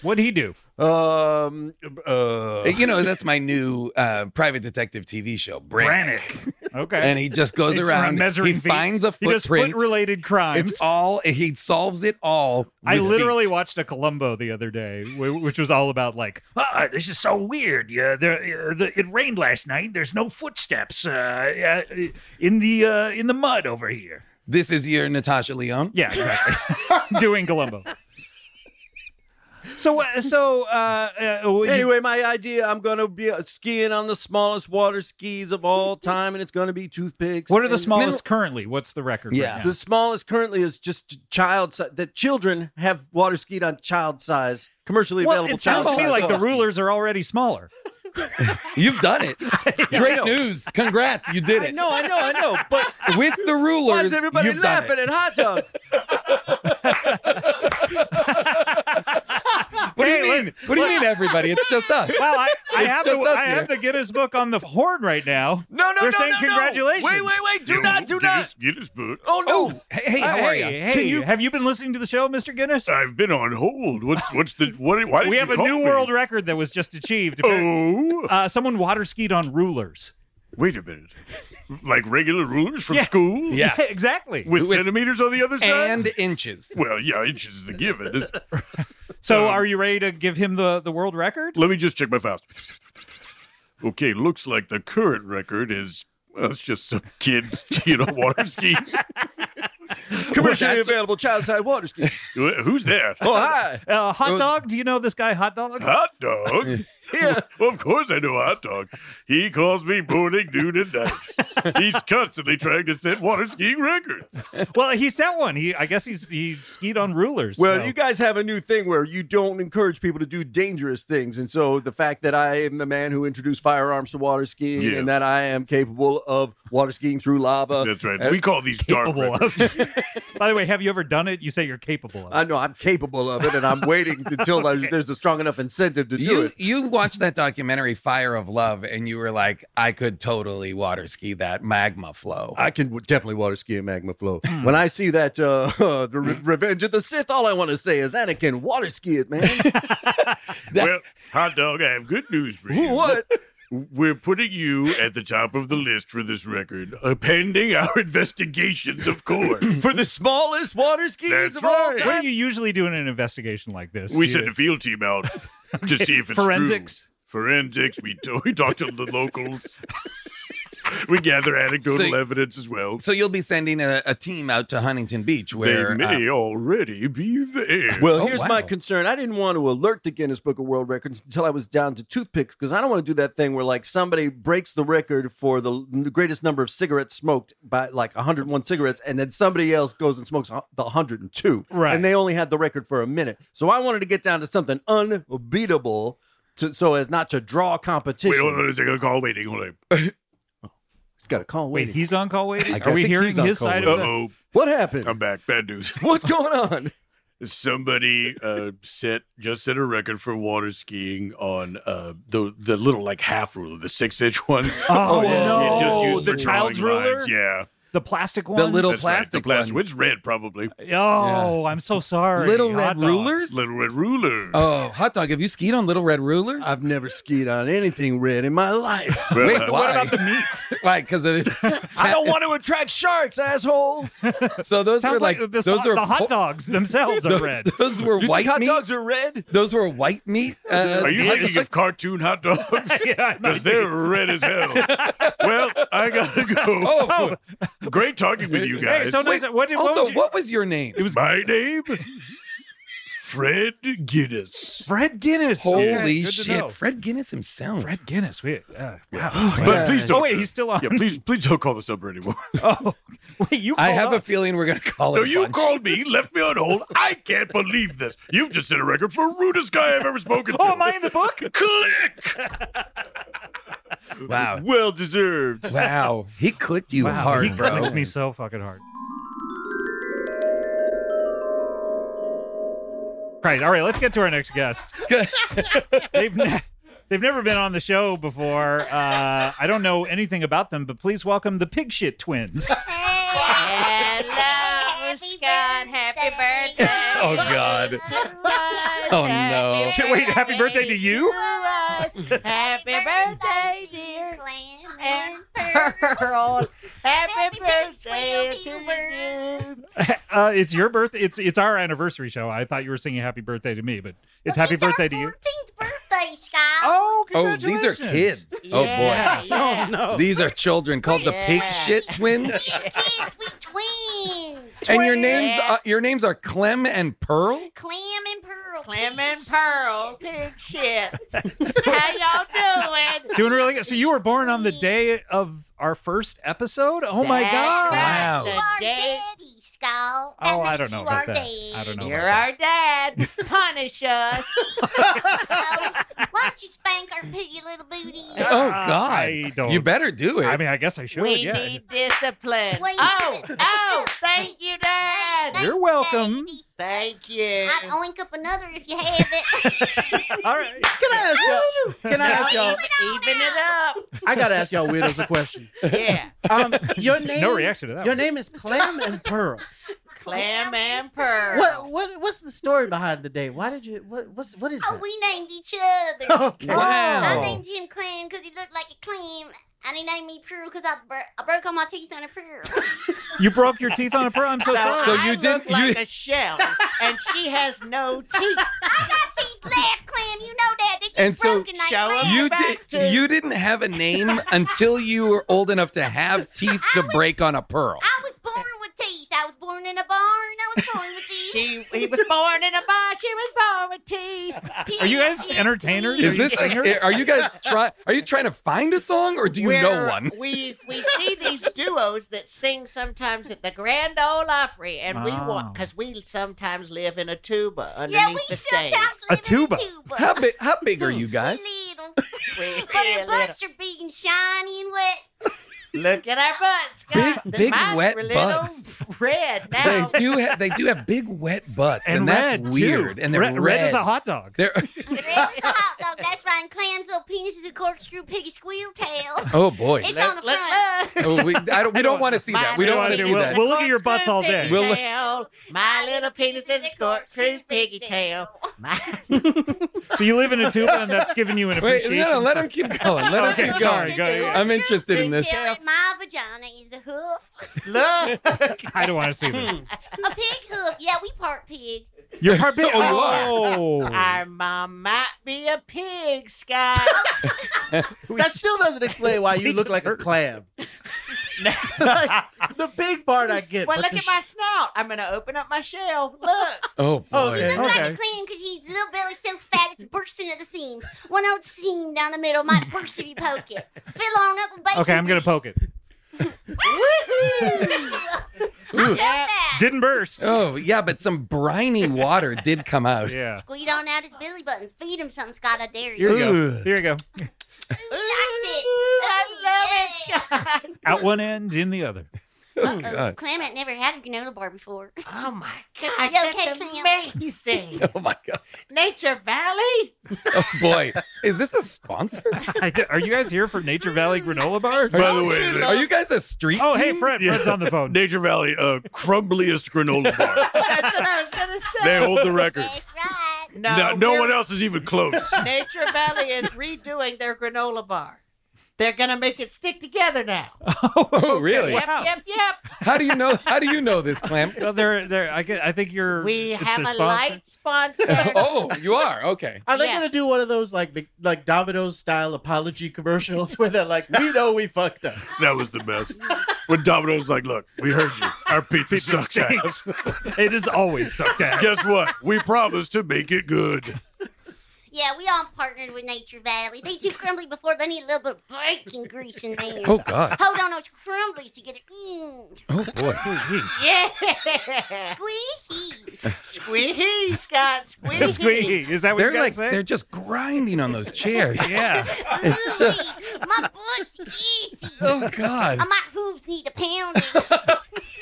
Speaker 1: What'd he do?
Speaker 8: Um, uh,
Speaker 14: *laughs* You know,
Speaker 8: *laughs*
Speaker 14: that's my new uh, private detective TV show, Brannick.
Speaker 1: Okay.
Speaker 14: And he just goes
Speaker 1: *laughs* He's
Speaker 14: around,
Speaker 1: measuring
Speaker 14: he
Speaker 1: feet.
Speaker 14: finds a
Speaker 1: He does
Speaker 14: footprint.
Speaker 1: foot-related crimes.
Speaker 14: It's all he solves it all.
Speaker 1: I
Speaker 14: with
Speaker 1: literally
Speaker 14: feet.
Speaker 1: watched a Columbo the other day, wh- which was all about like, ah, this is so weird. Yeah, there, uh, the, it rained last night. There's no footsteps uh, uh, in the uh, in the mud over here.
Speaker 14: This is your Natasha Leon.
Speaker 1: Yeah,
Speaker 14: *laughs*
Speaker 1: exactly. *laughs* Doing Columbo. So, uh, so uh, uh, you-
Speaker 8: Anyway, my idea, I'm going to be uh, skiing on the smallest water skis of all time, and it's going to be toothpicks.
Speaker 1: what are the
Speaker 8: and-
Speaker 1: smallest currently? What's the record? right
Speaker 14: Yeah.
Speaker 1: now?
Speaker 8: The smallest currently is just child size. That children have water skied on child size, commercially
Speaker 1: well,
Speaker 8: available
Speaker 1: it sounds
Speaker 8: child
Speaker 1: to me
Speaker 8: size.
Speaker 1: like the
Speaker 8: water
Speaker 1: rulers are already smaller.
Speaker 14: You've done
Speaker 8: *laughs*
Speaker 14: it. Great news. Congrats. You did
Speaker 8: skis. I
Speaker 14: it.
Speaker 8: know, I know, I know. But
Speaker 14: *laughs* With the rulers.
Speaker 8: why is everybody
Speaker 14: you've done it.
Speaker 8: laughing at hot
Speaker 1: *laughs*
Speaker 8: dog?
Speaker 14: *laughs* What do
Speaker 1: Hey,
Speaker 14: you mean?
Speaker 1: look-
Speaker 14: What do you mean, everybody? It's
Speaker 1: *laughs*
Speaker 14: just us.
Speaker 1: Well, I, I
Speaker 14: It's
Speaker 1: have the,
Speaker 14: just us
Speaker 1: I have
Speaker 14: here.
Speaker 1: the Guinness Book on the horn right now.
Speaker 8: No, no,
Speaker 1: They're
Speaker 8: no,
Speaker 1: saying
Speaker 8: no, no.
Speaker 1: congratulations.
Speaker 8: Wait, wait, wait. Do not, do not.
Speaker 15: Guinness book.
Speaker 8: Oh, no.
Speaker 14: Oh, hey, hey,
Speaker 1: Uh,
Speaker 14: how are
Speaker 1: hey,
Speaker 14: you?
Speaker 1: Hey, have you been listening to the show, Mr. Guinness?
Speaker 15: I've been on hold. What's what's the what? Why did
Speaker 1: we
Speaker 15: you
Speaker 1: have a
Speaker 15: call
Speaker 1: new
Speaker 15: me?
Speaker 1: world record that was just achieved.
Speaker 15: Oh,
Speaker 1: Uh, someone water skied on rulers.
Speaker 15: wait a minute. Like regular rulers from school.
Speaker 14: Yeah. Yes.
Speaker 1: exactly.
Speaker 15: With, centimeters on the other side.
Speaker 14: And inches.
Speaker 15: well, yeah, inches is the
Speaker 1: *laughs*
Speaker 15: given. It's-
Speaker 1: so,
Speaker 15: um,
Speaker 1: are you ready to give him the, the world record?
Speaker 15: Let me just check my files. Okay, looks like the current record is well, it's just some kid, *laughs* you know, water skis.
Speaker 8: Commercially
Speaker 14: that's-
Speaker 8: available child size water skis.
Speaker 15: Wh- Who's that?
Speaker 8: Oh, hi.
Speaker 1: *laughs* Uh, hot
Speaker 14: it was-
Speaker 1: dog? Do you know this guy, Hot Dog?
Speaker 15: Hot
Speaker 8: *laughs*
Speaker 15: dog.
Speaker 8: Yeah.
Speaker 15: Of course I know hot dog. He calls me morning, noon, and night. He's constantly trying to set water skiing records.
Speaker 1: well, he set one. He, I guess he's he skied on rulers.
Speaker 8: Well,
Speaker 1: so-
Speaker 8: you guys have a new thing where you don't encourage people to do dangerous things, and so the fact that I am the man who introduced firearms to water skiing,
Speaker 15: Yes.
Speaker 8: and that I am capable of water skiing through lava.
Speaker 15: That's right.
Speaker 8: and-
Speaker 15: we call these dark
Speaker 1: capable
Speaker 15: records.
Speaker 1: of. By the way, have you ever done it? You say you're capable of.
Speaker 8: I know I'm capable of it, and I'm waiting until
Speaker 15: *laughs*
Speaker 8: I, there's a strong enough incentive to do
Speaker 14: You
Speaker 8: it.
Speaker 14: you watched that documentary Fire of Love and you were like, I could totally water ski that magma flow. Hmm.
Speaker 8: I can w- definitely water ski in magma flow. *laughs* when I see that uh, *laughs* the Re- Revenge of the Sith, all I want to say is Anakin, water ski it, man.
Speaker 15: Well, hot dog, I have good news for you. We're putting you at the top of the list for this record, uh, pending our *laughs* investigations, of course.
Speaker 8: For the smallest water skis
Speaker 15: That's
Speaker 8: of all
Speaker 15: right.
Speaker 8: time.
Speaker 1: What do you usually do in an investigation like this?
Speaker 15: we
Speaker 1: Do
Speaker 15: sent
Speaker 1: you-
Speaker 15: a field team out to see if it's
Speaker 1: Forensics?
Speaker 15: True. Forensics. We *laughs* do, we talk to the locals. we gather anecdotal
Speaker 14: So-
Speaker 15: evidence as well.
Speaker 14: So you'll be sending a, a team out to Huntington Beach where
Speaker 15: they
Speaker 14: uh,
Speaker 8: oh,
Speaker 15: may already
Speaker 14: *clears throat*
Speaker 15: be there.
Speaker 8: Well,
Speaker 14: Oh,
Speaker 8: here's
Speaker 14: wow.
Speaker 8: my concern. I didn't want to alert the Guinness Book of World Records until I was down to toothpicks because I don't want to do that thing where like somebody breaks the record for the the greatest number of cigarettes smoked by like 101 cigarettes, and then somebody else goes and smokes hu- the 102,
Speaker 1: Right.
Speaker 8: And they only had the record for a minute, so I wanted to get down to something unbeatable, to, so as not to draw competition.
Speaker 15: Wait, hold on a second. Call waiting. Hold on.
Speaker 8: *laughs* Got a call.
Speaker 1: Wait,
Speaker 8: waiting.
Speaker 1: he's on call waiting.
Speaker 8: I
Speaker 1: Are we
Speaker 8: think
Speaker 1: hearing
Speaker 8: he's on
Speaker 1: his
Speaker 8: call
Speaker 1: side
Speaker 15: Uh
Speaker 1: of it?
Speaker 15: oh,
Speaker 8: what happened?
Speaker 15: I'm back. Bad news.
Speaker 8: What's going on?
Speaker 15: Somebody uh, set just set a record for water skiing on uh, the the little like half ruler, the six inch one.
Speaker 1: *laughs* Oh,
Speaker 15: Yeah,
Speaker 1: no.
Speaker 15: just used
Speaker 1: the
Speaker 15: for
Speaker 1: child's
Speaker 15: drawing
Speaker 1: ruler,
Speaker 15: lines. Yeah,
Speaker 1: the plastic one,
Speaker 14: the little
Speaker 15: That's right,
Speaker 14: plastic,
Speaker 15: the plastic.
Speaker 14: ones.
Speaker 15: It's red, probably.
Speaker 1: Oh, I'm so sorry.
Speaker 14: little
Speaker 1: Hot
Speaker 14: red
Speaker 1: dog.
Speaker 14: rulers?
Speaker 15: Little
Speaker 1: *laughs*
Speaker 15: red ruler.
Speaker 14: Oh, hot dog, have you skied on little red rulers?
Speaker 8: I've never skied on anything red in my life. *laughs*
Speaker 15: Well,
Speaker 14: Wait,
Speaker 15: uh,
Speaker 14: what about the *laughs* meat? Why? Because
Speaker 8: I don't want to attract sharks, asshole.
Speaker 14: so those were
Speaker 1: Sounds like,
Speaker 14: like,
Speaker 1: the,
Speaker 14: those are
Speaker 1: the hot
Speaker 14: po-
Speaker 1: dogs
Speaker 14: *laughs*
Speaker 1: themselves are
Speaker 14: those-
Speaker 1: red.
Speaker 14: Those were
Speaker 8: You
Speaker 14: white
Speaker 8: think hot
Speaker 14: meat.
Speaker 8: dogs are red?
Speaker 14: Those were white meat.
Speaker 1: *laughs*
Speaker 14: Uh,
Speaker 15: Are you
Speaker 1: Yeah,
Speaker 15: thinking
Speaker 1: it's
Speaker 15: of cartoon
Speaker 14: *laughs*
Speaker 15: hot dogs?
Speaker 1: yeah,
Speaker 15: Because they're red as hell.
Speaker 1: *laughs*
Speaker 15: well, I gotta go.
Speaker 14: oh,
Speaker 15: Great talking with you
Speaker 1: *laughs*
Speaker 15: guys.
Speaker 1: Hey, so nice. What, did- what
Speaker 14: also,
Speaker 1: was your-
Speaker 14: what was your name?
Speaker 1: It was
Speaker 15: My name, Fred Guinness.
Speaker 1: Fred Guinness. Okay,
Speaker 14: Holy
Speaker 1: good to know.
Speaker 14: shit, Fred Guinness himself.
Speaker 1: Fred Guinness. We, uh, wow.
Speaker 15: But please don't.
Speaker 1: Oh wait, he's still on.
Speaker 15: Yeah, please, please don't call this number anymore.
Speaker 1: Oh, *laughs* wait, you.
Speaker 14: I
Speaker 1: called
Speaker 14: have a
Speaker 1: us.
Speaker 14: feeling we're
Speaker 1: *laughs*
Speaker 14: gonna *laughs* call it.
Speaker 15: No,
Speaker 14: a
Speaker 15: you
Speaker 14: bunch.
Speaker 15: called me, left me on hold. I can't believe this. You've just *laughs* set a record for rudest guy I've ever spoken to.
Speaker 1: Oh, am I in the book?
Speaker 15: Click!
Speaker 14: Wow.
Speaker 16: Well deserved.
Speaker 14: Wow. He clicked you
Speaker 1: Wow,
Speaker 14: hard,
Speaker 1: he
Speaker 14: bro.
Speaker 1: clicks me so fucking hard. Right. All right. Let's get to our next
Speaker 14: *laughs*
Speaker 1: guest. they've, ne- they've never been on the show before. Uh, I don't know anything about them, but please welcome the pig shit twins.
Speaker 13: *laughs*
Speaker 1: *laughs*
Speaker 13: Hello, Scott. Happy birthday. *laughs*
Speaker 1: Oh, God.
Speaker 13: Oh no!
Speaker 1: Wait. Happy birthday to you. *laughs*
Speaker 13: Happy birthday, dear and *laughs* Pearl. Happy birthday to you.
Speaker 1: Uh, it's your birthday. It's it's our anniversary show. I thought you were singing happy birthday to me, but it's happy birthday to you.
Speaker 13: Birthday, Scott. Oh,
Speaker 14: Oh, these are kids. Oh
Speaker 13: Yeah,
Speaker 14: boy. *laughs* Oh,
Speaker 13: yeah.
Speaker 1: Oh.
Speaker 14: These are children called the pig
Speaker 13: Yeah.
Speaker 1: *laughs*
Speaker 14: shit twins.
Speaker 13: kids, we twins.
Speaker 14: and your names
Speaker 13: Twins.
Speaker 14: uh, your names are Clem and Pearl?
Speaker 13: Clem and Pearl. Clem and Pearl. Big shit. How y'all doing?
Speaker 1: Doing really good. So you were born on the day of our first episode. Oh my
Speaker 13: That's
Speaker 1: god!
Speaker 13: right, the daddy, Scott.
Speaker 1: Oh,
Speaker 13: That
Speaker 1: I
Speaker 13: makes
Speaker 1: don't know
Speaker 13: you our
Speaker 1: about that.
Speaker 13: dad.
Speaker 1: I don't know
Speaker 13: You're
Speaker 1: about
Speaker 13: our dad. *laughs* Punish
Speaker 3: *laughs*
Speaker 13: us. Why don't you spank our piggy little
Speaker 1: *laughs*
Speaker 13: booty?
Speaker 14: Oh god.
Speaker 1: I don't-
Speaker 14: You better do it. I
Speaker 1: mean, I guess I should.
Speaker 13: we need discipline. Oh, oh, thank you, Dad.
Speaker 1: You're welcome.
Speaker 13: Thank you. I'd oink up another if you have it.
Speaker 1: All right.
Speaker 3: Can I ask y'all? Can I ask y'all?
Speaker 13: Even it up.
Speaker 3: I gotta ask y'all weirdos
Speaker 1: *laughs*
Speaker 3: a question.
Speaker 13: Yeah.
Speaker 3: Um, your name.
Speaker 1: No reaction to that
Speaker 3: Your
Speaker 1: one.
Speaker 3: name is Clem and Pearl.
Speaker 13: Clam and Pearl.
Speaker 3: What? What? What's the story behind the day? Why did you? What? What's? What is
Speaker 13: Oh,
Speaker 3: that?
Speaker 13: we named each other.
Speaker 3: Okay.
Speaker 13: I
Speaker 3: Wow.
Speaker 13: named him Clam because he looked like a clam. And he named me Pearl because I, bur- I broke all my teeth on a Pearl.
Speaker 1: You broke your teeth on a pearl. I'm so, sorry.
Speaker 13: I look like a shell, and she has no teeth. I got teeth left, Clam. You know that. They just
Speaker 14: And so
Speaker 13: broken like Clam
Speaker 14: you
Speaker 13: broke
Speaker 14: did, you didn't have
Speaker 13: *laughs*
Speaker 14: a name until you were old enough to have teeth to break on a pearl.
Speaker 13: I was born with teeth. I was born in a barn. I was born with teeth. she, he was born in a barn. She was born with teeth.
Speaker 1: Are you guys entertainers?
Speaker 14: Is
Speaker 1: Are
Speaker 14: this?
Speaker 1: you singers?
Speaker 14: are you guys try? Are you trying to find a song, or do you know
Speaker 13: We're-
Speaker 14: one?
Speaker 13: We we see these duos that sing sometimes at the Grand Ole Opry, and we
Speaker 14: Wow.
Speaker 13: want because we sometimes live in a tuba underneath the stage.
Speaker 14: A tuba. How big? How big
Speaker 13: Hmm.
Speaker 14: are you guys?
Speaker 13: *laughs* but our butts are big and shiny and wet. Look at our butts, Scott.
Speaker 14: Big- big
Speaker 13: Mine's
Speaker 14: wet
Speaker 13: a little
Speaker 14: butts. *laughs*
Speaker 13: Red
Speaker 14: They
Speaker 13: now.
Speaker 14: do. Ha- they do have big wet butts, and,
Speaker 1: And
Speaker 14: that's
Speaker 1: red, too.
Speaker 14: weird. And they're
Speaker 1: Red-
Speaker 14: red.
Speaker 1: red is a hot dog.
Speaker 14: They're,
Speaker 13: Red is a hot dog. That's right. And Clam's little penis is a corkscrew piggy squeal tail.
Speaker 14: *laughs* oh boy.
Speaker 13: It's on the front.
Speaker 14: Oh, we,
Speaker 13: *laughs*
Speaker 14: I don't, we don't want to see that. We don't want to see
Speaker 1: we'll,
Speaker 14: that.
Speaker 1: We'll look at your butts all day.
Speaker 14: We'll look-
Speaker 13: Tail. My little penis is a corkscrew piggy tail. My
Speaker 1: so you live in a tuba, and that's giving you an
Speaker 14: Wait,
Speaker 1: appreciation.
Speaker 14: no, let
Speaker 1: for-
Speaker 14: him keep going. Let him
Speaker 1: Okay,
Speaker 14: keep
Speaker 1: sorry,
Speaker 14: going.
Speaker 1: go ahead.
Speaker 14: I'm interested in this.
Speaker 13: tail in my vagina is a hoof.
Speaker 1: Look. *laughs* I don't want to see
Speaker 17: Hmm.
Speaker 1: this.
Speaker 13: A pig hoof. Yeah, we part pig.
Speaker 17: *laughs*
Speaker 1: You're part big.
Speaker 14: Oh,
Speaker 1: you are.
Speaker 13: Our mom might be a pig, Scott.
Speaker 17: *laughs*
Speaker 1: *laughs*
Speaker 3: That still doesn't explain why you look like a clam. Like, *laughs* the big part I get.
Speaker 13: well,
Speaker 3: but
Speaker 13: look
Speaker 3: the
Speaker 13: at my snout. Oh, I'm gonna open up my shell. Look.
Speaker 14: *laughs* Oh boy.
Speaker 13: He looked like a clam because his little belly's so fat it's bursting at the seams. One old seam down the middle might burst if you poke it. Fill on up and bake.
Speaker 1: Okay, I'm gonna poke it. Didn't burst.
Speaker 14: Oh yeah, but some briny water did come out.
Speaker 1: Yeah.
Speaker 13: Squeed on out his belly button. Feed him something, Scott. I dare you.
Speaker 1: Here you go. Here you go.
Speaker 13: He likes it. I love it, Scott.
Speaker 1: Out one end, in the
Speaker 14: *laughs*
Speaker 1: other.
Speaker 13: Oh,
Speaker 1: God.
Speaker 13: Clam had never had a granola bar before. *laughs* Oh my gosh, that's amazing.
Speaker 14: *laughs* Oh my god.
Speaker 13: Nature Valley?
Speaker 14: Oh boy. Is this a sponsor?
Speaker 1: I d- are you guys here for Nature Valley granola bars?
Speaker 17: By the way,
Speaker 14: Are you guys a street?
Speaker 1: Oh, hey,
Speaker 17: team?
Speaker 1: Fred. Fred's on the phone.
Speaker 17: Nature Valley, uh, crumbliest granola bar.
Speaker 13: That's what I was
Speaker 17: *laughs*
Speaker 13: gonna say.
Speaker 17: They hold the
Speaker 13: *laughs*
Speaker 17: record.
Speaker 13: That's right.
Speaker 17: no, no
Speaker 13: we're-
Speaker 17: one else is even close.
Speaker 13: *laughs* Nature Valley is redoing their granola bar. They're gonna make it stick together now.
Speaker 14: *laughs* Oh really?
Speaker 13: Yep, yep, yep.
Speaker 14: How do you know? How do you know this, Clam?
Speaker 1: *laughs* Well, they're, they're, I, get, I think you're.
Speaker 13: We
Speaker 1: it's
Speaker 13: have
Speaker 1: their
Speaker 13: a
Speaker 1: sponsor.
Speaker 17: *laughs*
Speaker 13: light sponsor.
Speaker 14: *laughs* oh, you are okay.
Speaker 3: Are they gonna do one of those like the- like Domino's style apology commercials where they're like, "We know we fucked
Speaker 4: *laughs*
Speaker 3: up."
Speaker 17: That was the best. When Domino's like, look, we heard you. Our pizza, sucks
Speaker 1: stinks. *laughs*
Speaker 17: ass.
Speaker 1: It has always sucked ass.
Speaker 17: Guess what? We promised to make it good.
Speaker 13: yeah, we all partnered with Nature Valley. They do crumbly before they need a little bit of bacon grease in there.
Speaker 14: Oh, God.
Speaker 13: Hold on, those crumblies to get it. Mm.
Speaker 14: Oh boy.
Speaker 13: Yeah. Squeaky.
Speaker 4: Squee Scott. Squee
Speaker 13: *laughs*
Speaker 1: Squeaky. Is that what
Speaker 14: they're
Speaker 1: you guys
Speaker 14: like?
Speaker 1: say?
Speaker 14: They're just grinding on those chairs.
Speaker 1: *laughs* yeah.
Speaker 13: *laughs*
Speaker 14: *laughs* It's just
Speaker 13: My butt's itchy.
Speaker 14: Oh, God.
Speaker 13: Uh, My hooves need a pounding.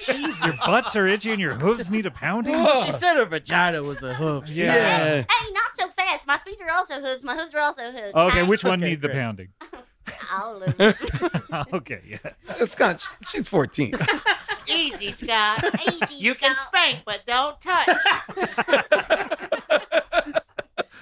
Speaker 1: *laughs* Your butts are itchy and your hooves need a pounding.
Speaker 4: She said her vagina was a hoof.
Speaker 1: Yeah.
Speaker 13: Hey, not so fast. My feet are also hooves. My hooves are also hooves.
Speaker 1: Okay, which one
Speaker 13: needs
Speaker 1: need
Speaker 13: *laughs*
Speaker 1: the pounding?
Speaker 13: All of
Speaker 1: *laughs*
Speaker 13: them.
Speaker 1: okay, yeah.
Speaker 14: Scott,
Speaker 13: *laughs*
Speaker 14: she's 14.
Speaker 17: *laughs*
Speaker 4: Easy, Scott. Easy, You can spank, but don't touch.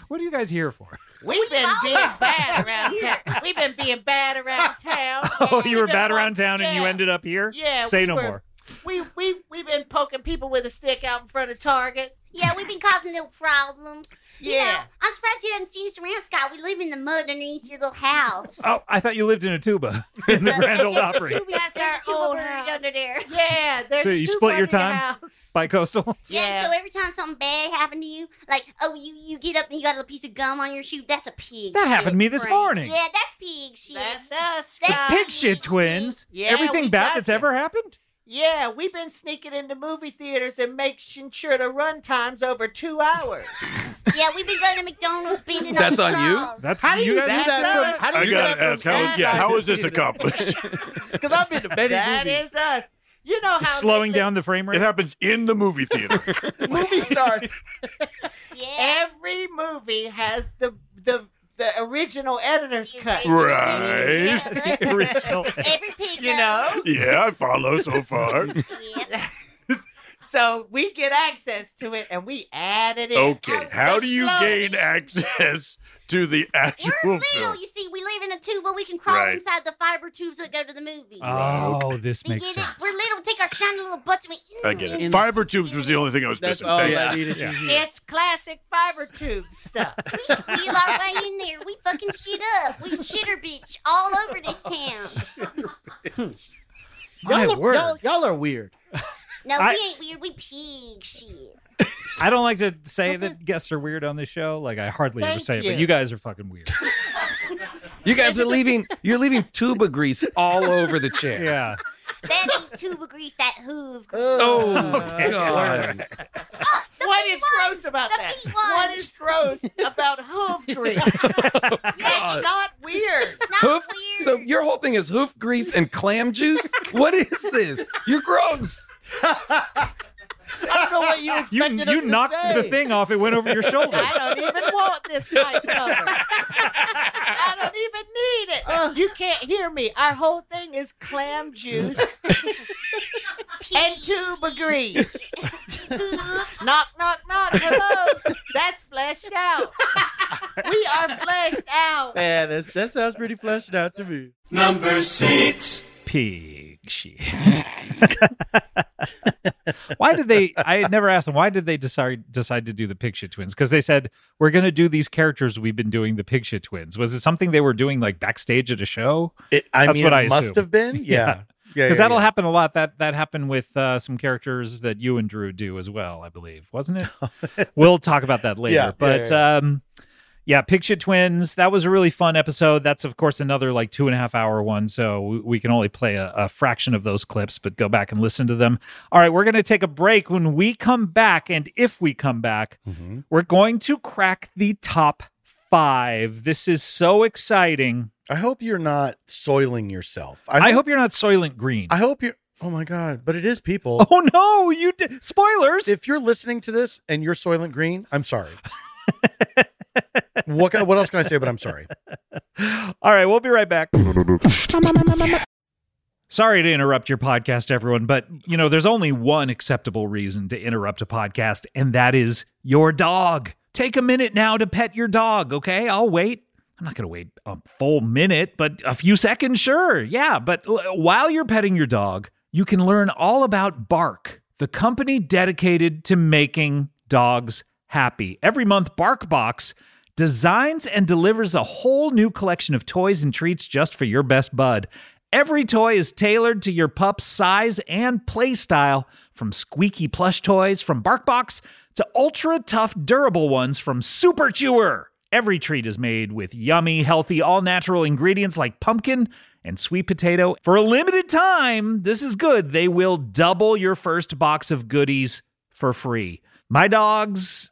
Speaker 1: What are you guys here for?
Speaker 4: We've been being bad
Speaker 1: *laughs*
Speaker 4: around town. We've been being bad around town.
Speaker 1: Oh, you were
Speaker 4: been
Speaker 1: bad
Speaker 4: like-
Speaker 1: around town and you
Speaker 4: yeah.
Speaker 1: ended up here?
Speaker 4: Yeah,
Speaker 1: Say
Speaker 4: we
Speaker 1: no
Speaker 4: were-
Speaker 1: more.
Speaker 4: We we we've been poking people with a stick out in front of Target.
Speaker 13: Yeah, we've been causing little problems. You know,
Speaker 4: Yeah.
Speaker 13: I'm surprised you haven't seen us around, Scott. We live in the mud underneath your little house.
Speaker 1: Oh, I thought you lived in a tuba
Speaker 4: *laughs*
Speaker 1: in the Grand Ole Opry.
Speaker 13: We have our old under there.
Speaker 4: Yeah, there's
Speaker 1: So you
Speaker 4: two
Speaker 1: split your
Speaker 4: under the
Speaker 1: time
Speaker 4: house.
Speaker 1: by coastal?
Speaker 13: Yeah. and So every time something bad happened to you, like oh you you get up and you got a little piece of gum on your shoe, that's a pig.
Speaker 1: That
Speaker 13: shit,
Speaker 1: happened to me this
Speaker 13: Frank.
Speaker 1: morning.
Speaker 13: Yeah, that's pig shit. That's
Speaker 4: us.
Speaker 1: It's pig shit, twins.
Speaker 4: Yeah,
Speaker 1: Everything
Speaker 4: we
Speaker 1: bad
Speaker 4: got
Speaker 1: that's
Speaker 4: you.
Speaker 1: ever happened?
Speaker 4: Yeah, we've been sneaking into movie theaters and making sure the run time's over
Speaker 1: *laughs*
Speaker 4: two hours.
Speaker 13: yeah, we've been going to McDonald's beating
Speaker 17: That's
Speaker 13: on
Speaker 17: on you?
Speaker 1: That's
Speaker 4: how do you, do
Speaker 17: That's
Speaker 4: that? From, how do
Speaker 17: I
Speaker 4: you
Speaker 17: gotta
Speaker 4: do that
Speaker 17: ask, how is, yeah, how is this accomplished?
Speaker 4: Because I've been to
Speaker 17: many
Speaker 4: That
Speaker 17: movies.
Speaker 4: is us. You know Oh, how
Speaker 1: slowing down the frame rate.
Speaker 17: It happens in the movie theater.
Speaker 4: movie starts. Every movie has the the the original editor's cut.
Speaker 17: Right.
Speaker 1: *laughs*
Speaker 4: Yeah.
Speaker 17: Original
Speaker 13: Every pig.
Speaker 4: You know.
Speaker 17: yeah, I follow so far.
Speaker 4: So we get access to it, and we add it Oh, in.
Speaker 17: Okay, how do you
Speaker 4: Slowly.
Speaker 17: gain access to the actual
Speaker 13: We're little,
Speaker 17: film?
Speaker 13: you see. We live in a tube, but we can crawl
Speaker 17: Right.
Speaker 13: inside the fiber tubes that go to the movie.
Speaker 1: Oh, this
Speaker 13: You
Speaker 1: makes
Speaker 13: get
Speaker 1: sense.
Speaker 13: it? We're little. Take our shiny little butts. And we,
Speaker 17: I get it. Fiber tubes was the only thing I was missing.
Speaker 3: all
Speaker 17: Thank
Speaker 3: I
Speaker 17: you.
Speaker 3: needed to
Speaker 17: Yeah.
Speaker 4: It's classic fiber tube stuff.
Speaker 13: *laughs* we squeal our way in there. We fucking shit up. We shitter bitch all over this town.
Speaker 1: My
Speaker 3: Y'all are,
Speaker 1: word.
Speaker 3: y'all, y'all are weird.
Speaker 13: *laughs* No,
Speaker 1: I-
Speaker 13: we ain't weird. We pig shit.
Speaker 1: I don't like to
Speaker 13: *laughs*
Speaker 1: say that guests are weird on this show. Like I hardly ever
Speaker 13: Thank
Speaker 1: say it, but
Speaker 13: you.
Speaker 1: you guys are fucking
Speaker 3: *laughs*
Speaker 1: weird.
Speaker 14: You guys are leaving. You're leaving tuba grease all over the chairs.
Speaker 1: Yeah.
Speaker 13: That ain't tuba grease. That hoof. grease.
Speaker 14: Oh, *laughs*
Speaker 1: *laughs* Okay.
Speaker 14: God.
Speaker 4: what is gross about that? What is gross about *laughs* hoof grease? That's not weird.
Speaker 14: Hoof. So your whole thing is hoof grease and clam juice. What is this? You're gross.
Speaker 4: I don't know what you
Speaker 1: You,
Speaker 4: expected us
Speaker 1: you
Speaker 4: to
Speaker 1: knocked
Speaker 4: say.
Speaker 1: the thing off. It went over
Speaker 13: *laughs*
Speaker 1: your shoulder.
Speaker 4: I don't even want this mic cover. I don't even need it. you can't hear me. Our whole thing is clam *laughs* juice and tuba grease. *laughs* knock, knock, knock. Hello. That's fleshed out. We are fleshed out.
Speaker 3: Yeah, that's, that sounds pretty fleshed out to me.
Speaker 1: Number six. Pig shit. *laughs* why did they? I had never asked them. Why did they decide decide to do the pig shit twins? Because they said we're going to do these characters we've been doing the pig shit twins. Was it something they were doing like backstage at a show?
Speaker 5: It, I
Speaker 1: That's
Speaker 5: mean,
Speaker 1: what
Speaker 5: it
Speaker 1: I
Speaker 5: must
Speaker 1: assume. *laughs*
Speaker 5: have been. Yeah. Yeah,
Speaker 1: because
Speaker 5: yeah,
Speaker 1: that'll
Speaker 5: yeah.
Speaker 1: happen a lot. That that happened with uh, some characters that you and Drew do as well, I believe, wasn't it? we'll talk about that later.
Speaker 5: Yeah, yeah,
Speaker 1: but
Speaker 5: yeah,
Speaker 1: um, yeah, Picture Twins. That was a really fun episode. That's of course another like two and a half hour one, so we, we can only play a, a fraction of those clips. But go back and listen to them. All right, we're going to take a break. When we come back, and if we come back,
Speaker 5: Mm-hmm.
Speaker 1: we're going to crack the top five. This is so exciting.
Speaker 5: I hope you're not soiling yourself.
Speaker 1: I hope, you're not Soylent Green.
Speaker 5: I hope you're. Oh my God! But it is people.
Speaker 1: Oh no! You did spoilers.
Speaker 5: If you're listening to this and you're Soylent Green,
Speaker 1: *laughs*
Speaker 5: I'm sorry. what ca- what else can I say? But I'm sorry.
Speaker 1: All right, we'll be right back. Sorry to interrupt your podcast, everyone, but you know, there's only one acceptable reason to interrupt a podcast, and that is your dog. Take a minute now to pet your dog, okay? I'll wait. I'm not going to wait a full minute, but a few seconds, sure. Yeah. But l- while you're petting your dog, you can learn all about Bark, the company dedicated to making dogs happy. Every month, Barkbox designs and delivers a whole new collection of toys and treats just for your best bud. Every toy is tailored to your pup's size and play style, from squeaky plush toys from BarkBox to ultra tough durable ones from Super Chewer. Every treat is made with yummy, healthy, all natural ingredients like pumpkin and sweet potato. For a limited time, this is good. They will double your first box of goodies for free. My dogs,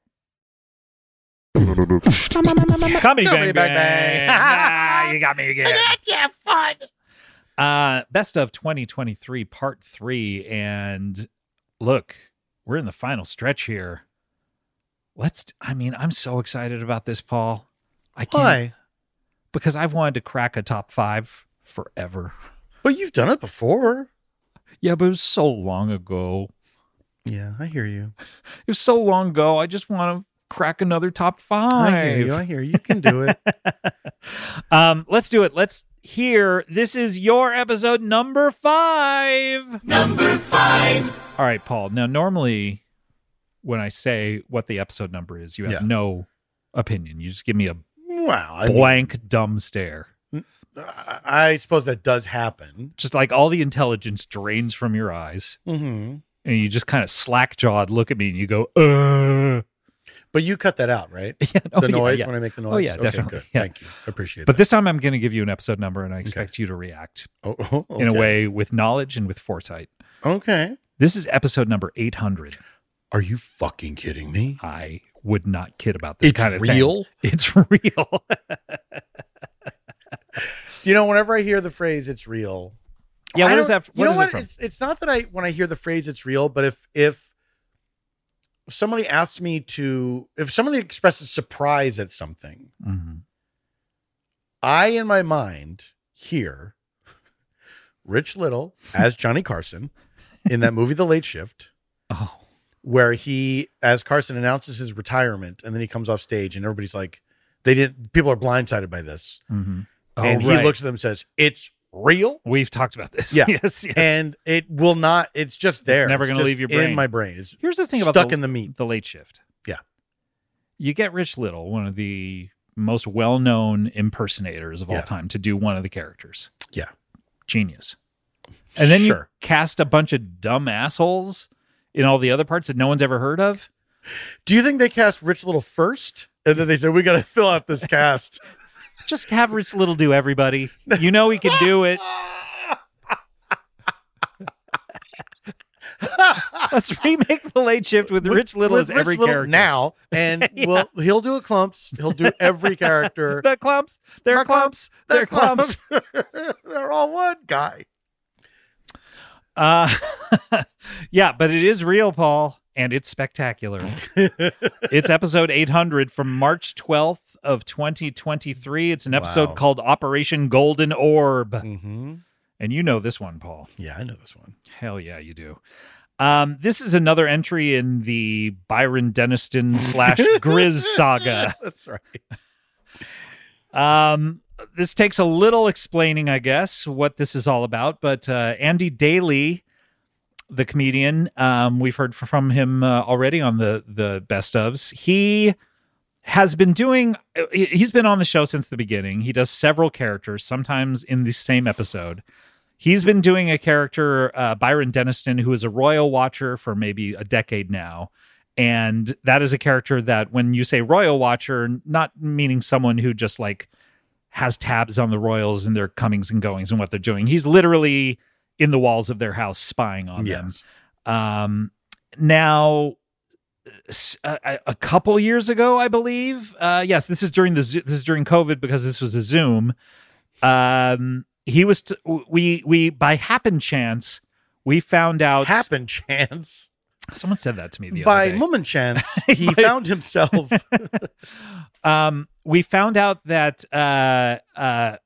Speaker 1: *laughs* Comedy bang bang. *laughs* Ah, you got me again.
Speaker 11: yeah, fun.
Speaker 1: Uh, best of 2023, part three. And look, we're in the final stretch here. Let's, I mean, I'm so excited about this, Paul. I can't.
Speaker 5: Why?
Speaker 1: Because I've wanted to crack a top five forever.
Speaker 5: *laughs* But you've done it before.
Speaker 1: Yeah, but it was so long ago.
Speaker 5: Yeah, I hear you.
Speaker 1: It was so long ago. I just want to crack another top five.
Speaker 5: I hear you. I hear you. You can do it.
Speaker 1: *laughs* um, let's do it. Let's hear. This is your episode number five. Number five. All right, Paul. Now, normally when I say what the episode number is, you have
Speaker 16: Yeah.
Speaker 1: no opinion. You just give me a
Speaker 5: Wow. I mean-
Speaker 1: blank, dumb stare.
Speaker 5: I I suppose that does happen.
Speaker 1: Just like all the intelligence drains from your eyes.
Speaker 5: Mm-hmm.
Speaker 1: And you just kind of slack jawed look at me and you go, uh.
Speaker 5: But you cut that out, right?
Speaker 1: oh,
Speaker 5: the
Speaker 1: *laughs* yeah,
Speaker 5: noise
Speaker 1: yeah.
Speaker 5: when I make the
Speaker 1: Oh,
Speaker 5: noise.
Speaker 1: yeah,
Speaker 5: Okay,
Speaker 1: definitely,
Speaker 5: good.
Speaker 1: yeah.
Speaker 5: Thank you. I appreciate
Speaker 1: But
Speaker 5: that.
Speaker 1: this time I'm going to give you an episode number and I expect you to react
Speaker 5: Oh, *laughs* oh,
Speaker 1: in a
Speaker 5: okay.
Speaker 1: way with knowledge and with foresight.
Speaker 5: Okay.
Speaker 1: This is episode number 800.
Speaker 5: Are you fucking kidding me?
Speaker 1: I would not kid about this
Speaker 5: It's
Speaker 1: kind of thing.
Speaker 5: real?
Speaker 1: It's *laughs* real.
Speaker 5: You know, whenever I hear the phrase "it's real,"
Speaker 1: Yeah,
Speaker 5: I
Speaker 1: what is
Speaker 5: don't-
Speaker 1: that-
Speaker 5: you
Speaker 1: what
Speaker 5: know
Speaker 1: is it
Speaker 5: what?
Speaker 1: from?
Speaker 5: It's it's not that I when I hear the phrase "it's real," but if if somebody asks me to, if somebody expresses surprise at something,
Speaker 1: Mm-hmm.
Speaker 5: I in my mind hear Rich Little as Johnny Carson in that movie The Late Shift.
Speaker 1: *laughs* Oh.
Speaker 5: Where he as Carson announces his retirement and then he comes off stage and everybody's like they didn't people are blindsided by this.
Speaker 1: Mhm.
Speaker 5: and
Speaker 1: Oh,
Speaker 5: he
Speaker 1: right.
Speaker 5: looks at them and says, It's real.
Speaker 1: We've talked about
Speaker 5: *laughs*
Speaker 1: this.
Speaker 5: Yeah.
Speaker 1: *laughs* yes, yes.
Speaker 5: And it will not, it's just there.
Speaker 1: never
Speaker 5: It's
Speaker 1: gonna
Speaker 5: just
Speaker 1: leave your brain.
Speaker 5: In my brain. It's
Speaker 1: Here's the thing about
Speaker 5: stuck
Speaker 1: the-
Speaker 5: in the meat.
Speaker 1: the late shift.
Speaker 5: Yeah.
Speaker 1: You get Rich Little, one of the most well known impersonators of all
Speaker 5: Yeah.
Speaker 1: time, to do one of the characters.
Speaker 5: Yeah.
Speaker 1: Genius. And then
Speaker 5: Sure.
Speaker 1: you cast a bunch of dumb assholes in all the other parts that no one's ever heard of.
Speaker 5: Do you think they cast Rich Little first? And then they said, We gotta fill out this cast.
Speaker 1: *laughs* Just have Rich Little do everybody. You know he can do it. Let's remake the late shift with Rich Little
Speaker 5: with
Speaker 1: as every
Speaker 5: Rich Little
Speaker 1: character.
Speaker 5: now, and
Speaker 1: *laughs* Yeah.
Speaker 5: well, he'll do a clumps. He'll do
Speaker 1: *laughs*
Speaker 5: every character.
Speaker 1: the clumps, they're clumps, they're clumps.
Speaker 5: *laughs* They're all one guy.
Speaker 1: Uh, *laughs* yeah, but it is real, Paul, and it's
Speaker 5: *laughs*
Speaker 1: spectacular. it's episode 800 from March 12th of 2023. It's an episode
Speaker 5: Wow.
Speaker 1: called Operation Golden Orb.
Speaker 5: Mm-hmm.
Speaker 1: And you know this one, Paul.
Speaker 5: Yeah, I know this one.
Speaker 1: Hell yeah, you do. Um, this is another entry in the Byron Deniston
Speaker 5: *laughs*
Speaker 1: slash Grizz saga.
Speaker 5: That's right.
Speaker 1: Um, this takes a little explaining, I guess, what this is all about. But uh, Andy Daly, the comedian, um, we've heard from him uh, already on the the best ofs. He has been doing. uh, he- He's been on the show since the beginning. He does several characters, sometimes in the same episode. He's been doing a character, uh, Byron Deniston, who is a royal watcher for maybe a decade now. And that is a character that, when you say royal watcher, not meaning someone who just like has tabs on the royals and their comings and goings and what they're doing. He's literally in the walls of their house spying on them. Um, now, s- uh, a, a couple years ago, I believe. Uh, yes, this is during the Zo- this is during COVID because this was a Zoom. Um, he was t- we we by happen chance we found out
Speaker 5: happen chance.
Speaker 1: Someone said that to me the
Speaker 5: By
Speaker 1: other day.
Speaker 5: moment chance,
Speaker 1: *laughs*
Speaker 5: he found himself.
Speaker 1: um, we found out that uh, uh,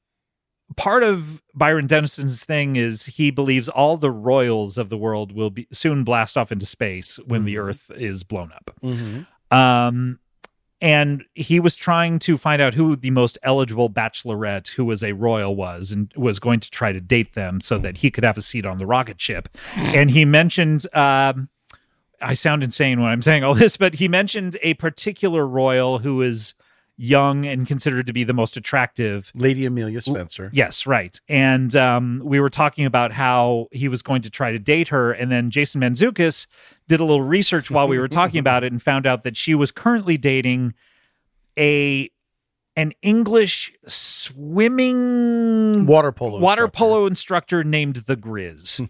Speaker 1: part of Byron Denison's thing is he believes all the royals of the world will be soon blast off into space when the Earth is blown up. Um, and he was trying to find out who the most eligible bachelorette who was a royal was and was going to try to date them so that he could have a seat on the rocket ship. And he mentioned, um, I sound insane when I'm saying all this, but he mentioned a particular royal who is young and considered to be the most attractive
Speaker 16: Lady Amelia Spencer.
Speaker 1: Yes, right. And um, we were talking about how he was going to try to date her, and then Jason Manzukis did a little research while we were talking about it and found out that she was currently dating a an English swimming
Speaker 16: water polo
Speaker 1: water polo instructor named
Speaker 16: *laughs*
Speaker 1: the Grizz.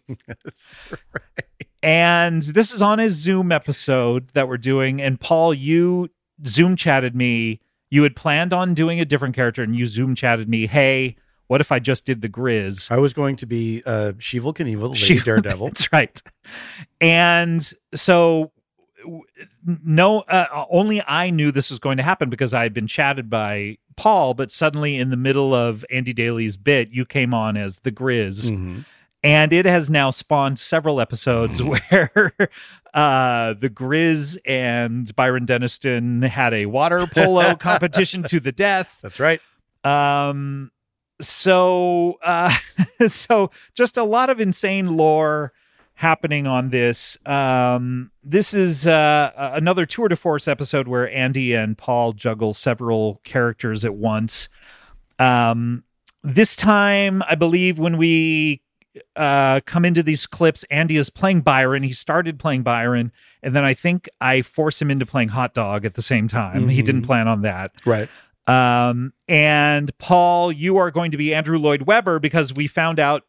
Speaker 1: And this is on his Zoom episode that we're doing. And Paul, you Zoom chatted me. You had planned on doing a different character, and you Zoom chatted me. Hey, what if I just did the Grizz?
Speaker 16: I was going to be uh, Sheevil Knievel, Lady
Speaker 1: Sheevil-
Speaker 16: *laughs* Daredevil.
Speaker 1: That's right. And so, w- no, uh, only I knew this was going to happen because I had been chatted by Paul. But suddenly, in the middle of Andy Daly's bit, you came on as the Grizz.
Speaker 16: Mm-hmm.
Speaker 1: And it has now spawned several episodes
Speaker 16: Mm-hmm.
Speaker 1: where *laughs* uh, the Grizz and Byron Deniston had a water
Speaker 16: *laughs*
Speaker 1: polo competition to the death.
Speaker 16: That's right.
Speaker 1: Um, so, uh, *laughs* so just a lot of insane lore happening on this. Um, this is uh, a- another tour de force episode where Andy and Paul juggle several characters at once. Um, this time, I believe when we uh, come into these clips, Andy is playing Byron. He started playing Byron, and then I think I force him into playing Hot Dog at the same time. He didn't plan on that.
Speaker 16: Right.
Speaker 1: Um, and Paul, you are going to be Andrew Lloyd Webber because we found out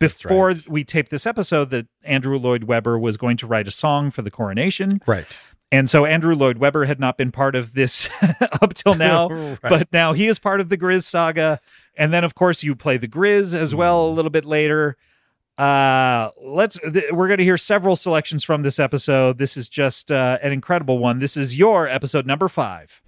Speaker 1: before we taped this episode that Andrew Lloyd Webber was going to write a song for the coronation.
Speaker 16: Right.
Speaker 1: And so Andrew Lloyd Webber had not been part of this *laughs* up till now,
Speaker 16: *laughs* Right.
Speaker 1: but now he is part of the Grizz saga. And then, of course, you play the Grizz
Speaker 16: Hmm.
Speaker 1: as well a little bit later. Uh, let's th- we're going to hear several selections from this episode. This is just uh, an incredible one. This is your episode number five.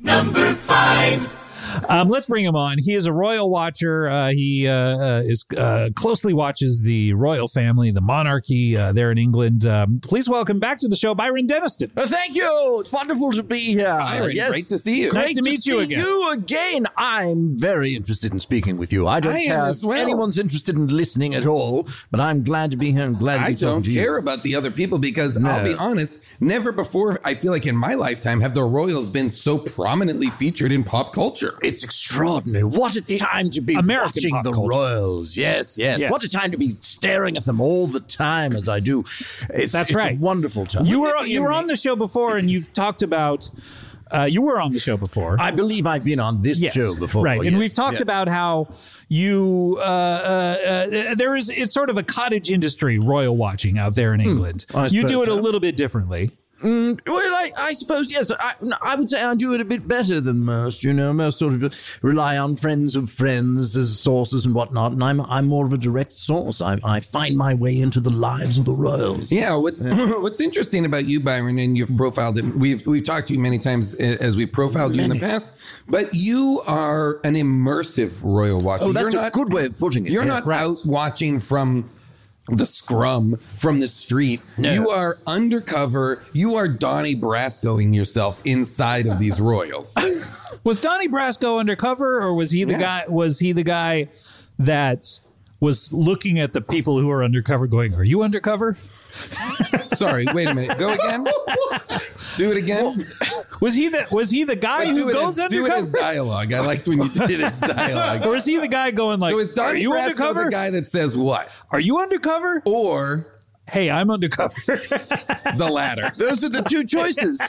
Speaker 18: Um, let's bring him on. He is a royal watcher. Uh, he uh, uh, is uh, closely watches the royal family, the monarchy uh, there in England. Um, please welcome back to the show, Byron Deniston.
Speaker 8: Uh, thank you. It's wonderful to be here.
Speaker 18: Byron, great to see you.
Speaker 8: Great
Speaker 18: Nice to meet you
Speaker 8: see
Speaker 18: again.
Speaker 8: You again. I'm very interested in speaking with you. I don't
Speaker 18: I am
Speaker 8: care
Speaker 18: as
Speaker 8: if
Speaker 18: well.
Speaker 8: anyone's interested in listening at all, but I'm glad to be here and glad to
Speaker 14: I
Speaker 8: be talking
Speaker 14: don't
Speaker 8: to you.
Speaker 14: care about the other people because I'll be
Speaker 8: No.
Speaker 14: honest, never before I feel like in my lifetime have the Royals been so prominently featured in pop culture.
Speaker 8: It's extraordinary. What a time to be watching the Royals. Yes, yes,
Speaker 14: Yes.
Speaker 8: What a time to be staring at them all the time as I do. It's,
Speaker 18: That's
Speaker 8: it's
Speaker 18: right.
Speaker 8: A wonderful time.
Speaker 18: You were you were on the show before, and you've talked about uh, you were on the show before.
Speaker 8: I believe I've been on this show before.
Speaker 18: right? and
Speaker 8: yes,
Speaker 18: we've talked
Speaker 8: yes.
Speaker 18: about how you uh, uh, uh, there is it's sort of a cottage industry royal watching out there in England.
Speaker 8: Hmm. I
Speaker 18: you do
Speaker 8: suppose
Speaker 18: it a
Speaker 8: so.
Speaker 18: little bit differently.
Speaker 8: Mm, well, I, I suppose yes. I, I would say I do it a bit better than most. You know, most sort of rely on friends of friends as sources and whatnot. And I'm I'm more of a direct source. I, I find my way into the lives of the royals.
Speaker 14: Yeah, what, *laughs* what's interesting about you, Byron, and you've profiled it. We've we've talked to you many times a- as we profiled you in the
Speaker 8: Many.
Speaker 14: past, but you are an immersive royal watcher.
Speaker 8: Oh, that's
Speaker 14: you're
Speaker 8: a good way of putting it.
Speaker 14: You're
Speaker 8: Yeah.
Speaker 14: not out watching from the scrum from the street. You are undercover. You are Donnie Brascoing yourself inside of these royals.
Speaker 18: Was Donnie Brasco undercover, or was he the guy? Was he the guy that was looking at the people who are undercover, going, "Are you undercover?"
Speaker 14: *laughs* Sorry, wait a minute. Go again. Do it again.
Speaker 18: was he the Was he the *laughs* guy
Speaker 14: But do
Speaker 18: who
Speaker 14: it
Speaker 18: goes
Speaker 14: as- Do
Speaker 18: undercover?
Speaker 14: it as dialogue. I liked when you did
Speaker 18: *laughs*
Speaker 14: it as dialogue.
Speaker 18: or is he the guy going like,
Speaker 14: so is
Speaker 18: "Are
Speaker 14: Donnie
Speaker 18: you
Speaker 14: Brasco
Speaker 18: undercover?"
Speaker 14: the guy that says what?
Speaker 18: Are you undercover?
Speaker 14: Or
Speaker 18: hey, I'm
Speaker 14: *laughs*
Speaker 18: undercover.
Speaker 14: the latter.
Speaker 8: Those are the two choices.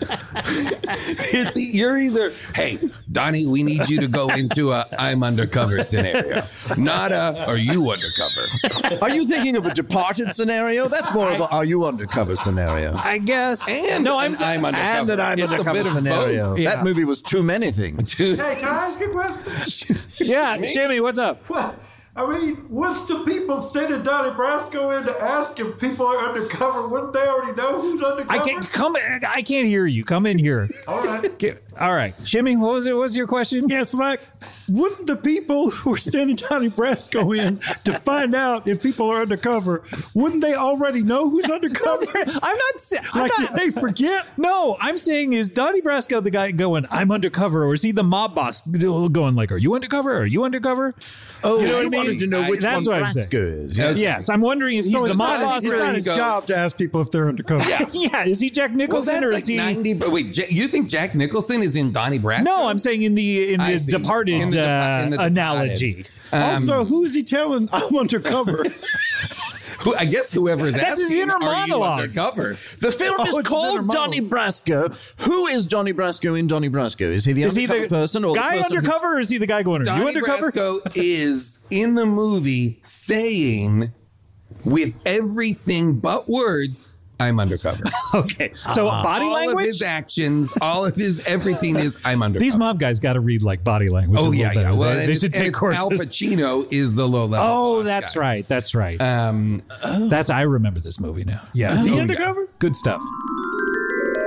Speaker 8: *laughs*
Speaker 14: It's e- you're either hey Donnie, we need you to go into a I'm undercover scenario, not a are you undercover.
Speaker 8: Are you thinking of a departed scenario? That's more of a are you undercover scenario.
Speaker 18: I guess.
Speaker 14: And
Speaker 18: no,
Speaker 14: I'm, I'm undercover.
Speaker 8: And an I'm
Speaker 14: It's a
Speaker 8: undercover
Speaker 14: bit of
Speaker 8: scenario.
Speaker 14: both. Yeah.
Speaker 8: That movie was too many
Speaker 14: *laughs*
Speaker 8: things.
Speaker 17: Hey, can I ask you a question?
Speaker 18: yeah, Jimmy, what's up?
Speaker 17: Well, I mean, what's the people sending Donnie Brasco in to ask if people are undercover? Wouldn't they already know who's undercover?
Speaker 18: I can't come. I can't hear you. Come in here.
Speaker 17: All right.
Speaker 18: Get- All right, Jimmy. What was it? What was your question?
Speaker 17: Yes, Mike. Wouldn't the people who are sending Donnie Brasco in to find out if people are undercover, wouldn't they already know who's undercover?
Speaker 18: *laughs* I'm not saying.
Speaker 17: Like, did they forget?
Speaker 18: No, I'm saying is Donnie Brasco the guy going? I'm undercover, or is he the mob boss going like, "Are you undercover? Are you undercover?"
Speaker 8: Oh,
Speaker 18: you know
Speaker 8: I
Speaker 18: what I mean?
Speaker 8: wanted to know which
Speaker 18: That's
Speaker 8: one
Speaker 18: what I'm saying.
Speaker 8: Brasco is.
Speaker 18: Yes.
Speaker 8: Okay.
Speaker 18: I'm wondering if he's
Speaker 17: So
Speaker 18: the
Speaker 17: it's not-
Speaker 18: mob boss.
Speaker 17: It's
Speaker 18: or
Speaker 17: not his job to ask people if they're undercover.
Speaker 18: Yeah, is he Jack
Speaker 14: Well,
Speaker 18: Nicholson
Speaker 14: that's
Speaker 18: or
Speaker 14: like
Speaker 18: is he?
Speaker 14: 90, but wait, J- you think Jack Nicholson saying is in Donnie Brasco.
Speaker 1: No, I'm saying in the in
Speaker 14: I
Speaker 1: the
Speaker 14: see.
Speaker 1: departed
Speaker 14: In the depa-
Speaker 1: uh,
Speaker 14: in the Departed.
Speaker 1: analogy.
Speaker 14: Um,
Speaker 15: also, who is he telling
Speaker 8: Oh,
Speaker 15: I'm undercover?
Speaker 14: *laughs* Who- I guess whoever is
Speaker 15: That's
Speaker 14: asking,
Speaker 15: his inner
Speaker 14: are you
Speaker 15: monologue.
Speaker 14: undercover?
Speaker 8: The *laughs* film
Speaker 14: Oh,
Speaker 8: is
Speaker 14: it's his inner
Speaker 8: called
Speaker 14: monologue.
Speaker 8: Donnie Brasco. Who is Donnie Brasco in Donnie Brasco? Is he the
Speaker 1: Is he
Speaker 8: undercover
Speaker 1: the
Speaker 8: person or
Speaker 1: guy
Speaker 8: the person
Speaker 1: undercover, or is he the guy going?
Speaker 14: Donnie
Speaker 1: You undercover?
Speaker 14: Brasco is in the movie saying with everything but words,
Speaker 8: *laughs*
Speaker 14: "I'm undercover."
Speaker 1: okay, so
Speaker 8: Uh-huh.
Speaker 1: body
Speaker 14: all
Speaker 1: language?
Speaker 14: of his actions, all of his everything is "I'm undercover."
Speaker 1: These mob guys got to read like body language. a
Speaker 14: oh
Speaker 1: little
Speaker 14: yeah, yeah.
Speaker 1: better.
Speaker 14: Well, and
Speaker 1: they, they
Speaker 14: it's- and
Speaker 1: should take
Speaker 14: it's
Speaker 1: courses.
Speaker 14: Al Pacino is the low level.
Speaker 1: Oh, that's right. That's right.
Speaker 14: Um,
Speaker 1: that's I remember this movie now. Yeah,
Speaker 15: Is he
Speaker 1: Oh, yeah.
Speaker 15: undercover?
Speaker 1: Good stuff. *laughs*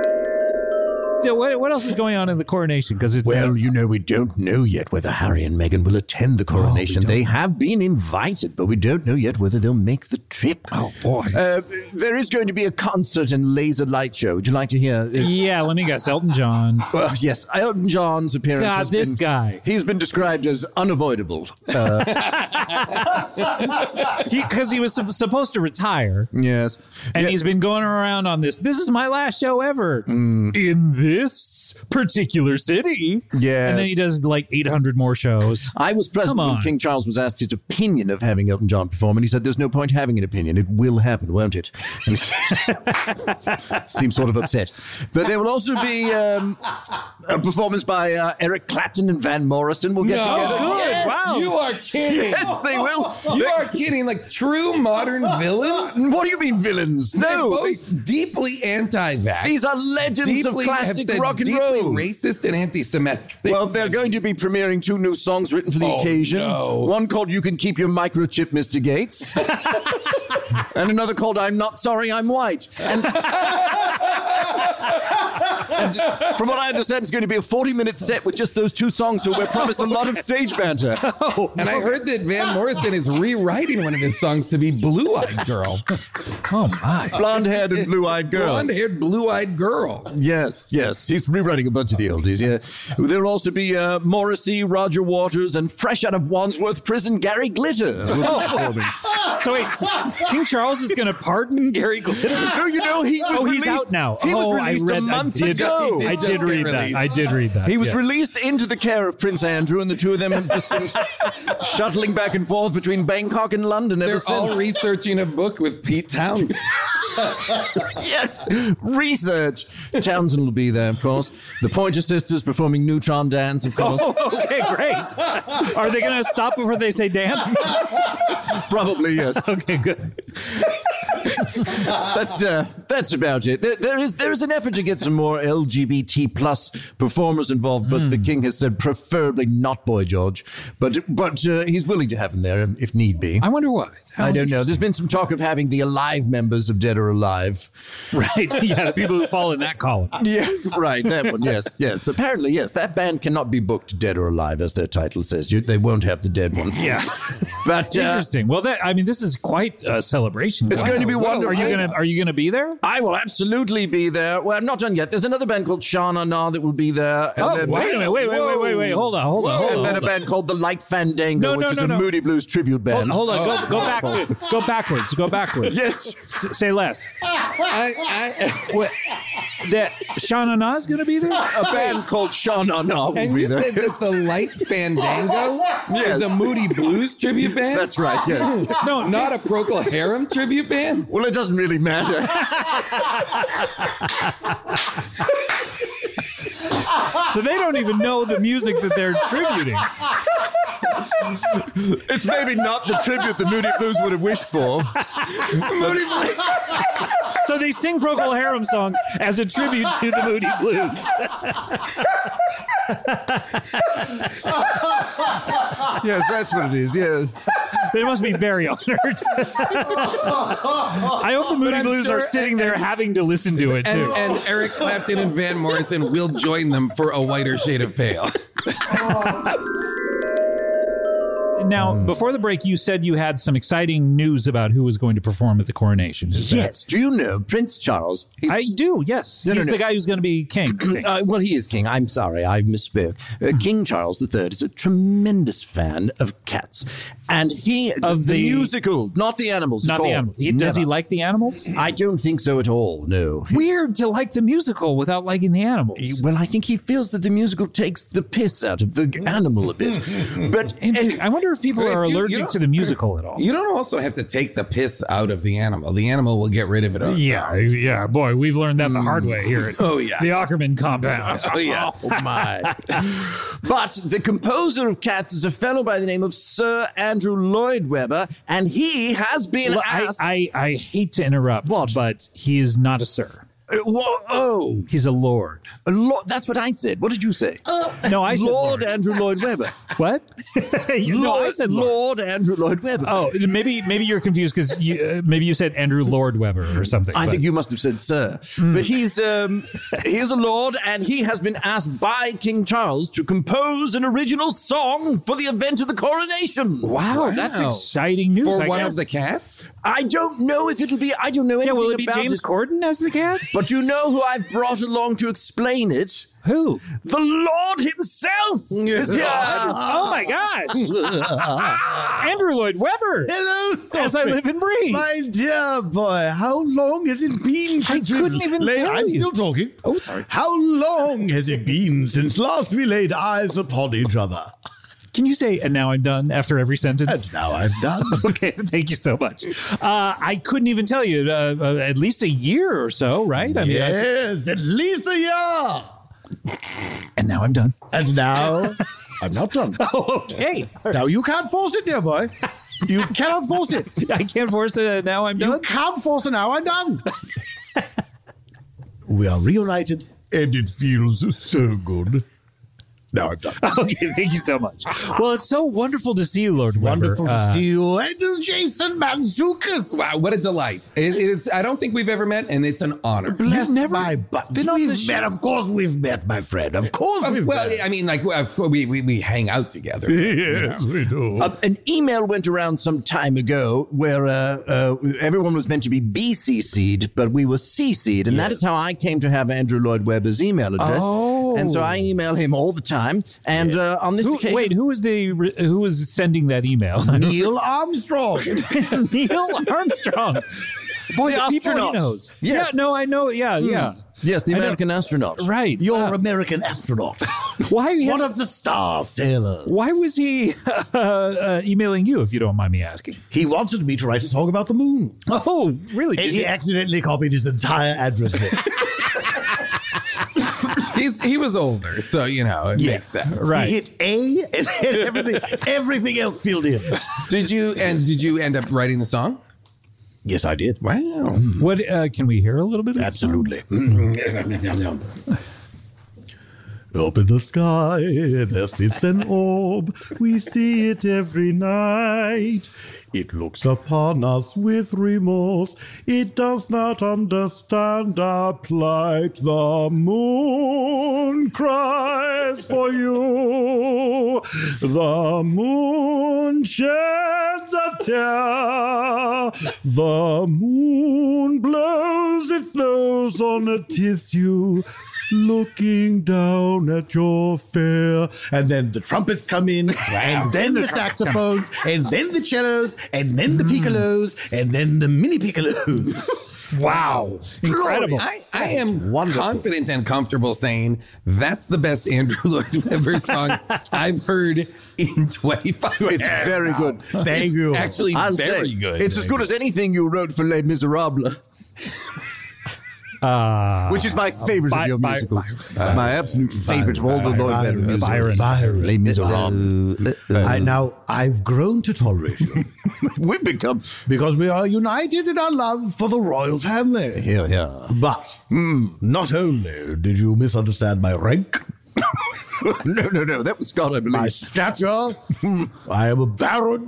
Speaker 1: So what, what else is going on in the coronation? Because it's uh,
Speaker 8: well, you know, we don't know yet whether Harry and Meghan will attend the
Speaker 1: Oh,
Speaker 8: coronation. they have been invited, but we don't know yet whether they'll make the trip. Oh boy! Uh, there is going to be a concert and laser light show. Would you like to hear? uh,
Speaker 1: Yeah, let me guess. Elton John.
Speaker 8: Well, yes, Elton John's appearance.
Speaker 1: God,
Speaker 8: has
Speaker 1: this
Speaker 8: been-
Speaker 1: guy.
Speaker 8: He's been described as unavoidable. Uh,
Speaker 1: because he, was sup- supposed to retire.
Speaker 8: Yes,
Speaker 1: and he's been going around on this. This is my last show ever
Speaker 14: Mm.
Speaker 1: in this particular city.
Speaker 8: Yeah,
Speaker 1: and then he does like 800 more shows.
Speaker 8: I was present
Speaker 1: Come
Speaker 8: when
Speaker 1: on.
Speaker 8: King Charles was asked his opinion of having Elton John perform, and he said, "There's no point having an opinion. It will happen, won't it?" And he *laughs* seems sort of upset. But there will also be um, a performance by uh, Eric Clapton and Van Morrison. We'll get
Speaker 14: No.
Speaker 8: together.
Speaker 1: Oh,
Speaker 14: Good.
Speaker 8: Yes,
Speaker 14: Wow. You are kidding.
Speaker 8: Yes, they will. *laughs*
Speaker 14: You are kidding. Like true modern villains.
Speaker 8: What do you mean villains? No,
Speaker 14: They're both deeply anti-vax.
Speaker 8: These are legends of classic
Speaker 14: have said
Speaker 8: rock and
Speaker 14: deeply
Speaker 8: roll.
Speaker 14: Racist and anti-Semitic. things.
Speaker 8: Well, they're going to be premiering two new songs written for the
Speaker 14: Oh,
Speaker 8: occasion.
Speaker 14: no.
Speaker 8: One called You Can Keep Your Microchip, Mr.
Speaker 14: *laughs*
Speaker 8: Gates. and another called I'm Not Sorry I'm White. And, *laughs* and from what I understand, it's going to be a 40 minute set with just those two songs, so we're promised a lot of stage banter.
Speaker 14: *laughs* and I heard that Van Morrison is rewriting one of his songs to be Blue Eyed Girl.
Speaker 1: *laughs* oh, my.
Speaker 8: Blonde haired and blue eyed girl.
Speaker 14: Blonde haired, blue eyed
Speaker 8: *laughs*
Speaker 14: girl.
Speaker 8: Yes, yes. He's rewriting a bunch of the oldies, yeah. There'll also be uh, Morrissey, Roger Waters, and fresh out of Wandsworth Prison, Gary Glitter. will be performing.
Speaker 1: Oh. So wait, King Charles is going to pardon *laughs* Gary Glitter?
Speaker 8: *laughs* No, you know, he was
Speaker 1: oh,
Speaker 8: released.
Speaker 1: he's out now.
Speaker 8: He
Speaker 1: oh,
Speaker 8: was released
Speaker 1: I read,
Speaker 8: a month
Speaker 1: I did,
Speaker 8: ago.
Speaker 1: I did read that. I did read that.
Speaker 8: He was
Speaker 1: yeah.
Speaker 8: released into the care of Prince Andrew, and the two of them have just been shuttling back and forth between Bangkok and London ever
Speaker 14: They're
Speaker 8: since.
Speaker 14: all researching a book with Pete Townsend.
Speaker 8: yes, research. Townsend will be there, of course. The Pointer Sisters performing Neutron Dance, of course.
Speaker 1: *laughs* Oh, okay, great. Are they going to stop before they
Speaker 8: *laughs*
Speaker 1: say dance?
Speaker 8: Probably yes.
Speaker 1: *laughs* okay, good.
Speaker 8: *laughs* that's uh, that's about it. There, there is there is an effort to get some more LGBT plus performers involved, but
Speaker 1: Hmm.
Speaker 8: the king has said preferably not Boy George, but but uh, he's willing to have him there if need be. I
Speaker 1: wonder why.
Speaker 8: I don't know. There's been some talk of having the alive members of Dead or Alive.
Speaker 1: Right. *laughs* Yeah, the people who fall in that column. *laughs*
Speaker 8: Yeah, right. That one. Yes, yes. Apparently, yes. That band cannot be booked dead or alive, as their title says. You, they won't have the dead one.
Speaker 1: Yeah.
Speaker 8: But uh,
Speaker 1: Interesting. Well, that I mean, this is quite a celebration.
Speaker 8: *laughs* It's going to be wonderful.
Speaker 1: Are you going to Are you going to be there?
Speaker 8: I will absolutely be there. Well, I'm not done yet. There's another band called Shana Na that will be there. and
Speaker 1: Oh,
Speaker 8: then-
Speaker 1: wait a minute, wait, wait, wait, wait, wait. Hold on, hold on, hold
Speaker 8: And
Speaker 1: on,
Speaker 8: then
Speaker 1: hold
Speaker 8: a
Speaker 1: on.
Speaker 8: band called The Light Fandango,
Speaker 1: No,
Speaker 8: which
Speaker 1: no,
Speaker 8: is
Speaker 1: no,
Speaker 8: a
Speaker 1: no.
Speaker 8: Moody Blues tribute band. Oh.
Speaker 1: Hold on, go, go back, go backwards, go backwards.
Speaker 8: Yes.
Speaker 1: S- say less.
Speaker 14: I,
Speaker 1: What? That Shauna Na is going to be
Speaker 8: *laughs*
Speaker 1: there.
Speaker 8: A band called Shana Na will
Speaker 14: and
Speaker 8: be
Speaker 14: you
Speaker 8: there.
Speaker 14: said that the light fandango
Speaker 8: Yes.
Speaker 14: is a Moody Blues tribute band.
Speaker 8: That's right,
Speaker 14: *laughs*
Speaker 8: yes.
Speaker 1: No,
Speaker 14: not a Procol Harum tribute band.
Speaker 8: Well, it doesn't really matter.
Speaker 1: So they don't even know the music that
Speaker 15: *laughs*
Speaker 1: they're tributing.
Speaker 8: it's maybe not the tribute the Moody Blues would have wished
Speaker 1: *laughs*
Speaker 8: for.
Speaker 14: Moody Blues.
Speaker 1: So they sing Procol Harum songs as a tribute to the Moody Blues.
Speaker 8: Yes, that's what it is. Yeah.
Speaker 1: They must be very honored. I hope the
Speaker 14: But
Speaker 1: Moody
Speaker 14: I'm
Speaker 1: Blues
Speaker 14: sure-
Speaker 1: are sitting there having to listen to it
Speaker 14: And,
Speaker 1: too.
Speaker 14: and Eric Clapton and Van Morrison will join them for a whiter shade of pale.
Speaker 1: Now,
Speaker 8: Mm.
Speaker 1: before the break, you said you had some exciting news about who was going to perform at the coronation. Is that-
Speaker 8: Yes. Do you know Prince Charles?
Speaker 1: I do. Yes,
Speaker 8: No, no,
Speaker 1: he's
Speaker 8: no.
Speaker 1: the guy who's going to be king. I think.
Speaker 8: *clears throat* Uh, well, he is king. I'm sorry, I misspoke. Uh, king Charles III is a tremendous fan of cats, and he
Speaker 1: Of the-
Speaker 8: musical, not the animals.
Speaker 1: Not
Speaker 8: at
Speaker 1: the
Speaker 8: all.
Speaker 1: animal- he- does he like the animals?
Speaker 8: I don't think so at all. No.
Speaker 1: Weird to like the musical without liking the animals.
Speaker 8: Well, I think he feels that the musical takes the piss out of the animal a
Speaker 1: *laughs*
Speaker 8: bit. But uh,
Speaker 1: I wonder if people are
Speaker 14: If you- you
Speaker 1: allergic
Speaker 14: don't-
Speaker 1: to the musical at all.
Speaker 14: You don't also have to take the piss out of the animal. The animal will get rid of it. on its
Speaker 1: Yeah, yeah, boy, we've learned that the hard way
Speaker 8: Mm.
Speaker 1: here. at
Speaker 14: *laughs* Oh, yeah.
Speaker 1: the Ackerman compound.
Speaker 8: Oh,
Speaker 1: *laughs*
Speaker 8: yeah. *laughs* Oh, my. but the composer of Cats is a fellow by the name of Sir Andrew Lloyd Webber, and he has been
Speaker 1: Well, I,
Speaker 8: asked.
Speaker 1: I, I hate to interrupt, but he is not a sir.
Speaker 8: Uh, oh,
Speaker 1: he's a lord.
Speaker 8: A
Speaker 1: Uh,
Speaker 8: lord. That's what I said. What did you say?
Speaker 1: no, I said
Speaker 8: Lord, Andrew Lloyd Webber.
Speaker 1: *laughs* What? You- no, I
Speaker 8: Lord-
Speaker 1: said Lord.
Speaker 8: Andrew Lloyd Webber.
Speaker 1: Oh, maybe maybe you're confused because you, uh, maybe you said Andrew Lord Webber or something.
Speaker 8: I
Speaker 1: but- Hmm.
Speaker 8: think you must have said sir. But he's um, he is a lord, and he has been asked by King Charles to compose an original song for the event of the coronation.
Speaker 1: Wow, that's exciting news, For I one guess. of the
Speaker 14: cats?
Speaker 8: I don't know if it'll be. I don't know
Speaker 1: Yeah,
Speaker 8: anything
Speaker 1: will it be
Speaker 8: about
Speaker 1: James
Speaker 8: it.
Speaker 1: Corden as the cat?
Speaker 8: *laughs* But you know who I've brought along to explain it?
Speaker 1: Who?
Speaker 8: The Lord
Speaker 15: *laughs*
Speaker 8: himself is here.
Speaker 1: Oh my
Speaker 8: *laughs*
Speaker 1: gosh! Andrew Lloyd Webber.
Speaker 15: Hello,
Speaker 1: As I live and breathe.
Speaker 15: My dear boy, how long has it been since I couldn't
Speaker 1: even
Speaker 15: laid,
Speaker 1: tell
Speaker 15: I'm
Speaker 1: you.
Speaker 15: still talking.
Speaker 1: Oh, sorry.
Speaker 15: How long has it been since last we laid eyes upon each other?
Speaker 1: Can you say "and *laughs* now I'm done" after every sentence?
Speaker 15: And now I'm done.
Speaker 1: *laughs* okay, thank you so much. Uh, I couldn't even tell you. Uh, uh, at least a year or so, right? I I-
Speaker 15: yes, at least a year.
Speaker 1: And now I'm done.
Speaker 15: And now I'm not done.
Speaker 1: oh, *laughs* okay.
Speaker 15: Now you can't force it, dear boy. You cannot force it.
Speaker 1: *laughs* I can't force it. And now I'm done.
Speaker 15: You can't force it. Now
Speaker 1: *laughs*
Speaker 15: I'm done. we are reunited, and it feels so good. Now I'm done.
Speaker 1: Okay, thank you so much. Well, it's so wonderful to see you, Lord Webber.
Speaker 15: Wonderful
Speaker 1: Uh,
Speaker 15: to see you, and Jason Manzukas.
Speaker 14: Wow, what a delight! It, it is. I don't think we've ever met, and it's an honor.
Speaker 15: Bless my butt. We've met, of course, we've met, my friend. Of course,
Speaker 14: Of-
Speaker 15: we've
Speaker 14: well,
Speaker 15: met.
Speaker 14: I mean, like, of course, we, we we hang out *laughs* together.
Speaker 15: Yes, we do.
Speaker 8: Uh, an email went around some time ago where uh, uh, everyone was meant to be BCC'd, but we were CC'd. And that is how I came to have Andrew Lloyd Webber's email address.
Speaker 1: Oh.
Speaker 8: And so I email him all the time. And uh, on this
Speaker 1: who-
Speaker 8: occasion.
Speaker 1: wait, who was the who was sending that email? *laughs*
Speaker 15: Neil Armstrong.
Speaker 1: Neil
Speaker 8: *laughs*
Speaker 1: Armstrong. Boy,
Speaker 8: The
Speaker 1: the, people he
Speaker 8: astronauts.
Speaker 1: knows.
Speaker 8: Yes.
Speaker 1: Yeah, no, I know. Yeah,
Speaker 15: Hmm.
Speaker 1: yeah.
Speaker 8: Yes, the
Speaker 1: I know-
Speaker 8: American astronaut.
Speaker 1: Right. Ah.
Speaker 15: You're American astronaut.
Speaker 1: *laughs* Why?
Speaker 15: One of the star sailors.
Speaker 1: Why was he *laughs* uh, uh, emailing you, if you don't mind me asking?
Speaker 15: He wanted me to write a song about the moon.
Speaker 1: Oh, really?
Speaker 15: And
Speaker 1: Did
Speaker 15: he
Speaker 1: it-
Speaker 15: accidentally copied his entire address book.
Speaker 14: He's he was older, so you know it
Speaker 15: Yeah.
Speaker 14: makes sense,
Speaker 15: He hit A and then everything, everything else filled in.
Speaker 14: Did you and did you end up writing the song?
Speaker 15: Yes, I did.
Speaker 14: Wow.
Speaker 1: What uh, can we hear a little bit? Of
Speaker 15: Absolutely. Mm-hmm. Up in the sky, there sits an orb. We see it every night. It looks upon us with remorse. It does not understand our plight. The moon cries for you. The moon sheds a tear. The moon blows its nose on a tissue looking down at your fair. And then the trumpets come in, and then the saxophones, and then the cellos, and then the piccolos, and then the mini
Speaker 1: *laughs*
Speaker 15: piccolos.
Speaker 14: Wow.
Speaker 15: Incredible.
Speaker 14: I, I am confident and comfortable saying that's the best Andrew *laughs* Lloyd Webber song I've heard in 25 years.
Speaker 8: It's very good.
Speaker 15: Thank
Speaker 14: It's
Speaker 15: you.
Speaker 14: Actually,
Speaker 8: I'll
Speaker 14: very
Speaker 8: say,
Speaker 14: good.
Speaker 8: It's as good as anything you wrote for Les Miserables.
Speaker 1: Uh,
Speaker 8: Which is my favorite
Speaker 1: By-
Speaker 8: of your
Speaker 1: by-
Speaker 8: musicals. my absolute favorite of all the Lloyd Webber musicals.
Speaker 15: Byron. Byron. Uh,
Speaker 8: Les Miserables.
Speaker 1: Uh,
Speaker 15: I now I've grown to tolerate
Speaker 8: *laughs*
Speaker 15: you.
Speaker 8: We've become
Speaker 15: because we are united in our love for the royal family. Here, here. But
Speaker 8: Hmm.
Speaker 15: not only did you misunderstand my rank,
Speaker 8: *laughs* no, no, no. That was Scott, I believe.
Speaker 15: my stature, I am a Baron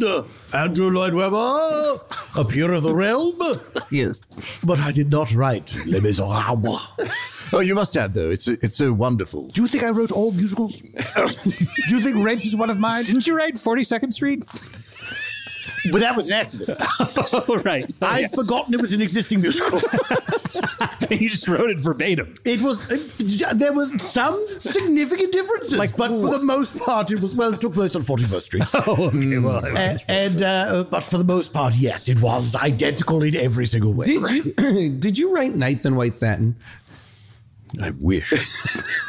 Speaker 15: Andrew Lloyd Webber. a peer of the realm.
Speaker 8: Yes.
Speaker 15: But I did not write Les Miserables.
Speaker 8: *laughs* Oh, you must have though. It's it's so wonderful.
Speaker 15: Do you think I wrote all *laughs* musicals? Do you think Rent is one of mine?
Speaker 1: Didn't you write Forty Second Street?
Speaker 15: But that was
Speaker 1: *laughs*
Speaker 15: an accident.
Speaker 1: Oh, right.
Speaker 15: I'd forgotten it was an existing musical.
Speaker 1: *laughs* you just wrote it verbatim.
Speaker 15: It was. it- there were some significant differences, but for the most part, it was well. It took place on Forty First Street.
Speaker 1: *laughs*
Speaker 15: Mm.
Speaker 1: Oh, okay. Well,
Speaker 15: A- and, uh, but for the most part, yes, it was identical in every single way.
Speaker 14: Did you
Speaker 15: *clears throat*
Speaker 14: did you write Knights in White Satin?
Speaker 15: I *laughs* wish.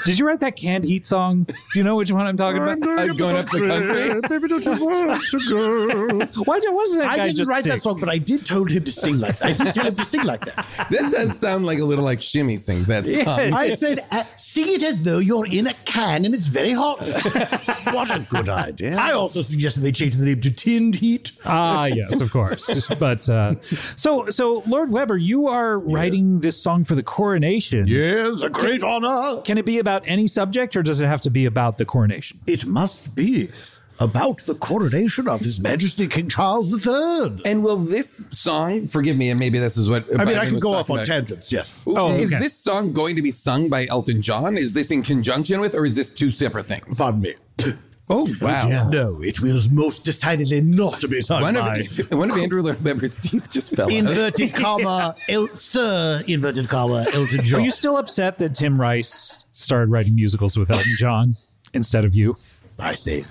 Speaker 1: Did you write that canned heat song? Do you know which one I'm talking about?
Speaker 14: I'm going up the
Speaker 15: *laughs*
Speaker 14: country.
Speaker 1: Baby, don't you want to go? Why wasn't that
Speaker 15: I
Speaker 1: guy
Speaker 15: didn't
Speaker 1: just
Speaker 15: write
Speaker 1: sick?
Speaker 15: that song, but I did tell him to sing like that. I did tell him to sing like that.
Speaker 14: *laughs* That does sound like a little like Shimmy sings that song. *laughs*
Speaker 15: I said, uh, sing it as though you're in a can and it's very hot. what a *laughs* good idea. I also suggested they change the name to Tinned Heat.
Speaker 1: Ah, yes, of
Speaker 15: *laughs*
Speaker 1: course. but uh, so, so Lord Weber, you are writing this song for the coronation.
Speaker 15: Yes, a great honor.
Speaker 1: Can it be about any subject, or does it have to be about the coronation?
Speaker 15: It must be about the coronation of His Majesty King Charles III.
Speaker 14: And will this song, forgive me, and maybe this is what
Speaker 15: I mean, I
Speaker 14: Byron
Speaker 15: can
Speaker 14: was
Speaker 15: go
Speaker 14: talking
Speaker 15: off on
Speaker 14: about.
Speaker 15: tangents, yes.
Speaker 14: Oh, is this song going to be sung by Elton John? Is this in conjunction with, or is this two separate things?
Speaker 15: Pardon me.
Speaker 14: Oh wow!
Speaker 15: No, it will most decidedly not be sung
Speaker 14: One
Speaker 15: by-
Speaker 14: *laughs* of, one of Andrew Lloyd Webber's teeth
Speaker 15: *laughs*
Speaker 14: just fell. out.
Speaker 15: Inverted *laughs* comma, El- Sir, inverted comma, Elton
Speaker 1: Are
Speaker 15: John.
Speaker 1: you still upset that Tim Rice started writing musicals with Elton John instead of you?
Speaker 15: I say,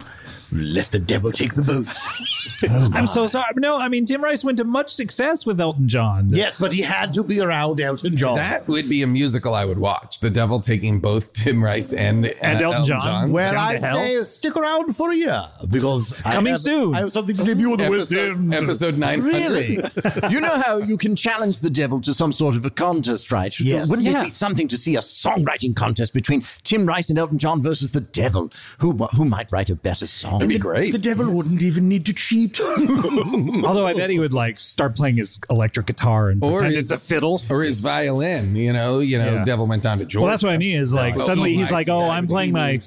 Speaker 15: let the devil take the both.
Speaker 1: *laughs* I'm so sorry. No, I mean Tim Rice went to much success with Elton John.
Speaker 15: Yes, but he had to be around Elton John.
Speaker 14: That would be a musical I would watch. The Devil taking both Tim Rice and uh,
Speaker 1: And Elton John.
Speaker 15: Well, I say stick around for a year because
Speaker 14: Coming
Speaker 15: I have,
Speaker 14: soon.
Speaker 15: I have something to debut in the West End.
Speaker 8: Really? *laughs* you know how you can challenge the devil to some sort of a contest, right?
Speaker 15: Yes.
Speaker 8: Wouldn't
Speaker 15: Yeah.
Speaker 8: it be something to see a songwriting contest between Tim Rice and Elton John versus the devil? Who who might write a better song?
Speaker 14: That'd be
Speaker 15: The devil wouldn't even need to cheat.
Speaker 1: *laughs* Although I bet he would like start playing his electric guitar and pretend
Speaker 14: his-
Speaker 1: it's a fiddle
Speaker 14: or his violin. You know, you know,
Speaker 1: Yeah.
Speaker 14: Devil went down to Georgia.
Speaker 1: Well, that's what I mean is like
Speaker 14: Well,
Speaker 1: suddenly
Speaker 14: he
Speaker 1: he's like,
Speaker 14: likes
Speaker 1: oh,
Speaker 14: that.
Speaker 1: I'm playing my.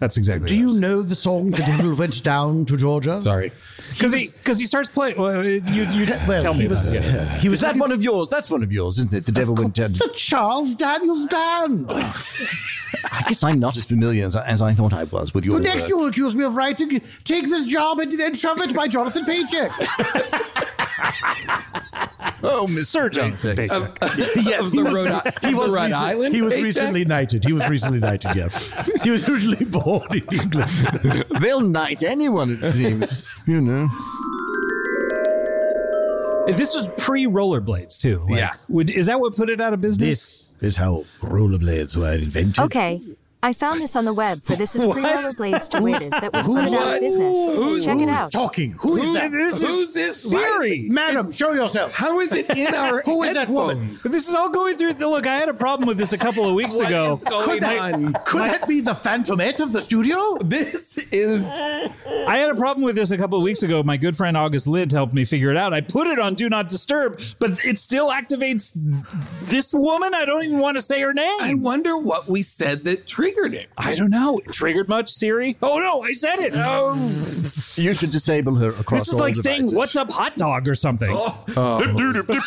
Speaker 1: That's exactly.
Speaker 15: Do you know the song "The *laughs* Devil Went Down to Georgia"?
Speaker 14: Sorry,
Speaker 1: because he because he starts playing. Well, you
Speaker 15: *laughs*
Speaker 1: you
Speaker 15: Well,
Speaker 1: *laughs* tell me.
Speaker 15: he was-
Speaker 1: about it.
Speaker 8: He was that one of yours? That's one of yours, isn't it? The devil went down.
Speaker 15: The *laughs* Charles Daniels Band.
Speaker 14: Oh,
Speaker 8: I guess I'm not as familiar as, I- as I thought I was with your.
Speaker 15: But next
Speaker 8: uh,
Speaker 15: you'll accuse me of writing "Take This Job" and then shove it by Jonathan Paycheck.
Speaker 8: oh, Mr.
Speaker 15: Jonathan
Speaker 8: Paycheck.
Speaker 14: Of, *laughs* of the Rhode, I-
Speaker 15: *laughs* he
Speaker 14: of
Speaker 15: was
Speaker 14: the Rhode
Speaker 15: recent-
Speaker 14: Island.
Speaker 15: He was
Speaker 14: paycheck?
Speaker 15: recently knighted. He was recently knighted. Yes, he was originally born in England.
Speaker 8: They'll knight anyone, it seems. you know.
Speaker 1: This was pre rollerblades too. Like, yeah. Would, is that what put it out of business?
Speaker 15: This is how rollerblades were invented.
Speaker 5: Okay. I found this on the web
Speaker 1: *laughs*
Speaker 5: for *laughs* this is
Speaker 15: What?
Speaker 5: pre rollerblades to waiters that would put it out
Speaker 15: Who-
Speaker 5: of business.
Speaker 15: Who's,
Speaker 5: Check it
Speaker 15: who's
Speaker 5: out.
Speaker 15: talking? Who is
Speaker 5: Who's
Speaker 15: that?
Speaker 5: this?
Speaker 14: Who's this? Why-
Speaker 15: Madam, show yourself.
Speaker 14: How is it in our
Speaker 15: *laughs* Who is that woman?
Speaker 14: headphones?
Speaker 1: But this is all going through. Look, I had a problem with this a couple of weeks
Speaker 14: *laughs* What
Speaker 1: ago.
Speaker 14: is going
Speaker 15: Could that,
Speaker 14: on?
Speaker 15: could that be the phantomette of the studio?
Speaker 14: This is.
Speaker 1: I had a problem with this a couple of weeks ago. My good friend August Lid helped me figure it out. I put it on Do Not Disturb, but it still activates this woman. I don't even want to say her name. I
Speaker 14: wonder what we said that triggered it.
Speaker 1: I don't know. It triggered much, Siri? Oh no, I said it.
Speaker 14: Oh,
Speaker 8: You should disable her across
Speaker 1: this is
Speaker 8: all
Speaker 1: like
Speaker 8: devices.
Speaker 1: saying "What's up, hot dog" or something. Oh,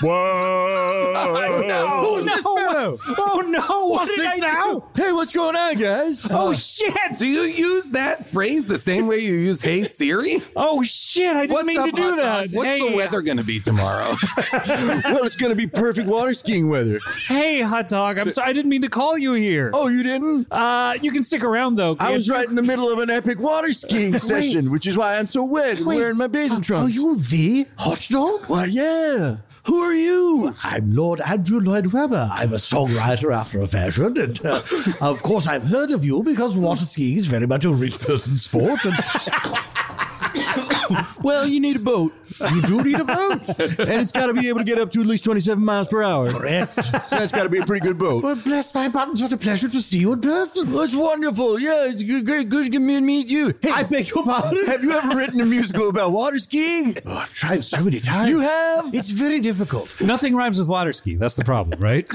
Speaker 8: *laughs* know.
Speaker 1: Who's this fellow? Oh no! What
Speaker 8: What's
Speaker 1: did
Speaker 8: this
Speaker 1: I do?
Speaker 8: now?
Speaker 14: Hey, what's going on, guys? Uh,
Speaker 1: Oh, shit!
Speaker 14: Do you use that phrase the same way you use "Hey Siri"?
Speaker 1: Oh shit! I didn't
Speaker 14: What's
Speaker 1: mean
Speaker 14: up,
Speaker 1: to do
Speaker 14: hot
Speaker 1: that.
Speaker 14: dog? What's
Speaker 1: Hey.
Speaker 14: the weather going to be tomorrow?
Speaker 8: well, it's going to be perfect water skiing weather.
Speaker 1: Hey, hot dog. I'm sorry. I didn't mean to call you here.
Speaker 8: Oh, you didn't?
Speaker 1: Uh, you can stick around though.
Speaker 8: I
Speaker 1: can't
Speaker 8: was
Speaker 1: you?
Speaker 8: right in the middle of an epic water skiing session, which is why I'm so wet and
Speaker 15: Wait.
Speaker 8: wearing my bathing
Speaker 15: Are
Speaker 8: trunks.
Speaker 15: you the hot dog?
Speaker 8: Why, yeah. Who are you?
Speaker 15: I'm Lord Andrew Lloyd Webber. I'm a songwriter after a fashion, and uh, of course I've heard of you because water skiing is very much a rich person sport. And
Speaker 8: *coughs* Well, you need a boat.
Speaker 15: You do need a
Speaker 8: *laughs*
Speaker 15: boat.
Speaker 8: and it's got to be able to get up to at least 27 miles per hour.
Speaker 15: Correct.
Speaker 8: So that's got to be a pretty good boat.
Speaker 15: well, bless my buttons! What a pleasure to see you in person.
Speaker 8: Well, it's wonderful. Yeah, it's good, great. Good to me and meet you. Hey,
Speaker 15: I beg your pardon.
Speaker 8: have you ever written a musical about water skiing?
Speaker 15: Oh, I've tried so many times.
Speaker 8: You have?
Speaker 15: It's very difficult.
Speaker 1: Nothing rhymes with water ski. That's the
Speaker 14: *laughs*
Speaker 1: problem, right?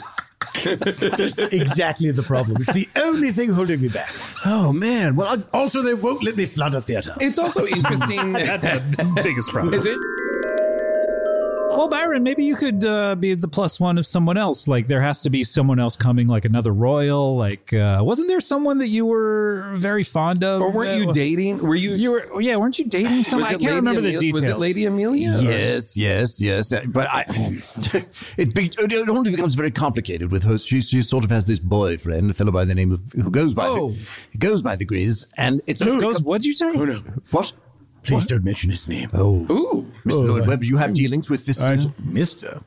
Speaker 15: That's exactly the problem. It's the only thing holding me back.
Speaker 8: Oh, man.
Speaker 15: Well, I, also they won't let me flood a theater. *laughs*
Speaker 14: It's also interesting.
Speaker 1: That's the biggest problem.
Speaker 14: Is it?
Speaker 1: well, oh, Byron, maybe you could uh, be the plus one of someone else. Like there has to be someone else coming, like another royal. Like uh, wasn't there someone that you were very fond of? Or
Speaker 14: weren't you dating? Were you?
Speaker 1: You were. Yeah, weren't you dating someone? I
Speaker 14: it
Speaker 1: can't
Speaker 14: Lady
Speaker 1: remember the
Speaker 14: Amelia-
Speaker 1: details.
Speaker 14: Was it Lady Amelia? or-
Speaker 8: Yes, yes, yes. Uh, But I, *laughs* it, be, it only becomes very complicated with her. She, she sort of has this boyfriend, a fellow by the name of who goes by
Speaker 14: Oh.
Speaker 8: the, goes by the Grizz, and it just goes.
Speaker 1: What'd you say?
Speaker 8: Oh no! What? Please don't mention his name. Oh, Ooh. Mr. Lloyd Webber, you have dealings with this, Oh,
Speaker 15: I-
Speaker 8: uh,
Speaker 15: Mister.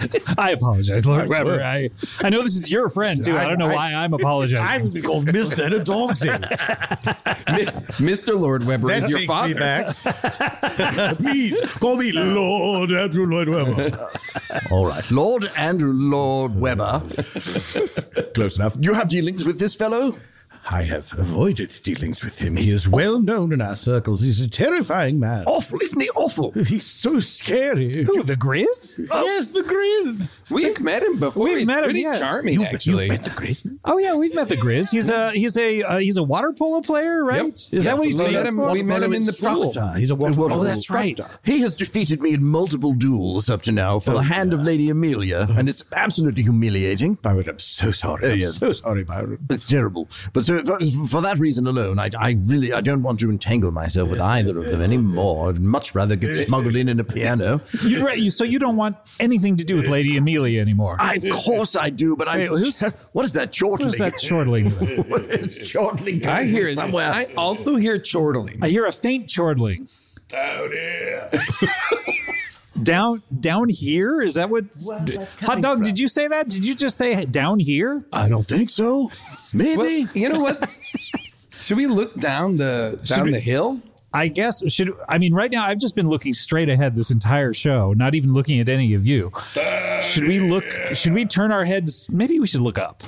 Speaker 1: *laughs* I apologize, Lord Webber. I I know this is your friend too. I, don't know why I'm apologizing.
Speaker 15: I'm called Mister in a dog's
Speaker 14: *laughs*
Speaker 15: age.
Speaker 14: Mr. Lord Webber
Speaker 15: That
Speaker 14: is your
Speaker 15: takes me
Speaker 14: father.
Speaker 15: back.
Speaker 14: *laughs*
Speaker 15: Please call me Lord Andrew Lloyd Webber.
Speaker 1: *laughs*
Speaker 8: All right, Lord Andrew Lord Webber.
Speaker 15: Close enough.
Speaker 8: You have dealings with this fellow?
Speaker 15: I have avoided dealings with him. He is well known in our circles. He's a terrifying man.
Speaker 14: Awful, isn't he? Awful.
Speaker 15: He's so scary.
Speaker 1: Who, the Grizz?
Speaker 15: Yes, the Grizz.
Speaker 14: We've met him before.
Speaker 1: We've
Speaker 14: He's
Speaker 1: met him,
Speaker 14: pretty
Speaker 1: yeah.
Speaker 14: charming,
Speaker 1: You've- you've
Speaker 14: actually.
Speaker 1: met
Speaker 14: the
Speaker 8: Grizz?
Speaker 1: Oh yeah, we've met the Grizz. He's a he's a uh, he's a water polo player, right? Is that what he's
Speaker 14: We met
Speaker 1: famous
Speaker 14: him,
Speaker 1: for?
Speaker 14: we met him in the pool.
Speaker 8: He's a water
Speaker 14: Oh, that's right.
Speaker 8: He has defeated me in multiple duels up to now for the hand of Lady Amelia, and it's absolutely humiliating.
Speaker 15: Byron, I'm so sorry.
Speaker 8: Oh,
Speaker 15: I'm
Speaker 8: yes.
Speaker 15: so sorry, Byron.
Speaker 8: It's terrible. But so for, for that reason alone, I, I really I don't want to entangle myself with either of them anymore. I'd much rather get
Speaker 1: *laughs*
Speaker 8: smuggled in in a piano.
Speaker 1: You're right. You, so you don't want anything to do with Lady Amelia anymore.
Speaker 8: I, of course I do, but I'm.
Speaker 1: Wait, who's-
Speaker 8: *laughs* what is that chortling?
Speaker 1: What is that chortling?
Speaker 8: what
Speaker 1: *laughs*
Speaker 8: is chortling?
Speaker 14: I hear it.
Speaker 8: somewhere.
Speaker 14: I also hear chortling.
Speaker 1: I hear a faint chortling.
Speaker 15: Down here.
Speaker 1: Down down here? Is that what Hot Dog, did you say that? Did you just say down here?
Speaker 8: I don't think so. Maybe.
Speaker 14: you
Speaker 8: *laughs*
Speaker 14: know what? Should we look down the
Speaker 1: Should
Speaker 14: down
Speaker 1: we-
Speaker 14: the hill?
Speaker 1: I guess should I mean right now I've just been looking straight ahead this entire show, not even looking at any of you. Should we look should we turn our heads maybe we should look
Speaker 8: *laughs*
Speaker 1: up.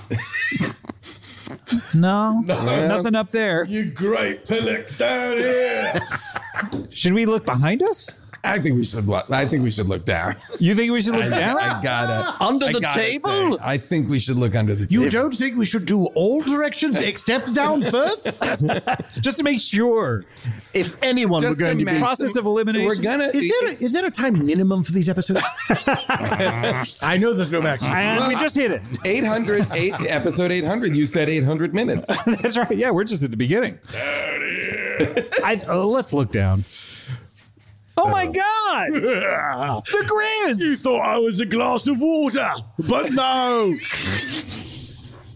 Speaker 1: no, Nothing up there.
Speaker 15: You great pillock down here.
Speaker 1: *laughs* Should we look behind us?
Speaker 14: I think we should. Look, I think we should look down.
Speaker 1: You think we should look
Speaker 14: I,
Speaker 1: down?
Speaker 14: I gotta
Speaker 15: Under
Speaker 14: I
Speaker 15: the
Speaker 14: gotta
Speaker 15: table?
Speaker 14: say, I think we should look under the
Speaker 15: You
Speaker 14: table.
Speaker 15: don't think we should do all *laughs* directions except down first?
Speaker 1: *laughs* just to make sure.
Speaker 8: If anyone
Speaker 14: Just
Speaker 8: were going to be
Speaker 14: imagine- Process of elimination. We're gonna-
Speaker 15: Is there a, is there a time minimum for these episodes? *laughs* I know there's no maximum.
Speaker 1: And we just hit it.
Speaker 14: 800, eight, episode 800, you said 800 minutes.
Speaker 1: *laughs* That's right. Yeah, we're just at the beginning. I, oh, let's look down. Oh my God!
Speaker 15: the
Speaker 1: Grizz!
Speaker 15: You thought I was a glass of water, but no.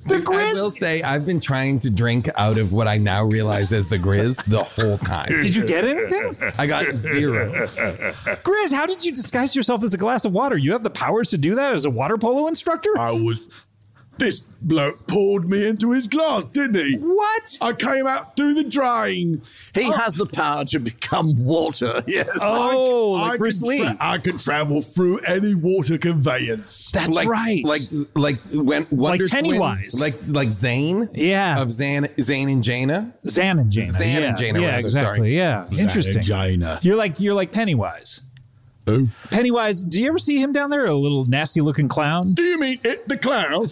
Speaker 14: The Grizz. I will say, I've been trying to drink out of what I now realize as the Grizz the whole time.
Speaker 1: Did you get anything?
Speaker 14: I
Speaker 15: *laughs*
Speaker 14: got zero.
Speaker 1: Grizz, how did you disguise yourself as a glass of water? You have the powers to do that as a water polo instructor?
Speaker 15: I was. This bloke poured me into his glass, didn't he?
Speaker 1: What?
Speaker 15: I came out through the drain.
Speaker 8: He has the power to become
Speaker 15: *laughs*
Speaker 8: water. Yes.
Speaker 1: Oh,
Speaker 15: I,
Speaker 1: like
Speaker 15: I
Speaker 1: Bruce
Speaker 15: can
Speaker 1: Lee.
Speaker 15: tra- I can travel through any water conveyance.
Speaker 1: That's
Speaker 14: like,
Speaker 1: right.
Speaker 14: Like like when Wonder Twin-
Speaker 1: Pennywise.
Speaker 14: like like Zane.
Speaker 1: Yeah.
Speaker 14: Of Zane Zane and Jaina.
Speaker 1: Zan and Jana.
Speaker 14: Zan
Speaker 1: yeah.
Speaker 14: and Jana,
Speaker 1: Yeah,
Speaker 14: rather,
Speaker 1: exactly.
Speaker 14: sorry.
Speaker 1: Yeah. Interesting.
Speaker 15: Vagina.
Speaker 1: You're like you're like Pennywise.
Speaker 15: Oh.
Speaker 1: Pennywise, do you ever see him down there? A little nasty looking clown?
Speaker 15: Do you mean it,
Speaker 1: *laughs*
Speaker 15: the clown?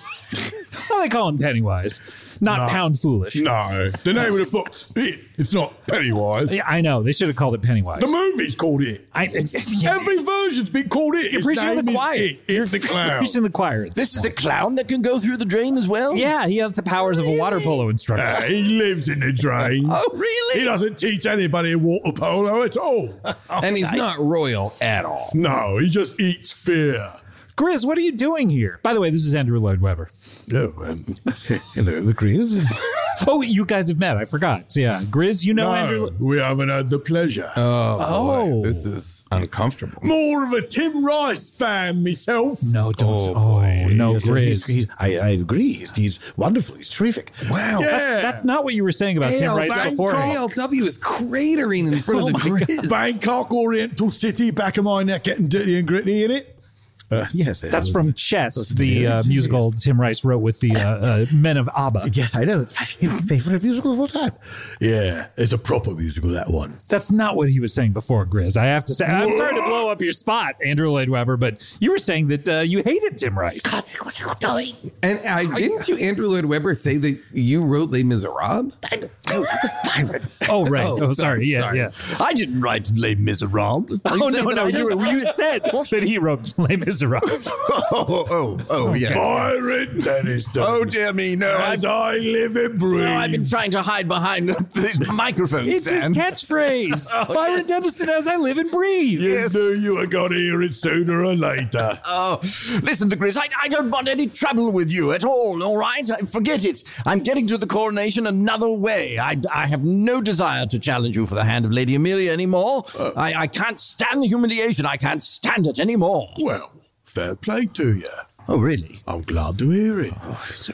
Speaker 1: Oh, they call him Pennywise. Not
Speaker 15: No.
Speaker 1: pound foolish.
Speaker 15: No, the name of the book's it. It's not Pennywise.
Speaker 1: Yeah, I know. They should have called it Pennywise.
Speaker 15: The movie's called it.
Speaker 1: I, yeah,
Speaker 15: Every version's been called it.
Speaker 1: You're
Speaker 15: Its
Speaker 1: preaching to the
Speaker 15: name is
Speaker 1: choir.
Speaker 15: It,
Speaker 1: *laughs*
Speaker 15: It the clown.
Speaker 1: He's in the choir.
Speaker 8: This is a clown that can go through the drain as well?
Speaker 1: Yeah, he has the powers of a water polo instructor.
Speaker 15: Uh, he lives in the drain.
Speaker 8: *laughs* Oh, really?
Speaker 15: He doesn't teach anybody water polo at all.
Speaker 14: and he's not royal at all.
Speaker 15: no, he just eats fear.
Speaker 1: Grizz, what are you doing here? By the way, this is Andrew Lloyd Webber.
Speaker 15: No, um, *laughs* hello, the Grizz.
Speaker 1: Oh, you guys have met. I forgot. Yeah, Grizz, you know Andrew.
Speaker 15: No, we haven't had the pleasure.
Speaker 14: Oh,
Speaker 1: Oh.
Speaker 14: boy, this is uncomfortable.
Speaker 15: More of a Tim Rice fan myself.
Speaker 1: No, don't. Oh, no,
Speaker 15: Yes,
Speaker 1: Grizz.
Speaker 15: he's- he's- I, I agree. He's, he's wonderful. He's terrific.
Speaker 14: Wow.
Speaker 15: Yeah.
Speaker 1: that's, that's not what you were saying about Tim
Speaker 14: AL
Speaker 1: Rice
Speaker 14: Bank-
Speaker 1: before. Oh
Speaker 14: ALW is cratering in front of the Grizz.
Speaker 15: Bangkok Oriental City, back of my neck getting dirty and gritty in it. Uh, yes,
Speaker 1: That's
Speaker 15: uh,
Speaker 1: from Chess, the
Speaker 15: yes,
Speaker 1: uh,
Speaker 15: yes.
Speaker 1: musical Tim Rice wrote with the uh, uh, Men of ABBA.
Speaker 15: Yes, I know. It's my favorite musical of all time. Yeah, it's a proper musical that one.
Speaker 1: That's not what he was saying before, Grizz. I have to say, I'm
Speaker 15: Whoa.
Speaker 1: sorry to blow up your spot, Andrew Lloyd Webber, but you were saying that uh, you hated Tim Rice.
Speaker 14: God, what are you doing? And I didn't you, Andrew Lloyd Webber, say that you wrote Les Miserables? I, no, that was Byron.
Speaker 1: Oh, right. Oh, sorry. Yeah, yeah.
Speaker 14: I didn't write Les Miserables.
Speaker 1: *laughs* Oh, no, no. You,
Speaker 14: *laughs*
Speaker 1: were-
Speaker 15: *laughs*
Speaker 1: you said that he wrote Les Miserables.
Speaker 15: Oh, oh, oh,
Speaker 1: Okay.
Speaker 15: yes. Byron *laughs* Denniston.
Speaker 1: Oh,
Speaker 15: dear me, no. As i live and breathe. I've been trying to hide behind the, *laughs* this microphone
Speaker 1: It's his
Speaker 15: *laughs*
Speaker 1: catchphrase.
Speaker 15: Oh,
Speaker 1: Byron Dennison as I live and breathe.
Speaker 15: You knew you were going to hear it sooner or later.
Speaker 19: Oh, listen, the Grizz, I, I don't want any trouble with you at all, all right? I- Forget it.
Speaker 8: I'm getting to the coronation another way. I, I have no desire to challenge you for the hand of Lady Amelia anymore.
Speaker 15: Uh.
Speaker 8: I, I can't stand the humiliation. I can't stand it anymore.
Speaker 15: Well, fair play to you.
Speaker 8: Oh, really?
Speaker 15: I'm glad to hear it.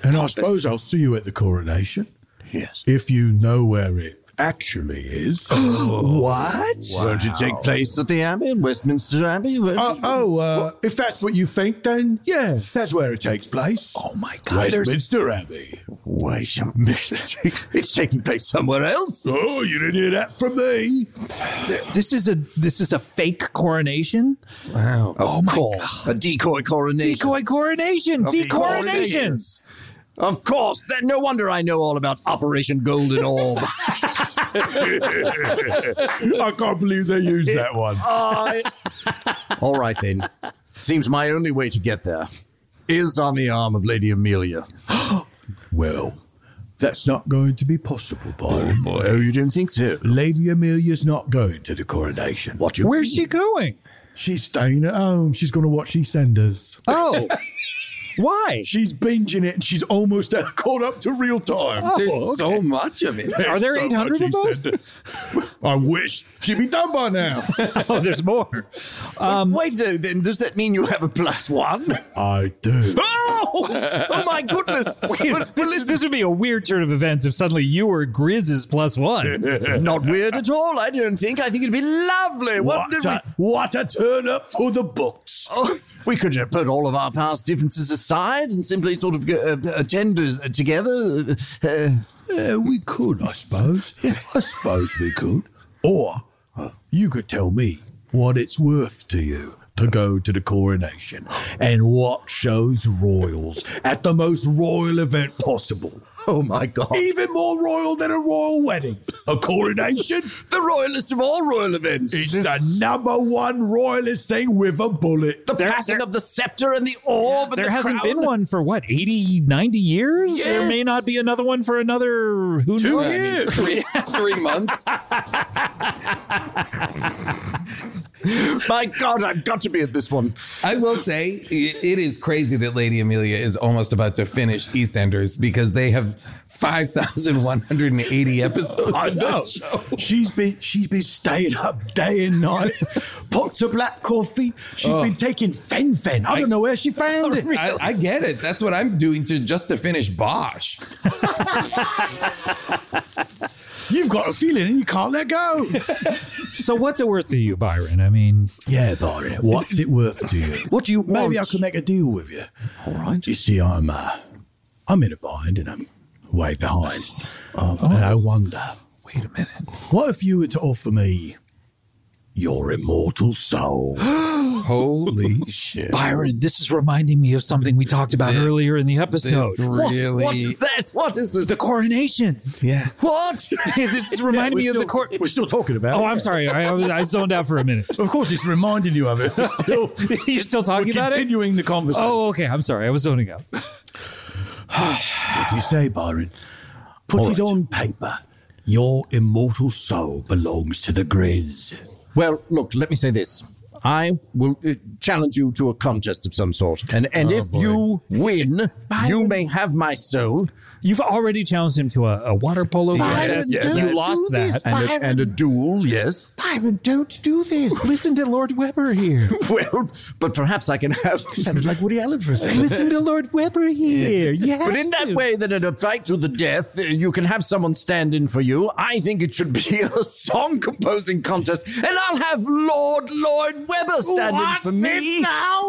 Speaker 15: and I suppose I'll see you at the coronation. Yes. If you know where it actually is.
Speaker 8: what? Won't it take place at the Abbey, Westminster Abbey?
Speaker 15: Oh, oh uh, if that's what you think, then yeah, that's where it takes place. Oh my
Speaker 8: God, there's-
Speaker 15: Westminster Abbey. Wait a minute, *laughs* it's taking place somewhere else. Oh, you didn't hear that from me.
Speaker 1: This is a
Speaker 15: *laughs*
Speaker 8: *laughs*
Speaker 1: this is a fake coronation.
Speaker 8: Wow.
Speaker 1: Oh my
Speaker 8: A decoy coronation.
Speaker 1: Decoy coronation.
Speaker 8: Of
Speaker 1: Decoronation.
Speaker 8: course. Of course. That, no wonder I know all about Operation Golden
Speaker 1: *laughs*
Speaker 8: Orb.
Speaker 15: I can't believe they used that one.
Speaker 8: all right, then. Seems my only way to get there is on the arm of Lady
Speaker 1: *gasps*
Speaker 8: Amelia.
Speaker 15: well, that's not going to be possible, Byron. Oh,
Speaker 8: you didn't think so?
Speaker 15: Lady Amelia's not going to the coronation. What?
Speaker 8: you-
Speaker 1: Where's she going?
Speaker 15: She's staying at home. She's going to watch She Senders. *laughs*
Speaker 1: Oh. Why?
Speaker 15: She's binging it and she's almost uh, caught up to real time.
Speaker 14: Oh, There's okay. so much of it.
Speaker 1: Are there
Speaker 15: so
Speaker 1: 800 of
Speaker 15: much
Speaker 1: those?
Speaker 15: EastEnders. I wish she'd be done by now.
Speaker 1: *laughs* oh, there's more. Um,
Speaker 8: Wait, though, then does that mean you have a plus one?
Speaker 15: I
Speaker 1: *laughs*
Speaker 15: do.
Speaker 8: Oh, oh my
Speaker 15: *laughs*
Speaker 8: goodness.
Speaker 1: Wait, this, this would be a weird turn of events if suddenly you were Grizz's plus one.
Speaker 8: Not weird at all, I don't think. I think it'd be lovely.
Speaker 15: What,
Speaker 8: did
Speaker 15: a, what a turn up for the books.
Speaker 8: Oh, we could uh, put all of our past differences aside and simply sort of uh, attend uh, together. Uh,
Speaker 15: Yeah, we could, I suppose. Yes, I suppose we could. Or you could tell me what it's worth to you to go to the coronation and what shows royals at the most royal event possible.
Speaker 8: Oh my God.
Speaker 15: Even more royal than a royal wedding. A coronation?
Speaker 8: the royalest of all royal events.
Speaker 15: It's the number one royalist thing with a bullet.
Speaker 8: the passing of the scepter and the orb. and
Speaker 1: there
Speaker 8: the
Speaker 1: hasn't
Speaker 8: crown.
Speaker 1: been one for what 80 90 years there
Speaker 8: Yes.
Speaker 1: may not be another one for another who
Speaker 14: Two
Speaker 1: knows?
Speaker 14: years, three, three months.
Speaker 8: *laughs* My God, I've got to be at this one.
Speaker 14: I will say it, it is crazy that Lady Amelia is almost about to finish EastEnders because they have five thousand one hundred
Speaker 8: *laughs*
Speaker 14: and eighty episodes.
Speaker 15: I
Speaker 14: of
Speaker 15: know.
Speaker 14: that show.
Speaker 15: She's been she's been staying up day and night. Pots of black coffee. She's
Speaker 14: Oh.
Speaker 15: been taking fen fen. I, don't know where
Speaker 14: *laughs*
Speaker 15: she found it.
Speaker 14: I, I get it. That's what I'm doing to just to finish Bosch.
Speaker 15: You've got a feeling and you can't let go.
Speaker 1: *laughs* so what's it worth to you byron i mean
Speaker 15: yeah Barry, what's it worth to you?
Speaker 8: What do you want?
Speaker 15: Maybe I could make a deal with you. All right. You see, I'm uh, I'm in a bind and I'm way behind. Um, And I wonder. Wait a minute. What if you were to offer me your immortal soul?
Speaker 14: Holy shit.
Speaker 1: byron this is reminding me of something we talked about
Speaker 14: This-
Speaker 1: earlier in the episode
Speaker 14: This really
Speaker 8: What is that? What is this?
Speaker 1: the coronation
Speaker 14: Yeah.
Speaker 1: *laughs*
Speaker 8: What?
Speaker 1: this is reminding me of the court
Speaker 15: We're still talking about
Speaker 1: oh
Speaker 15: it.
Speaker 1: i'm sorry i, I, was, I zoned out for a minute
Speaker 15: Of course, it's reminding you of it. We're still
Speaker 1: *laughs* you're still talking about it
Speaker 15: continuing the conversation.
Speaker 1: oh okay i'm sorry i was zoning out Oh.
Speaker 15: What do you say, Byron? Put it on paper. Your immortal soul belongs to the Grizz.
Speaker 8: Well, look, let me say this. I will uh, challenge you to a contest of some sort. And, and
Speaker 1: Oh,
Speaker 8: if
Speaker 1: boy.
Speaker 8: you win, you may have my soul.
Speaker 1: you've already challenged him to a, a water polo contest you lost that
Speaker 8: And a, and a duel,
Speaker 1: *laughs*
Speaker 8: yes.
Speaker 1: byron don't do this *laughs* listen to lord weber here
Speaker 8: Well, but perhaps I can have.
Speaker 15: Sounded like Woody Allen for a second.
Speaker 1: Listen to Lord Weber *laughs* here. Yeah.
Speaker 8: *laughs* But in that way, that in a fight to the death, uh, you can have someone stand in for *laughs* you. I think it should be a song composing contest, and I'll have Lord Lloyd Weber stand in
Speaker 3: What's
Speaker 8: for me. *laughs*
Speaker 3: this now?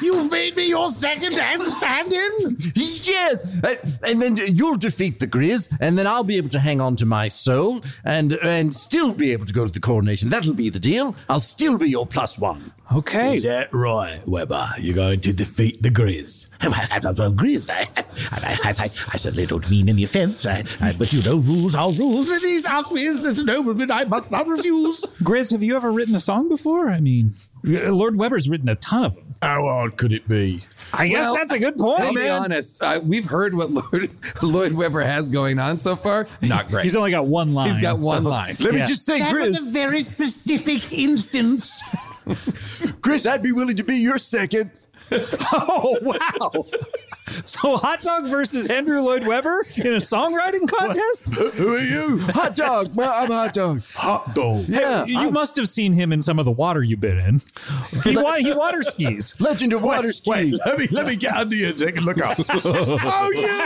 Speaker 3: You've made me your second hand stand in?
Speaker 8: Yes, Uh, and then you'll defeat the Grizz, and then I'll be able to hang on to my soul, and and still be able to go to the coronation. That'll be the deal. I'll still be your plus one.
Speaker 18: Okay.
Speaker 15: Is that right, Weber? You're going to defeat the Grizz. *laughs*
Speaker 3: I don't know, Grizz.
Speaker 15: eh?
Speaker 3: I, I, I, I, I certainly don't mean any offense, I,
Speaker 15: Uh,
Speaker 3: I, but you know, rules are rules. And he's asked me as a nobleman, I must not refuse.
Speaker 18: Grizz, have you ever written a song before? I mean, Lord Weber's written a ton of them.
Speaker 15: How hard could it be?
Speaker 18: I guess
Speaker 14: Well,
Speaker 18: that's a good point.
Speaker 14: I'll be
Speaker 18: man.
Speaker 14: honest. Uh, we've heard what Lloyd, *laughs* Lloyd Webber has going on so far. Not great.
Speaker 18: He's only got one line.
Speaker 14: He's got one
Speaker 18: so-
Speaker 14: line.
Speaker 18: Let me Yeah. just
Speaker 14: say,
Speaker 3: that was a very specific instance.
Speaker 8: *laughs* Chris, I'd be willing to be your
Speaker 1: *laughs*
Speaker 8: second.
Speaker 18: oh wow! So hot dog versus Andrew Lloyd Webber in a songwriting contest?
Speaker 15: Who are you?
Speaker 8: Hot dog. Well, I'm hot dog.
Speaker 15: Hot dog.
Speaker 18: Yeah, you must have seen him in some of the water you've been in. He, wa- he water skis.
Speaker 8: Legend of water
Speaker 15: skis. Let me let me get under you and take a look up. oh, you!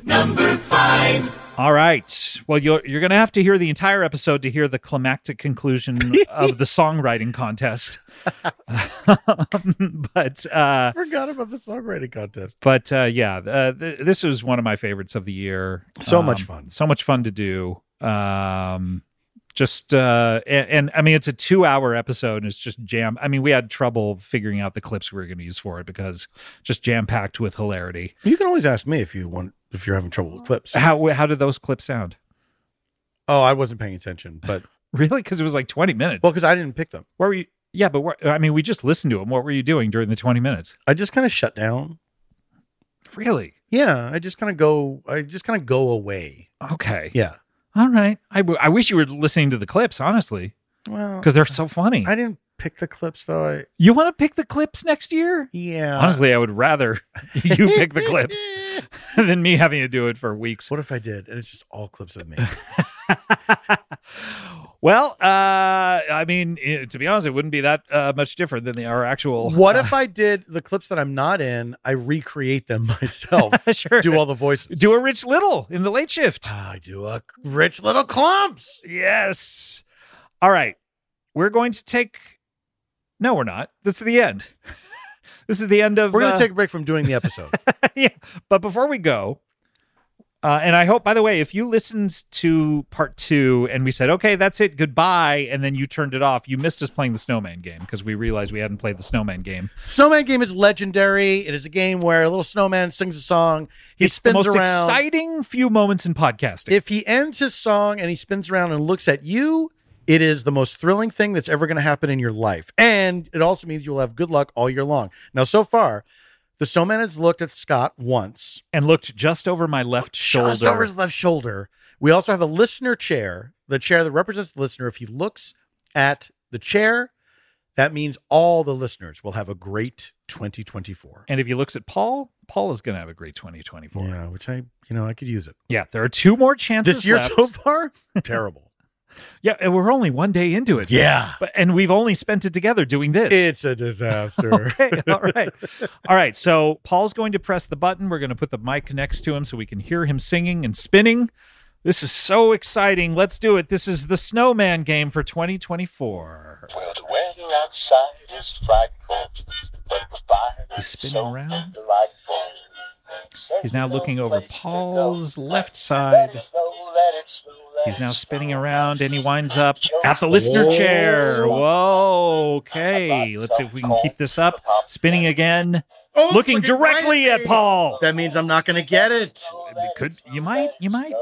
Speaker 8: *laughs*
Speaker 1: All right. Well, you're you're gonna have to hear the entire episode to hear the climactic conclusion of the songwriting contest. *laughs* but uh,
Speaker 5: *laughs* Forgot about the songwriting contest.
Speaker 1: but uh, yeah, uh, th- this was one of my favorites of the year. Um,
Speaker 5: So much fun.
Speaker 1: So much fun to do. Um, just uh, and, and I mean, it's a two-hour episode, and it's just jam. I mean, we had trouble figuring out the clips we were going to use for it because just jam-packed with hilarity.
Speaker 5: You can always ask me if you want if you're having trouble with clips.
Speaker 1: How how did those clips sound?
Speaker 5: Oh, I wasn't paying attention, but
Speaker 1: *laughs* Really? Because it was like twenty minutes.
Speaker 5: well, because I didn't pick them.
Speaker 1: Where were you? Yeah, but what, I mean, we just listened to them. What were you doing during the 20 minutes?
Speaker 5: I just kind of shut down.
Speaker 1: Really?
Speaker 5: Yeah, I just kind of go. I just kind of go away.
Speaker 1: Okay.
Speaker 5: Yeah.
Speaker 1: All right. I, w- I wish you were listening to the clips, honestly,
Speaker 5: Well,
Speaker 1: because they're so funny.
Speaker 5: I didn't pick the clips though. I Uh,
Speaker 1: you want to pick the clips next year?
Speaker 5: yeah.
Speaker 1: honestly, I would rather *laughs* you pick the
Speaker 5: *laughs*
Speaker 1: clips than me having to do it for weeks.
Speaker 5: What if I did? And it's just all clips of me.
Speaker 1: *laughs* Well, uh, I mean, eh, to be honest, it wouldn't be that uh, much different than the, our actual. uh, *laughs*
Speaker 5: what if I did the clips that I'm not in? I recreate them *laughs* myself.
Speaker 1: *laughs* sure.
Speaker 5: Do all the Ah, voices.
Speaker 1: Do a Rich Little in the late shift.
Speaker 5: I do a Rich Little clumps.
Speaker 1: Yes. All right. We're going to take. No, we're not. This is the end. *laughs* this is the end of.
Speaker 5: We're gonna
Speaker 1: uh,
Speaker 5: take a break from doing the episode.
Speaker 1: *laughs* yeah. But before we go, uh, and I hope, by the way, if you listened to part two and we said, okay, that's it, goodbye, and then you turned it off, you missed us playing the snowman game because we realized we hadn't played the snowman game.
Speaker 5: Snowman game is legendary. It is a game where a little snowman sings a song. He
Speaker 1: It's the
Speaker 5: spins
Speaker 1: most
Speaker 5: around.
Speaker 1: exciting few moments in podcasting.
Speaker 5: If he ends his song and he spins around and looks at you, it is the most thrilling thing that's ever going to happen in your life. And it also means you'll have good luck all year long. Now, so far, the snowman has looked at Scott once.
Speaker 1: and looked just over my left shoulder.
Speaker 5: Just over his left shoulder. We also have a listener chair, the chair that represents the listener. If he looks at the chair, that means all the listeners will have a great 2024.
Speaker 1: and if he looks at Paul, Paul is going to have a great 2024.
Speaker 5: Yeah, which I, you know, I could use it.
Speaker 1: Yeah, there are two more chances
Speaker 5: This year
Speaker 1: left.
Speaker 5: so far,
Speaker 1: *laughs*
Speaker 5: terrible.
Speaker 1: yeah, and we're only one day into it.
Speaker 5: Yeah.
Speaker 1: but and we've only spent it together doing this.
Speaker 5: It's a disaster.
Speaker 1: *laughs* okay, all right, all right. So Paul's going to press the button. We're going to put the mic next to him so we can hear him singing and spinning. This is so exciting. Let's do it. This is the Snowman game for 2024.
Speaker 20: Well, the weather outside is frightful, but the fire
Speaker 1: He's
Speaker 20: is
Speaker 1: spinning
Speaker 20: so
Speaker 1: around.
Speaker 20: delightful.
Speaker 1: He's now looking over Paul's left side. He's now spinning around and he winds up at the listener chair. Whoa. Okay. Let's see if we can keep this up. Spinning again.
Speaker 5: Oh,
Speaker 1: looking directly at Paul.
Speaker 5: That means I'm not going to get it.
Speaker 1: Could you might you might.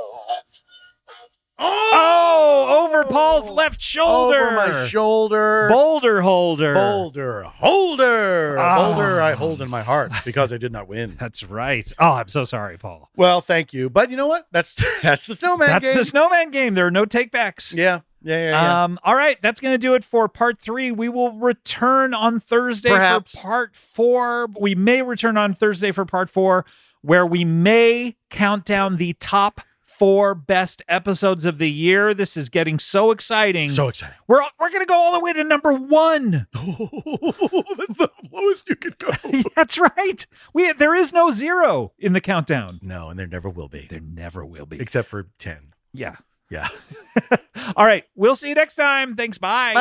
Speaker 1: Oh, over Paul's left shoulder.
Speaker 5: Over my shoulder.
Speaker 1: Boulder holder.
Speaker 5: Boulder holder.
Speaker 1: Ah.
Speaker 5: Boulder I hold in my heart because I did not win.
Speaker 1: *laughs* That's right. Oh, I'm so sorry, Paul.
Speaker 5: Well, thank you. But you know what? That's *laughs* that's the snowman
Speaker 1: That's
Speaker 5: game.
Speaker 1: the snowman game. There are no takebacks.
Speaker 5: yeah. Yeah, yeah, yeah.
Speaker 1: Um, all right, that's going to do it for part three. We will return on Thursday
Speaker 5: Perhaps.
Speaker 1: for part four. We may return on Thursday for part four, where we may count down the top four best episodes of the year. This is getting so exciting.
Speaker 5: so exciting.
Speaker 1: we're we're going to go all the way to
Speaker 8: *laughs*
Speaker 1: number one.
Speaker 5: That's the lowest you
Speaker 1: *laughs*
Speaker 5: could go.
Speaker 1: that's right. We there is no zero in the countdown.
Speaker 5: No, and there never will be.
Speaker 1: There never will be.
Speaker 5: Except for 10.
Speaker 1: Yeah.
Speaker 16: Yeah.
Speaker 5: *laughs*
Speaker 1: All right. We'll see you next time. Thanks. Bye.